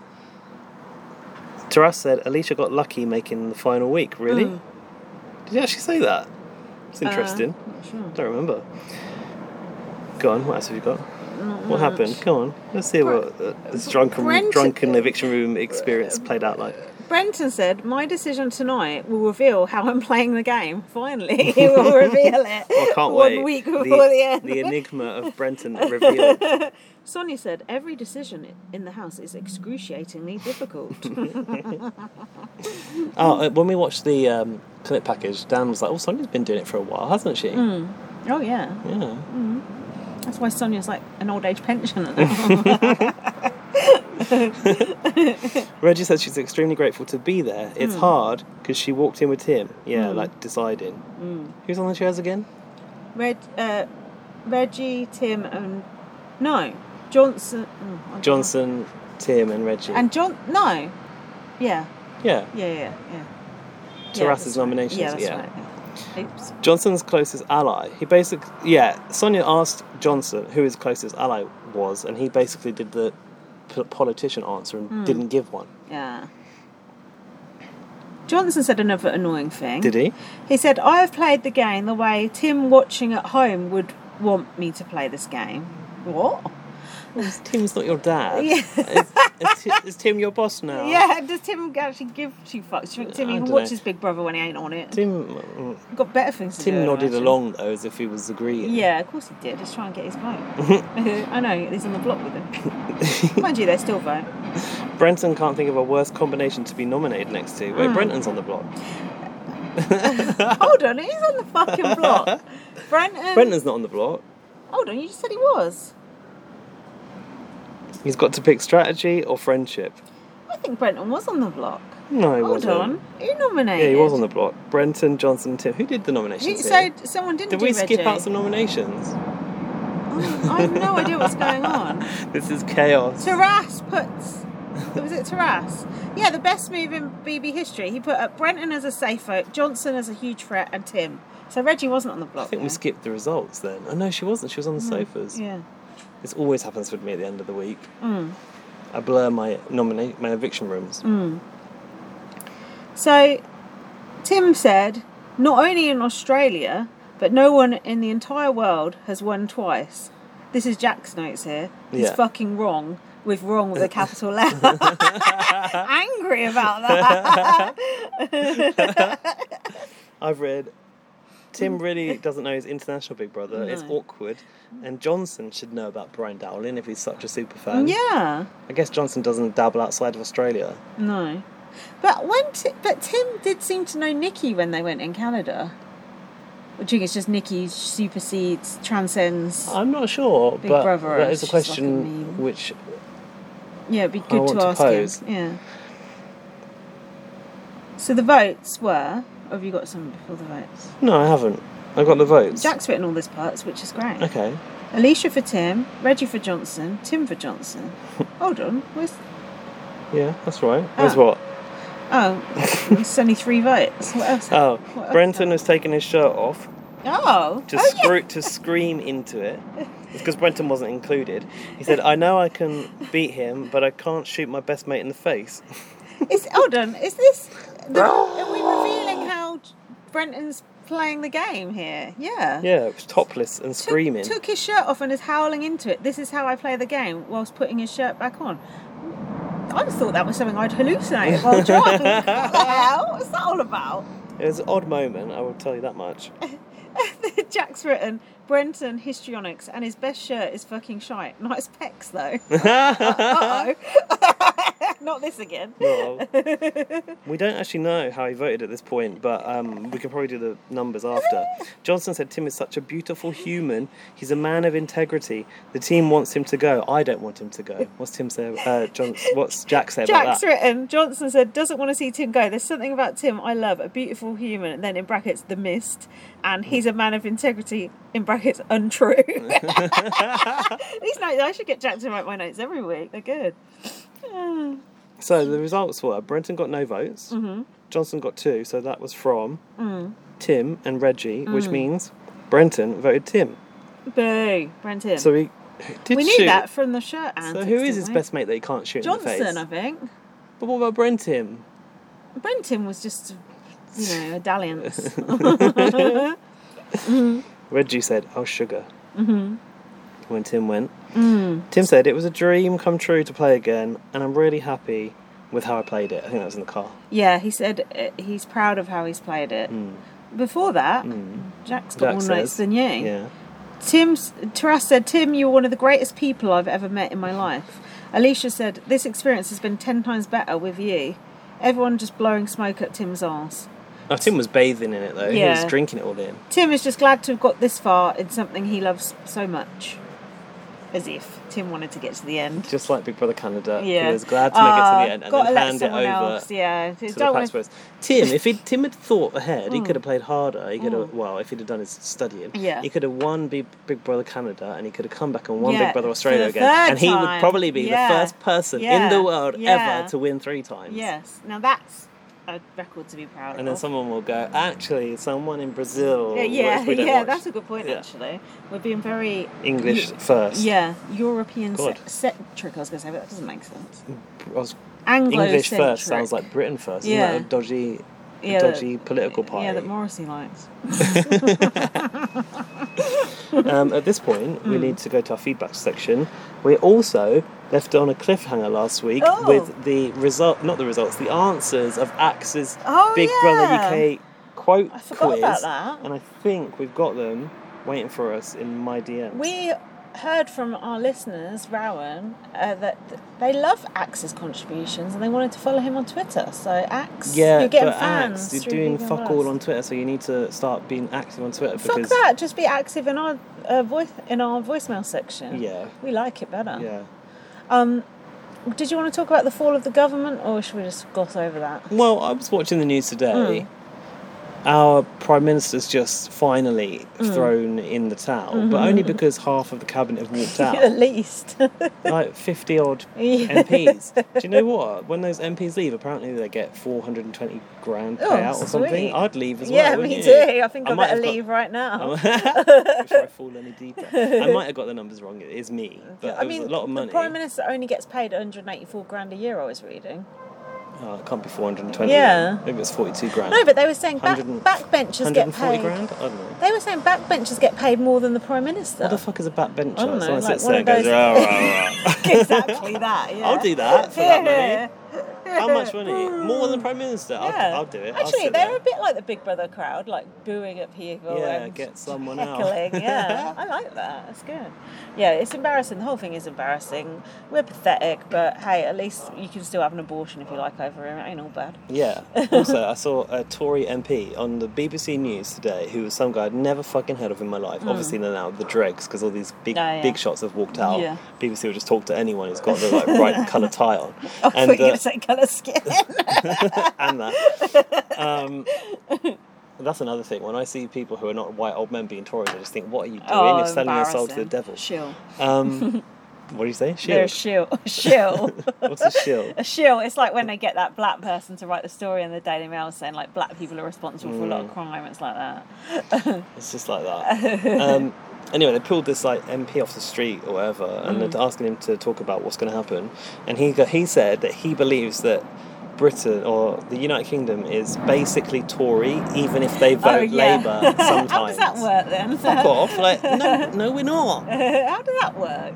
A: Taras said, "Alicia got lucky making the final week. Really?
B: Hmm.
A: Did he actually say that? It's interesting."
B: Uh, Not sure.
A: Don't remember. Go on, what else have you got? what happened? Come on, let's hear what uh, this drunken,
B: Brent-
A: drunken eviction room experience played out like.
B: Brenton said, My decision tonight will reveal how I'm playing the game. Finally, it will reveal it.
A: Oh, I can't
B: One
A: wait.
B: week before the, end.
A: the enigma of Brenton revealed.
B: Sonia said, Every decision in the house is excruciatingly difficult.
A: Oh, uh, when we watched the um, clip package, Dan was like, "Oh, Sonia's been doing it for a while, hasn't she?"
B: oh, yeah.
A: Yeah.
B: That's why Sonia's like an old age pensioner.
A: Reggie says she's extremely grateful to be there. It's
B: Hmm.
A: hard because she walked in with Tim. Yeah, like deciding.
B: Hmm.
A: Who's on the chairs again?
B: Reg, uh, Reggie, Tim, and no Johnson. oh, I don't
A: Johnson, Tim, and Reggie.
B: know. And John, no, yeah,
A: yeah,
B: yeah, yeah, yeah.
A: Taras's
B: that's right.
A: nominations.
B: Yeah, that's right. yeah. Oops.
A: Johnson's closest ally. He basically, yeah. Sonia asked Johnson who his closest ally was, and he basically did the p- politician answer and
B: Hmm.
A: didn't give one.
B: Yeah. Johnson said another annoying thing.
A: Did he?
B: He said, I have played the game the way Tim watching at home would want me to play this game. What?
A: Tim's not your dad.
B: Yeah.
A: Is, is Ti- is Tim your boss now?
B: Yeah, does Tim actually give two fucks? Do you think Tim
A: I
B: even
A: dunno.
B: watches Big Brother when he ain't on it?
A: Tim. mm,
B: We've got better things to do.
A: Tim
B: I
A: nodded
B: imagine.
A: along though, as if he was agreeing.
B: Yeah, of course he did. Just try and get his vote. I know, he's on the block with him. Mind you, they still vote.
A: Brenton can't think of a worse combination to be nominated next to.
B: Hmm.
A: Wait, Brenton's on the block.
B: Hold on, he's on the fucking block. Brenton.
A: Brenton's not on the block.
B: Hold on, you just said he was.
A: He's got to pick strategy or friendship.
B: I think Brenton was on the block.
A: No, he
B: Hold
A: wasn't.
B: on, who nominated?
A: Yeah, he was on the block. Brenton, Johnson, Tim. Who did the
B: Who,
A: nominations?
B: so
A: here?
B: someone didn't
A: Did
B: do
A: we skip
B: Reggie?
A: out some nominations?
B: Oh, I have no idea what's going on.
A: This is chaos.
B: Taras puts. Was it Taras? Yeah, the best move in BB history. He put up Brenton as a safe vote, Johnson as a huge threat, and Tim. So Reggie wasn't on the block.
A: I think
B: then.
A: we skipped the results then. Oh no, she wasn't. She was on the sofas.
B: Hmm. Yeah. Hmm.
A: This always happens with me at the end of the week. I blur my nominate my eviction rooms.
B: So Tim said, not only in Australia, but no one in the entire world has won twice. This is Jack's notes here. He's
A: Yeah.
B: fucking wrong with wrong with a capital letter. Angry about that.
A: I've read. Tim really doesn't know his international Big Brother. It's
B: Mm. No.
A: awkward, and Johnson should know about Brian Dowling if he's such a super fan.
B: yeah.
A: I guess Johnson doesn't dabble outside of Australia.
B: No. But when t- but Tim did seem to know Nikki when they went in Canada. Which I think it's just Nikki supersedes, transcends.
A: I'm not sure,
B: Big
A: but
B: Brother
A: that
B: is
A: is a
B: just like a
A: question
B: meme.
A: which
B: Yeah, it'd be good
A: want
B: to
A: to
B: ask
A: pose.
B: him. Yeah. So the votes were. Or have you got some before the votes?
A: no, I haven't. I got the votes.
B: Jack's written all these parts, which is great.
A: Okay.
B: Alicia for Tim, Reggie for Johnson, Tim for Johnson. Hold on, where's.
A: Yeah, that's right. That's
B: Ah.
A: what.
B: Oh, it's only three votes. What else?
A: Oh,
B: What else?
A: Brenton has taken his shirt off
B: Oh!
A: to
B: oh, yeah.
A: screw to scream into it. It's because Brenton wasn't included. He said, "I know I can beat him, but I can't shoot my best mate in the face."
B: Is, hold on, is this. The, are we revealing how Brenton's playing the game here? Yeah.
A: Yeah, it was topless and
B: took-
A: screaming.
B: Took, his shirt off and is howling into it. This is how I play the game whilst putting his shirt back on. I just thought that was something I'd hallucinate while drunk. what the hell? What's that all about?
A: It was an odd moment, I will tell you that much.
B: Jack's written Brenton histrionics and his best shirt is fucking shite. Nice pecs though. Uh oh. Not this again.
A: Well, we don't actually know how he voted at this point, but um, we can probably do the numbers after. Johnson said Tim is such a beautiful human. He's a man of integrity. The team wants him to go. I don't want him to go. What's Tim say? Uh, John, what's Jack say about
B: Jack's
A: that?
B: written, Johnson said, doesn't want to see Tim go. There's something about Tim I love, a beautiful human, and then in brackets, the mist. And he's a man of integrity, in brackets, untrue. These notes, I should get Jack to write my notes every week. They're good.
A: So the results were Brenton got no votes.
B: Mm-hmm.
A: Johnson got two, so that was from
B: Mm.
A: Tim and Reggie, which means Brenton voted Tim.
B: Boo, Brenton.
A: So he did
B: we knew
A: shoot.
B: that from the shirt
A: So
B: antics,
A: who is
B: didn't
A: his
B: we?
A: best mate that he can't shoot in the face?
B: Johnson, I think.
A: But what about Brenton?
B: Brenton was just, you know, a dalliance.
A: Reggie said, "Oh sugar." Mm-hmm. When Tim went,
B: Mm.
A: Tim said it was a dream come true to play again, and I'm really happy with how I played it. I think that was in the car.
B: yeah, he said uh, he's proud of how he's played it. Before that, Jack's got
A: Hmm. Jack
B: more
A: says-
B: notes than you.
A: Yeah,
B: Tim Taras said, Tim, you're one of the greatest people I've ever met in my life. Alicia said, This experience has been ten times better with you. Everyone just blowing smoke at Tim's arse.
A: oh, Tim was bathing in it though. He was
B: Yeah.
A: drinking it all in.
B: Tim is just glad to have got this far in something he loves so much. as if Tim wanted to get to the end.
A: Just like Big Brother Canada,
B: Yeah.
A: who is glad to make it to
B: Ah,
A: the end and
B: gotta
A: then
B: let
A: hand it
B: someone
A: over
B: Else, yeah.
A: to the
B: Don't Mm. wanna-
A: Platypus. Tim, if he Tim had thought ahead, he could have played harder. He could have well, if he'd have done his studying,
B: Mm. Yeah.
A: he could have won Big, Big Brother Canada, and he could have come back and won
B: Yeah,
A: Big
B: for
A: Brother
B: the
A: Australia again,
B: third
A: and he would
B: time.
A: probably be
B: Yeah.
A: the first person in
B: Yeah.
A: the world
B: Yeah.
A: ever to win three times.
B: Yes. Now that's a record to be proud of.
A: And then someone will go, actually, someone in Brazil.
B: Yeah, yeah,
A: which we don't
B: yeah
A: watch.
B: that's a good point.
A: Yeah.
B: Actually, we're being very
A: English first.
B: yeah European
A: God.
B: ce- centric. I was going to say, but that doesn't make sense.
A: I was-
B: Anglo
A: English first sounds like Britain first. Isn't
B: Yeah.
A: that a dodgy, a
B: Yeah, that-
A: dodgy political party?
B: Yeah, that Morrissey likes.
A: um, at this point,
B: Hmm.
A: we need to go to our feedback section. We also left on a cliffhanger last week
B: Oh.
A: with the result, not the results, the answers of Axe's
B: Oh,
A: Big
B: yeah.
A: Brother UK quote
B: I forgot
A: quiz.
B: about that.
A: And I think we've got them waiting for us in my DMs.
B: We heard from our listeners, Rowan, uh, that th- they love Axe's contributions and they wanted to follow him on Twitter. So Axe,
A: yeah,
B: you're getting
A: but
B: fans.
A: Axe, you're
B: through
A: doing
B: Vegan
A: fuck
B: Words.
A: all on Twitter, so you need to start being active on Twitter
B: Fuck
A: because
B: that! Just be active in our uh, voice in our voicemail section.
A: Yeah.
B: we like it better.
A: yeah.
B: Um, did you want to talk about the fall of the government, or should we just gloss over that?
A: Well, I was watching the news today.
B: Hmm.
A: Our prime minister's just finally thrown in the towel,
B: Mm-hmm.
A: but only because half of the cabinet have walked
B: At
A: out,
B: least.
A: like fifty odd
B: Yeah.
A: MPs. Do you know what? When those MPs leave, apparently they get four hundred and twenty grand
B: Oh,
A: payout or something.
B: sweet.
A: I'd leave as well.
B: yeah, me
A: wouldn't you?
B: too. I think I,
A: might
B: better
A: have got-
B: leave right now.
A: Before I fall any deeper, I might have got the numbers wrong. It is me, but
B: I
A: it was
B: mean,
A: a lot of money.
B: the prime minister only gets paid 184 grand a year. I was reading.
A: Oh, it can't be four hundred and twenty.
B: Yeah.
A: maybe it's forty-two grand.
B: No, but they were saying back,
A: 100 and-
B: backbenchers get
A: 140
B: paid.
A: grand. I don't know.
B: They were saying backbenchers get paid more than the prime minister.
A: What the fuck is a backbencher?
B: I don't know,
A: Someone
B: like
A: sits
B: one
A: there and
B: of
A: goes,
B: those-
A: rah, rah, rah.
B: exactly that. Yeah.
A: I'll do that for that money.
B: money.
A: How much money? More than the Prime Minister. I'll, I'll do it. I'll
B: Actually,
A: sit
B: they're
A: there.
B: a bit like the Big Brother crowd, like booing at people.
A: Yeah,
B: and
A: get someone
B: heckling.
A: out.
B: Yeah, I like that. That's good. Yeah, it's embarrassing. The whole thing is embarrassing. We're pathetic, but hey, at least you can still have an abortion if you like over here. It ain't all bad.
A: Yeah. Also, I saw a Tory MP on the BBC News today who was some guy I'd never fucking heard of in my life. Obviously, they're now the dregs because all these big
B: Oh, Hmm. yeah.
A: big shots have walked out.
B: Yeah.
A: BBC will just talk to anyone who's got the like, right colour tie on.
B: I thought you were
A: uh,
B: going to say colour skin.
A: and that. Um, that's another thing. When I see people who are not white old men being Tories, I just think, what are you doing? You're selling your soul to the
B: embarrassing.
A: devil.
B: Shill.
A: Um, what do you say?
B: They're a
A: Shield.
B: shill. Shill.
A: What's a shield?
B: a shill. It's like when they get that black person to write the story in the Daily Mail saying like black people are responsible for a
A: Mm.
B: lot of crime. It's like that.
A: It's just like that. Um, anyway, they pulled this like MP off the street or whatever, and
B: Mm.
A: they're asking him to talk about what's going to happen. And he got, he said that he believes that Britain or the United Kingdom is basically Tory, even if they vote Labour sometimes.
B: Oh, How does that work then?
A: Fuck off! Like no, no, we're not.
B: How does that work?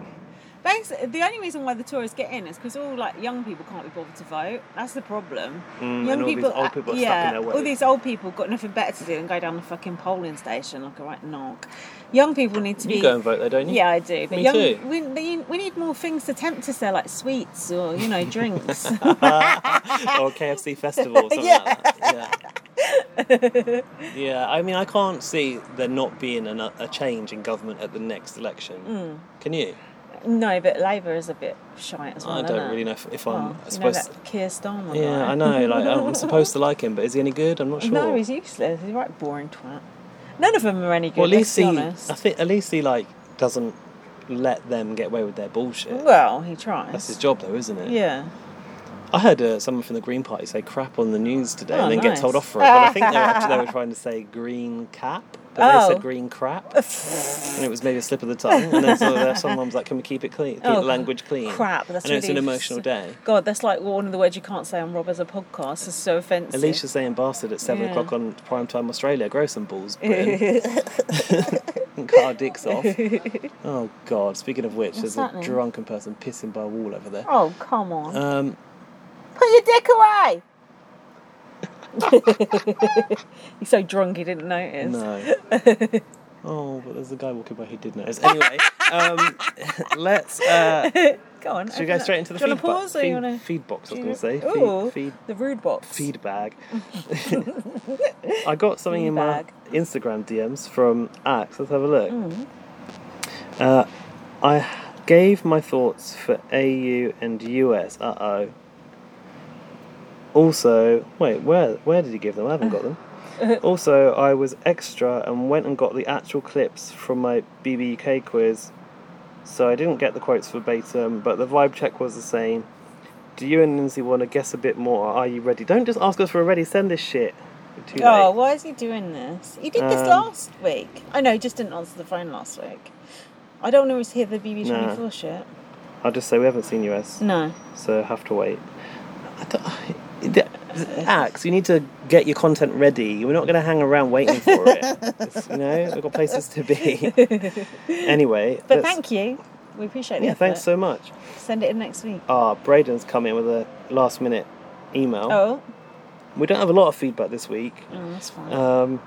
B: Basically, the only reason why the Tories get in is because all like young people can't be bothered to vote. That's the problem.
A: Mm,
B: young
A: and all these old people are stuck in
B: yeah,
A: their
B: all
A: ways.
B: these old people got nothing better to do than go down the fucking polling station like a right knock. Young people need to be.
A: You go and vote, though, don't you?
B: Yeah, I do. But
A: Me
B: young,
A: too.
B: We, they- we need more things to tempt us there, like sweets or you know drinks.
A: or KFC festival or something like that. Yeah. yeah, I mean, I can't see there not being an, a change in government at the next election.
B: Hmm.
A: Can you?
B: no, but Labour is a bit shy as well.
A: I
B: isn't
A: don't
B: it?
A: really know if, if
B: Well,
A: I'm
B: you know
A: supposed.
B: that Keir Starmer.
A: to, yeah,
B: guy?
A: I know. Like, I'm supposed to like him, but is he any good? I'm not sure.
B: No, he's useless. He's a right boring twat. None of them are any good.
A: well, at least
B: let's be
A: he. I
B: honest.
A: think at least he like doesn't let them get away with their bullshit.
B: Well, he tries.
A: That's his job, though, isn't it?
B: Yeah.
A: I heard uh, someone from the Green Party say crap on the news today
B: Oh,
A: and then get
B: nice.
A: told off for it. But I think they were, actually, they were trying to say green cap, but they
B: Oh.
A: said green crap. and it was maybe a slip of the tongue. And then sort of uh, someone was like, can we keep it clean? Keep
B: Oh,
A: the language clean.
B: crap, that's
A: I know it's an
B: really-
A: emotional day.
B: God, that's like one of the words you can't say on Rob as a podcast. It's so offensive.
A: Alicia's saying bastard at 7
B: Yeah.
A: o'clock on prime time Australia. Grow some balls, Britain. and cut our dicks off. Oh, God. Speaking of which,
B: What's
A: there's a
B: happening?
A: drunken person pissing by a wall over there.
B: oh, come on.
A: Um,
B: Put your dick away! He's so drunk he didn't notice.
A: No. oh, but there's a guy walking by who did notice. Anyway, um, let's. Uh,
B: Go on.
A: should we go straight into the
B: Do you
A: feed,
B: want to pause
A: bo-
B: or
A: feed,
B: you want to.
A: feed box? I was going to say
B: Ooh,
A: feed, feed
B: the rude box.
A: feed bag. I got something in my
B: Feedbag. Hmm.
A: Instagram DMs from Axe. Let's have a look. Uh, I gave my thoughts for AU and US. Uh oh. Also, wait, where where did he give them? I haven't got them. also, I was extra and went and got the actual clips from my BBUK quiz, so I didn't get the quotes verbatim, but the vibe check was the same. Do you and Lindsay want to guess a bit more? Are you ready? Don't just ask us for a ready. Send this shit. Too late.
B: Oh, why is he doing this? He did this
A: Um,
B: last week. I know he just didn't answer the phone last week. I don't want to hear the BB24 shit.
A: I'll just say we haven't seen US.
B: No.
A: so have to wait. I don't, the- the Axe, you need to get your content ready. We're not going to hang around waiting for it. It's, you know, we've got places to be. Anyway,
B: But
A: let's-
B: thank you. We appreciate the
A: yeah,
B: effort.
A: thanks so much.
B: Send it in next week.
A: Ah, Braden's come in with a last minute email.
B: Oh,
A: We don't have a lot of feedback this week.
B: oh that's fine.
A: Um,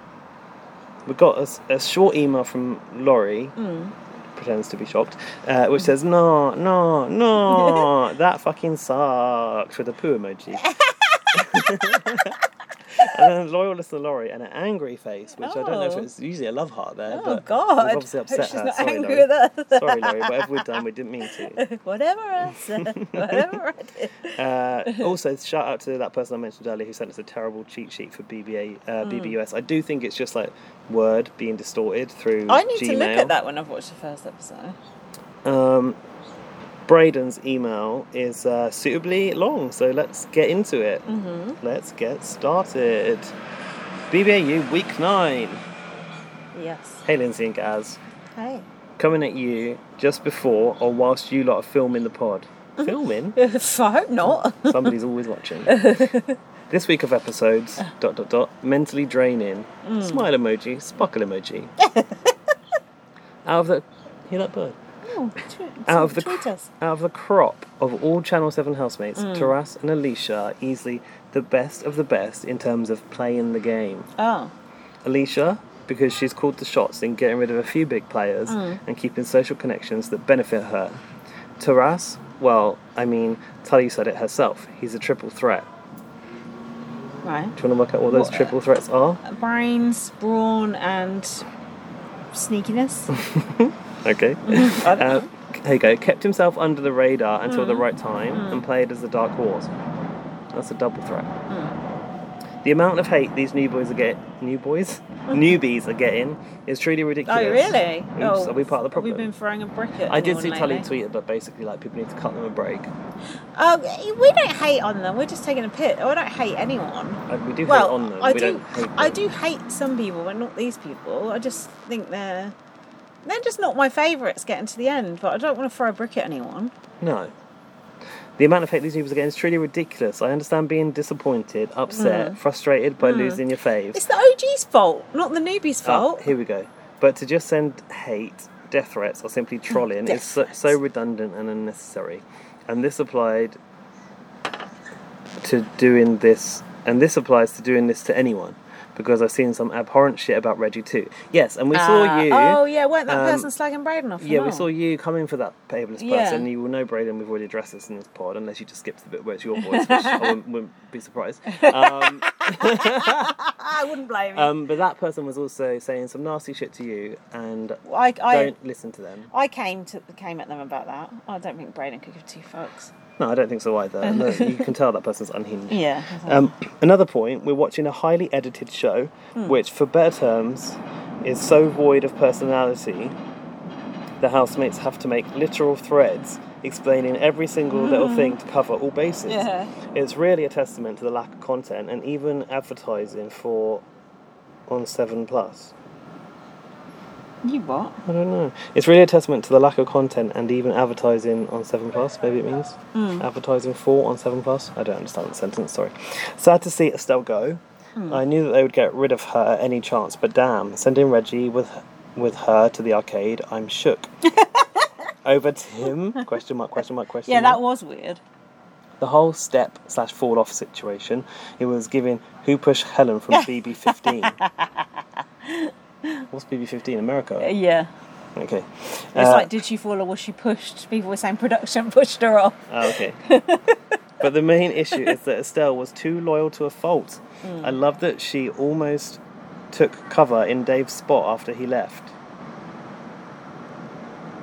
A: we got a s- a, short email from Laurie,
B: Mm.
A: pretends to be shocked, uh, which says, "No, no, no, that fucking sucks" with a poo emoji. and then Laurie will listen to Laurie and an angry face, which I don't know if
B: Oh.
A: it's usually a love heart there.
B: oh,
A: but
B: God.
A: we've obviously upset
B: Hope she's
A: her.
B: not
A: Sorry,
B: angry
A: Laurie.
B: with us.
A: Sorry, Laurie. Whatever we've done, we didn't mean to.
B: whatever I said, whatever I did.
A: Uh, also, shout out to that person I mentioned earlier who sent us a terrible cheat sheet for BBA, uh,
B: Mm.
A: BBUS. I do think it's just like Word being distorted through
B: I need to
A: Gmail.
B: look at that when I've watched the first episode.
A: Um, Braden's email is uh, suitably long, so let's get into it.
B: Mm-hmm.
A: Let's get started. BBAU Week 9.
B: Yes.
A: Hey, Lindsay and Gaz.
B: Hey.
A: Coming at you just before or whilst you lot are filming the pod.
B: Mm-hmm.
A: Filming?
B: I hope not.
A: Somebody's always watching. this week of episodes, dot dot dot, mentally draining. Smile emoji, sparkle emoji. out of the hear that bird.
B: Oh,
A: Out of the
B: tweet
A: cr-
B: us.
A: Out of the crop of all Channel 7 housemates, Taras and Alicia are easily the best of the best in terms of playing the game.
B: Oh,
A: Alicia, because she's called the shots in getting rid of a few big players and keeping social connections that benefit her. Taras, well, I mean, Tully said it herself. He's a triple threat.
B: right.
A: Do you want to work out what those
B: What, uh,
A: triple threats are?
B: Brains, brawn, and sneakiness.
A: Okay.
B: I don't
A: Uh,
B: know. Mm.
A: there you go. Kept himself under the radar until the right time and played as the dark horse. That's a double threat.
B: Mm.
A: The amount of hate these new boys are getting, new boys, newbies are getting, is truly ridiculous.
B: Oh, really? oh,
A: are we part of the problem?
B: We've been throwing a brick at
A: I did
B: anyone
A: see Tully
B: lately.
A: tweet it, but basically, like people need to cut them a break. Uh,
B: Oh, we don't hate on them. We're just taking a pit. Oh, I don't hate anyone.
A: Like, we do hate
B: well,
A: on them.
B: I
A: we
B: do.
A: not hate them.
B: I do hate some people, but not these people. I just think they're they're just not my favourites getting to the end. But I don't want to throw a brick at anyone.
A: No. The amount of hate these people are getting is truly ridiculous. I understand being disappointed, upset,
B: Mm.
A: frustrated by losing your faves.
B: It's the OG's fault, not the newbie's
A: Oh,
B: fault.
A: here we go. But to just send hate, death threats, or simply trolling
B: Mm, Death
A: is so, so redundant and unnecessary. And this applied to doing this, and this applies to doing this to anyone. Because I've seen some abhorrent shit about Reggie too. Yes, and we saw
B: Uh,
A: you.
B: Oh yeah, weren't that
A: um,
B: person slagging Braden off?
A: Yeah, we saw you coming for that ableist
B: Yeah.
A: person. You will know, Braden, we've already addressed this in this pod, unless you just skipped the bit where it's your voice, which I wouldn't, wouldn't be surprised. Um,
B: I wouldn't blame you.
A: um, but that person was also saying some nasty shit to you, and
B: I, I,
A: don't listen to them.
B: I came to came at them about that. I don't think Braden could give two fucks.
A: No, I don't think so either. No, you can tell that person's unhinged.
B: Yeah.
A: Um, another point, we're watching a highly edited show, which, for better terms, is so void of personality, the housemates have to make literal threads explaining every single little thing to cover all bases.
B: Yeah.
A: It's really a testament to the lack of content and even advertising for on 7 Plus.
B: you what?
A: I don't know. It's really a testament to the lack of content and even advertising on Seven Plus. Maybe it means
B: Hmm.
A: advertising for on Seven Plus. I don't understand the sentence. Sorry. Sad to see Estelle go.
B: Hmm.
A: I knew that they would get rid of her at any chance, but damn, sending Reggie with with her to the arcade, I'm shook. Over Tim? Question mark? Question mark? Question
B: Yeah,
A: mark
B: that was weird.
A: the whole step slash fall off situation. It was giving who pushed Helen from BB15. What's BB15 America?
B: yeah.
A: Okay.
B: Uh, It's
A: Uh,
B: like, did she fall or was she pushed? People were saying production pushed her off.
A: Oh, okay. but the main issue is that Estelle was too loyal to a fault. I love that she almost took cover in Dave's spot after he left. Do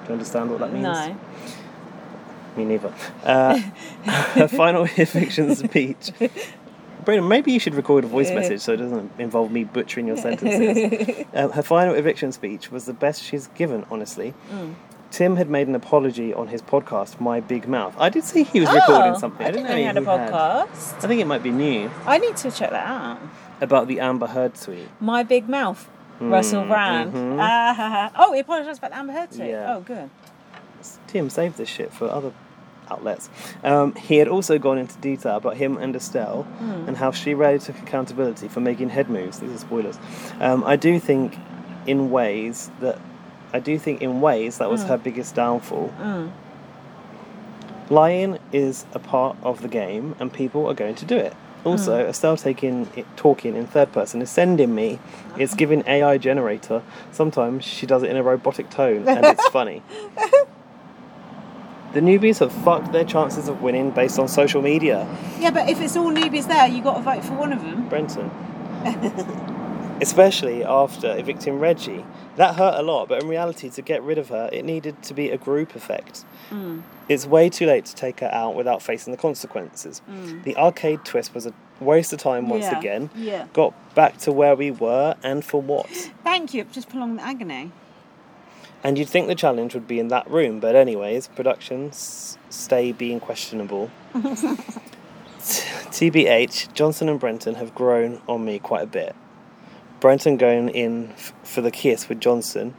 A: you understand what that means?
B: No.
A: Me neither. Uh, final year fiction speech. Brayden, maybe you should record a voice message so it doesn't involve me butchering your sentences. um, her final eviction speech was the best she's given, honestly.
B: Mm.
A: Tim had made an apology on his podcast, My Big Mouth. I did see he was recording something.
B: Oh. I didn't know he had a
A: who
B: podcast.
A: I think it might be new
B: I need to check that out.
A: about the Amber Heard tweet.
B: My big mouth,
A: Hmm,
B: Russell Brand. Ah, ha, ha. Oh, he apologised about the Amber Heard too.
A: mm-hmm. Yeah.
B: Oh, good.
A: Tim saved this shit for other outlets. Um, he had also gone into detail about him and Estelle and how she rarely took accountability for making head moves. These are spoilers. Um, I do think, in ways that, I do think in ways that was her biggest downfall. Lying is a part of the game, and people are going to do it. Also, Estelle taking it, talking in third person is sending me. It's giving AI generator. Sometimes she does it in a robotic tone, and it's funny. The newbies have fucked their chances of winning based on social media.
B: Yeah, but if it's all newbies there, you got to vote for one of them.
A: Brenton. Especially after evicting Reggie. That hurt a lot, but in reality, to get rid of her, it needed to be a group effect.
B: Mm.
A: It's way too late to take her out without facing the consequences. The arcade twist was a waste of time once
B: Mm. Yeah,
A: again.
B: yeah.
A: Got back to where we were, and for what?
B: Thank you. It just prolonged the agony.
A: And you'd think the challenge would be in that room, but anyways, productions stay being questionable. T- TBH, Johnson and Brenton have grown on me quite a bit. Brenton going in f- for the kiss with Johnson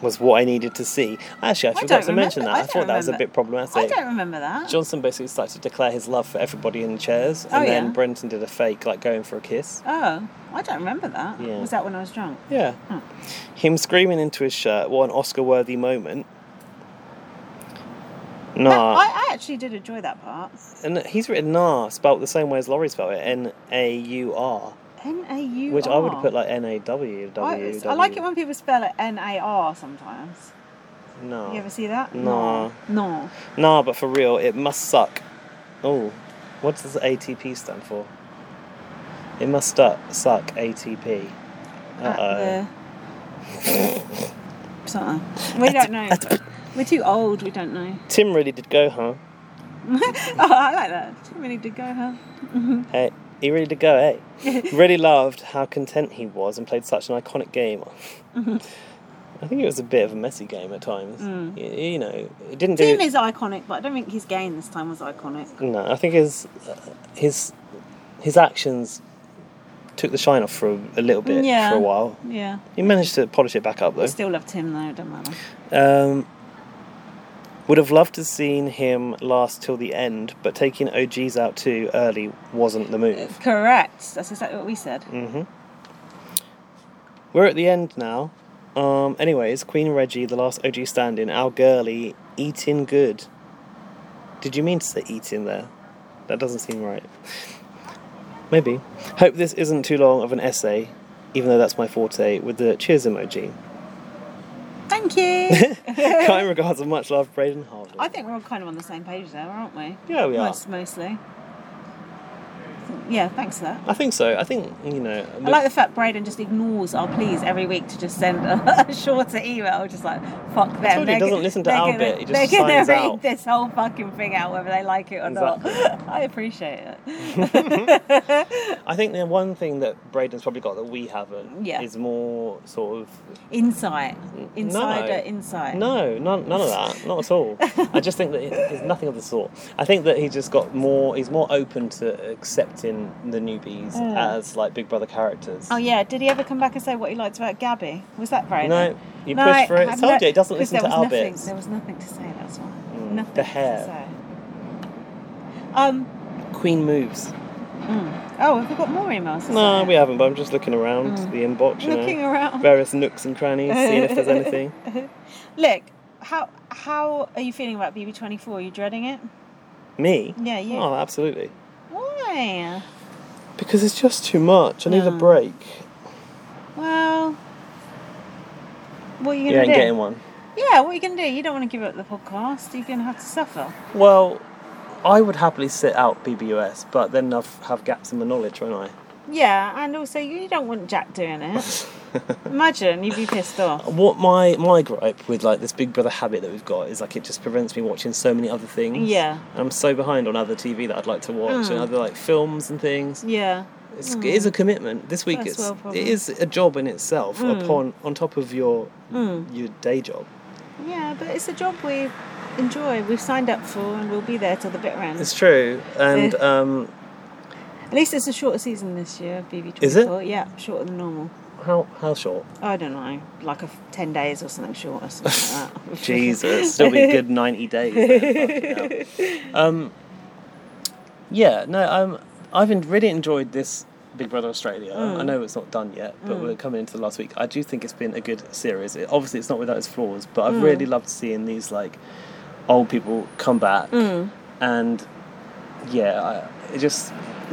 A: was what I needed to see. Actually, I
B: don't
A: forgot to mention that.
B: remember-
A: I,
B: I
A: thought
B: don't
A: that was a
B: remember.
A: bit problematic.
B: I don't remember that.
A: Johnson basically started to declare his love for everybody in the chairs,
B: Oh,
A: and then
B: yeah.
A: Brenton did a fake, like going for a kiss.
B: Oh, I don't remember that.
A: Yeah.
B: Was that when I was drunk?
A: Yeah.
B: Hmm.
A: Him screaming into his shirt, what an Oscar worthy moment. Nah.
B: I, I actually did enjoy that part.
A: and he's written nah spelt the same way as Laurie spelled it N A U R,
B: N A U.
A: which I would put like N A W W.
B: I, I like it when people spell it N A R sometimes.
A: No.
B: You ever see that?
A: No.
B: No.
A: Nah, but for real, it must suck. Oh, what does ATP stand for? It must stu- suck ATP.
B: At
A: Uh
B: the- Something. We don't know. We're too old. We don't know.
A: oh. Tim really did go, huh?
B: oh, I like that. Too many did go, huh?
A: Hey, he really did go, eh? really loved how content he was and played such an iconic game. I think it was a bit of a messy game at times. Y- You, know, it didn't do.
B: Tim is iconic, but I don't think his game this time was iconic.
A: no, I think his uh, his his actions took the shine off for a, a little bit
B: Yeah.
A: for a while.
B: Yeah.
A: He managed to polish it back up though.
B: Still love Tim though. It doesn't matter.
A: Um, would have loved to have seen him last till the end, but taking OGs out too early wasn't the move.
B: Correct. That's exactly what we said.
A: Mm. We're at the end now. Um, anyways, Queen Reggie, the last OG standing, our girly, eating good. Did you mean to say eating there? That doesn't seem right. Maybe. Hope this isn't too long of an essay, even though that's my forte, with the cheers emoji.
B: Thank you.
A: kind regards and much love, Braden Harvey.
B: I think we're all kind of on the same page there, aren't we?
A: Yeah, we are.
B: Most, Mostly. Yeah, thanks for that.
A: I think so. I think, you know.
B: I like the fact Braden just ignores our pleas every week to just send a, a shorter email, just like fuck them.
A: you, he
B: They're
A: doesn't
B: gonna-
A: listen to
B: they're
A: Albert,
B: gonna-
A: he just
B: they're gonna
A: signs
B: read
A: out.
B: this whole fucking thing out, whether they like it or not. I appreciate it.
A: I think the one thing that Braden's probably got that we haven't
B: Yeah.
A: is more sort of
B: Insight, insider insight.
A: No, none, none of that. Not at all. I just think that it- it's nothing of the sort. I think that he just got more. He's more open to accepting the newbies as like Big Brother characters.
B: Mm. Oh yeah, did he ever come back and say what he liked about Gabby? Was that Braden?
A: No, you pushed for it.
B: I
A: Told
B: haven't-
A: you, he doesn't
B: 'cause
A: listen
B: there
A: to Albert's.
B: was
A: Mm,
B: Nothing, there was nothing to say. That's why.
A: the
B: Nothing
A: hair.
B: To say. Um.
A: Queen moves.
B: Oh, have we got more emails? Is
A: No,
B: that
A: we
B: it?
A: haven't. But I'm just looking around the inbox. You
B: Mm. Looking
A: know,
B: around.
A: various nooks and crannies, seeing if there's anything.
B: Look, how how are you feeling about BB24? Are you dreading it?
A: Me?
B: Yeah, you.
A: Oh, absolutely.
B: Why?
A: Because it's just too much. I need a break.
B: Well, what are you
A: You
B: gonna
A: ain't
B: do?
A: getting one.
B: Yeah, what are you gonna do? You don't want to give up the podcast. You're gonna have to suffer.
A: Well, I would happily sit out BBUS, but then I've have gaps in my knowledge, won't I?
B: Yeah, and also you don't want Jack doing it. Imagine you'd be pissed off.
A: What my my gripe with like this Big Brother habit that we've got is like it just prevents me watching so many other things.
B: Yeah.
A: And I'm so behind on other TV that I'd like to watch and other like films and things.
B: Yeah.
A: It's, It is a commitment. This week
B: That's
A: it's
B: well put.
A: it is a job in itself upon on top of your your day job.
B: Yeah, but it's a job we enjoy. We've signed up for, and we'll be there till the bitter end.
A: It's true. And um,
B: At least it's a shorter season this year, BB24.
A: Is it?
B: Yeah, shorter than normal.
A: how how short?
B: I don't know, like a f- ten days or something shorter, something like that.
A: Jesus, still be a good ninety days. there, fucking hell. um, yeah, no, um, I've en- really enjoyed this Big Brother Australia. Um, I
B: Mm.
A: know it's not done yet, but we're coming into the last week. I do think it's been a good series. It, obviously, it's not without its flaws, but
B: Mm.
A: I've really loved seeing these like old people come back,
B: Mm.
A: and yeah, I, it just.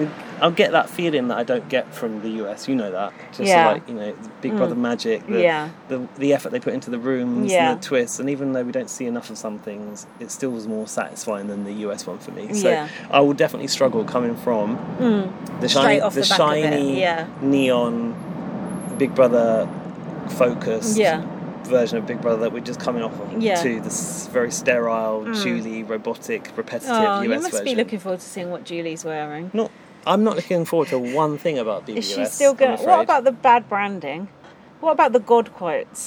A: It, I'll get that feeling that I don't get from the US. You know that, just
B: Yeah. Mm.
A: like you know, the Big Brother magic, the,
B: Yeah.
A: the the effort they put into the rooms,
B: Yeah.
A: and the twists. And even though we don't see enough of some things, it still was more satisfying than the US one for me. So
B: Yeah.
A: I will definitely struggle coming from
B: Hmm.
A: the shiny,
B: Straight off
A: the,
B: the back of it,
A: shiny
B: yeah.
A: neon Big Brother focused
B: Yeah.
A: version of Big Brother that we're just coming off of
B: Yeah. Mm.
A: to this very sterile, Julie, robotic, repetitive
B: Oh,
A: US
B: you must
A: version.
B: be looking forward to seeing what Julie's wearing.
A: Not, I'm not looking forward to one thing about the
B: Is
A: US.
B: she still
A: I'm
B: going?
A: afraid.
B: What about the bad branding? What about the God quotes?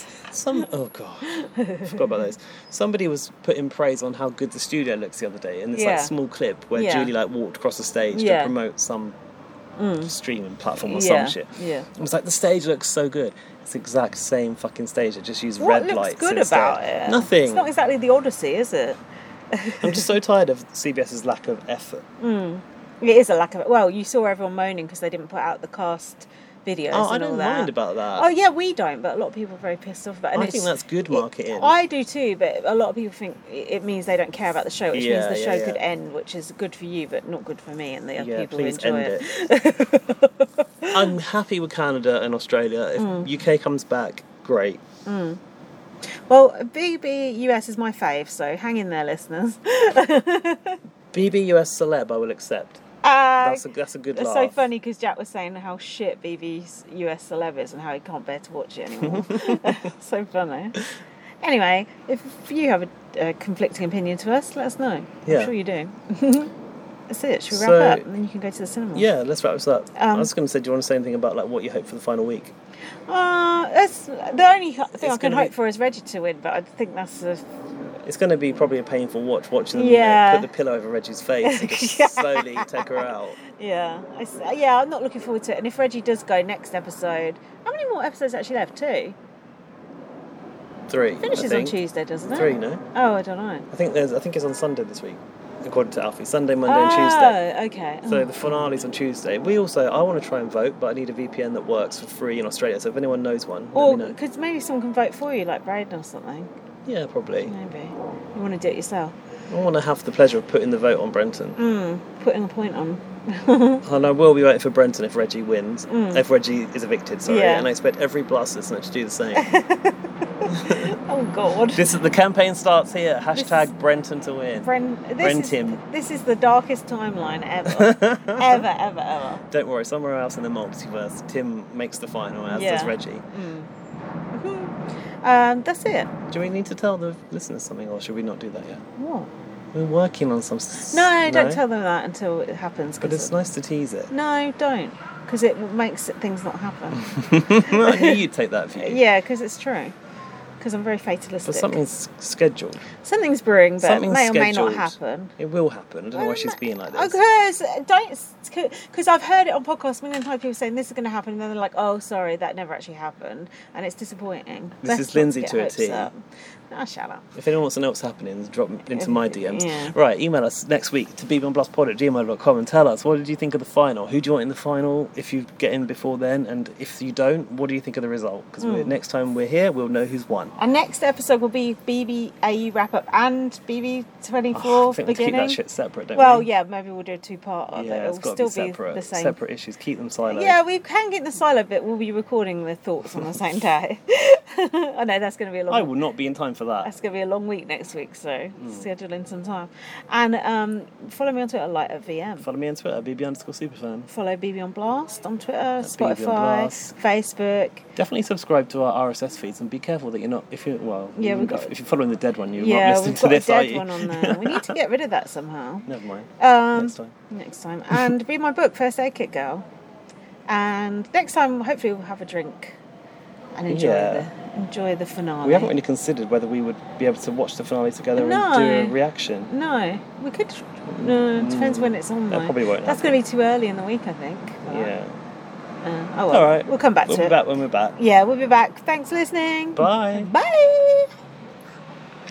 A: Some oh god, I forgot about those. Somebody was putting praise on how good the studio looks the other day, and it's like
B: Yeah.
A: small clip where
B: Yeah.
A: Julie like walked across the stage
B: Yeah. Mm.
A: to promote some streaming platform or
B: Yeah,
A: some shit.
B: yeah.
A: it was like the stage looks so good. It's the exact same fucking stage. It just used
B: What
A: red
B: looks
A: lights.
B: good
A: instead.
B: about it?
A: Nothing.
B: It's not exactly the Odyssey, is it?
A: I'm just so tired of CBS's lack of effort.
B: It is a lack of it. Well, you saw everyone moaning because they didn't put out the cast videos
A: Oh,
B: and
A: I don't
B: all that.
A: mind about that.
B: Oh yeah, we don't, but a lot of people are very pissed off about. it. And
A: I
B: it's-
A: think that's good
B: it-
A: marketing.
B: I do too, but a lot of people think i- it means they don't care about the show, which
A: Yeah,
B: means the
A: yeah,
B: show
A: yeah.
B: could end, which is good for you, but not good for me and the other
A: yeah,
B: people who
A: please
B: enjoy
A: end
B: it.
A: it. I'm happy with Canada and Australia. If
B: Mm.
A: UK comes back, great.
B: Well, BBUS is my fave, so hang in there, listeners. Uh,
A: BBUS celeb, I will accept.
B: Uh,
A: That's a, that's a good
B: It's
A: laugh.
B: so funny because Jack was saying how shit BB's US celeb is and how he can't bear to watch it anymore. so funny. Anyway, if you have a, a conflicting opinion to us, let us know.
A: Yeah.
B: I'm sure you do. That's it. Should we wrap
A: So-
B: up and then you can go to the cinema?
A: Yeah, let's wrap this up. I
B: Um,
A: was going to say, do you want to say anything about like what you hope for the final week?
B: Uh, that's the only h- thing
A: It's
B: I can
A: gonna
B: hope
A: be-
B: for is Reggie to win, but I think that's a.
A: It's going to be probably a painful watch watching them you know,
B: Yeah.
A: put the pillow over Reggie's face and just
B: Yeah.
A: slowly take her out.
B: Yeah. I s uh, yeah, I'm not looking forward to it. And if Reggie does go next episode, how many more episodes actually left? Two?
A: Three. I
B: Finishes on
A: think.
B: Tuesday, doesn't it?
A: Three, no?
B: Oh, I don't know.
A: I think there's. I think it's on Sunday this week, according to Alfie. Sunday, Monday, and Tuesday.
B: Oh, okay.
A: So the finale's on Tuesday. We also. I want to try and vote, but I need a VPN that works for free in Australia. So if anyone knows one,
B: Or
A: let me know.
B: because maybe someone can vote for you, like Braden or something.
A: Yeah, probably.
B: Maybe you want to do it yourself.
A: I want to have the pleasure of putting the vote on Brenton.
B: Putting a point on.
A: And I will be waiting for Brenton if Reggie wins. If Reggie is evicted, sorry.
B: Mm. Yeah.
A: And I expect every blast listener to do the same.
B: Oh God.
A: this is the campaign starts here. Hashtag
B: This-
A: Brenton to win.
B: Bren, this is,
A: Brentim.
B: This is the darkest timeline ever, ever, ever, ever.
A: Don't worry, somewhere else in the multiverse, Tim makes the final, as does
B: Yeah.
A: Reggie.
B: Um, that's it.
A: Do we need to tell the listeners something, or should we not do that yet?
B: What?
A: We're working on some. s-
B: No, don't tell them that until it happens.
A: But
B: 'cause
A: it's nice to tease it.
B: it- no, don't, because it makes it- things not happen.
A: I knew you'd take that view.
B: yeah, because it's true. Because I'm very
A: But
B: fatalistic.
A: something's scheduled.
B: Something's brewing, but
A: something's
B: may or may
A: scheduled.
B: not happen.
A: It will happen. I don't know why she's being like this.
B: Because don't, because I've heard it on podcasts a million times. People saying this is going to happen, and then they're like, "Oh, sorry, that never actually happened," and it's disappointing.
A: This
B: Let's
A: is
B: not
A: Lindsay
B: get
A: to a
B: hopes
A: T.
B: up. Ah, shut up.
A: If anyone wants to know what's happening, drop them into my DMs.
B: Yeah.
A: Right, email us next week to bbonblastpod at gmail.com and tell us what did you think of the final? Who do you want in the final if you get in before then? And if you don't, what do you think of the result? Because
B: Hmm.
A: next time we're here, we'll know who's won.
B: Our next episode will be BBAU wrap up and BB twenty
A: Oh, I
B: four
A: think we keep
B: beginning.
A: that shit separate, don't
B: well,
A: we?
B: yeah, maybe we'll do a two part.
A: yeah, it's
B: it'll
A: got
B: still
A: to be separate.
B: the same.
A: Separate issues. Keep them siloed.
B: Yeah, we can get in the silo, but we'll be recording the thoughts on the same day. I know that's going to be a long.
A: I Hmm. will not be in time for that.
B: That's going to be a long week next week, so schedule in some time. And um, follow me on Twitter, light at VM.
A: Follow me on Twitter, BB underscore superfan.
B: Follow BB on Blast on Twitter,
A: BB on
B: Spotify,
A: Blast.
B: Facebook.
A: Definitely subscribe to our RSS feeds and be careful that you're not, if you're, well,
B: Yeah,
A: you-
B: we've got-
A: if, if you're following the dead one, you're
B: yeah,
A: not listening
B: we've
A: to
B: got
A: this,
B: a
A: are
B: dead
A: you?
B: one on there. We need to get rid of that somehow.
A: Never mind.
B: Um,
A: Next time.
B: next time. And be my book, First Aid Kit Girl. And next time, hopefully, we'll have a drink and enjoy
A: Yeah.
B: the enjoy the finale.
A: We haven't really considered whether we would be able to watch the finale together and do a
B: No.
A: reaction.
B: No, we could. No, it depends when it's on.
A: Mm. That
B: though.
A: probably won't
B: That's going to be too early in the week, I think. for that.
A: Yeah.
B: Uh, oh well.
A: All right.
B: We'll come back
A: We'll
B: to
A: be
B: it.
A: back when we're back.
B: Yeah, we'll be back. Thanks for listening.
A: Bye.
B: Bye.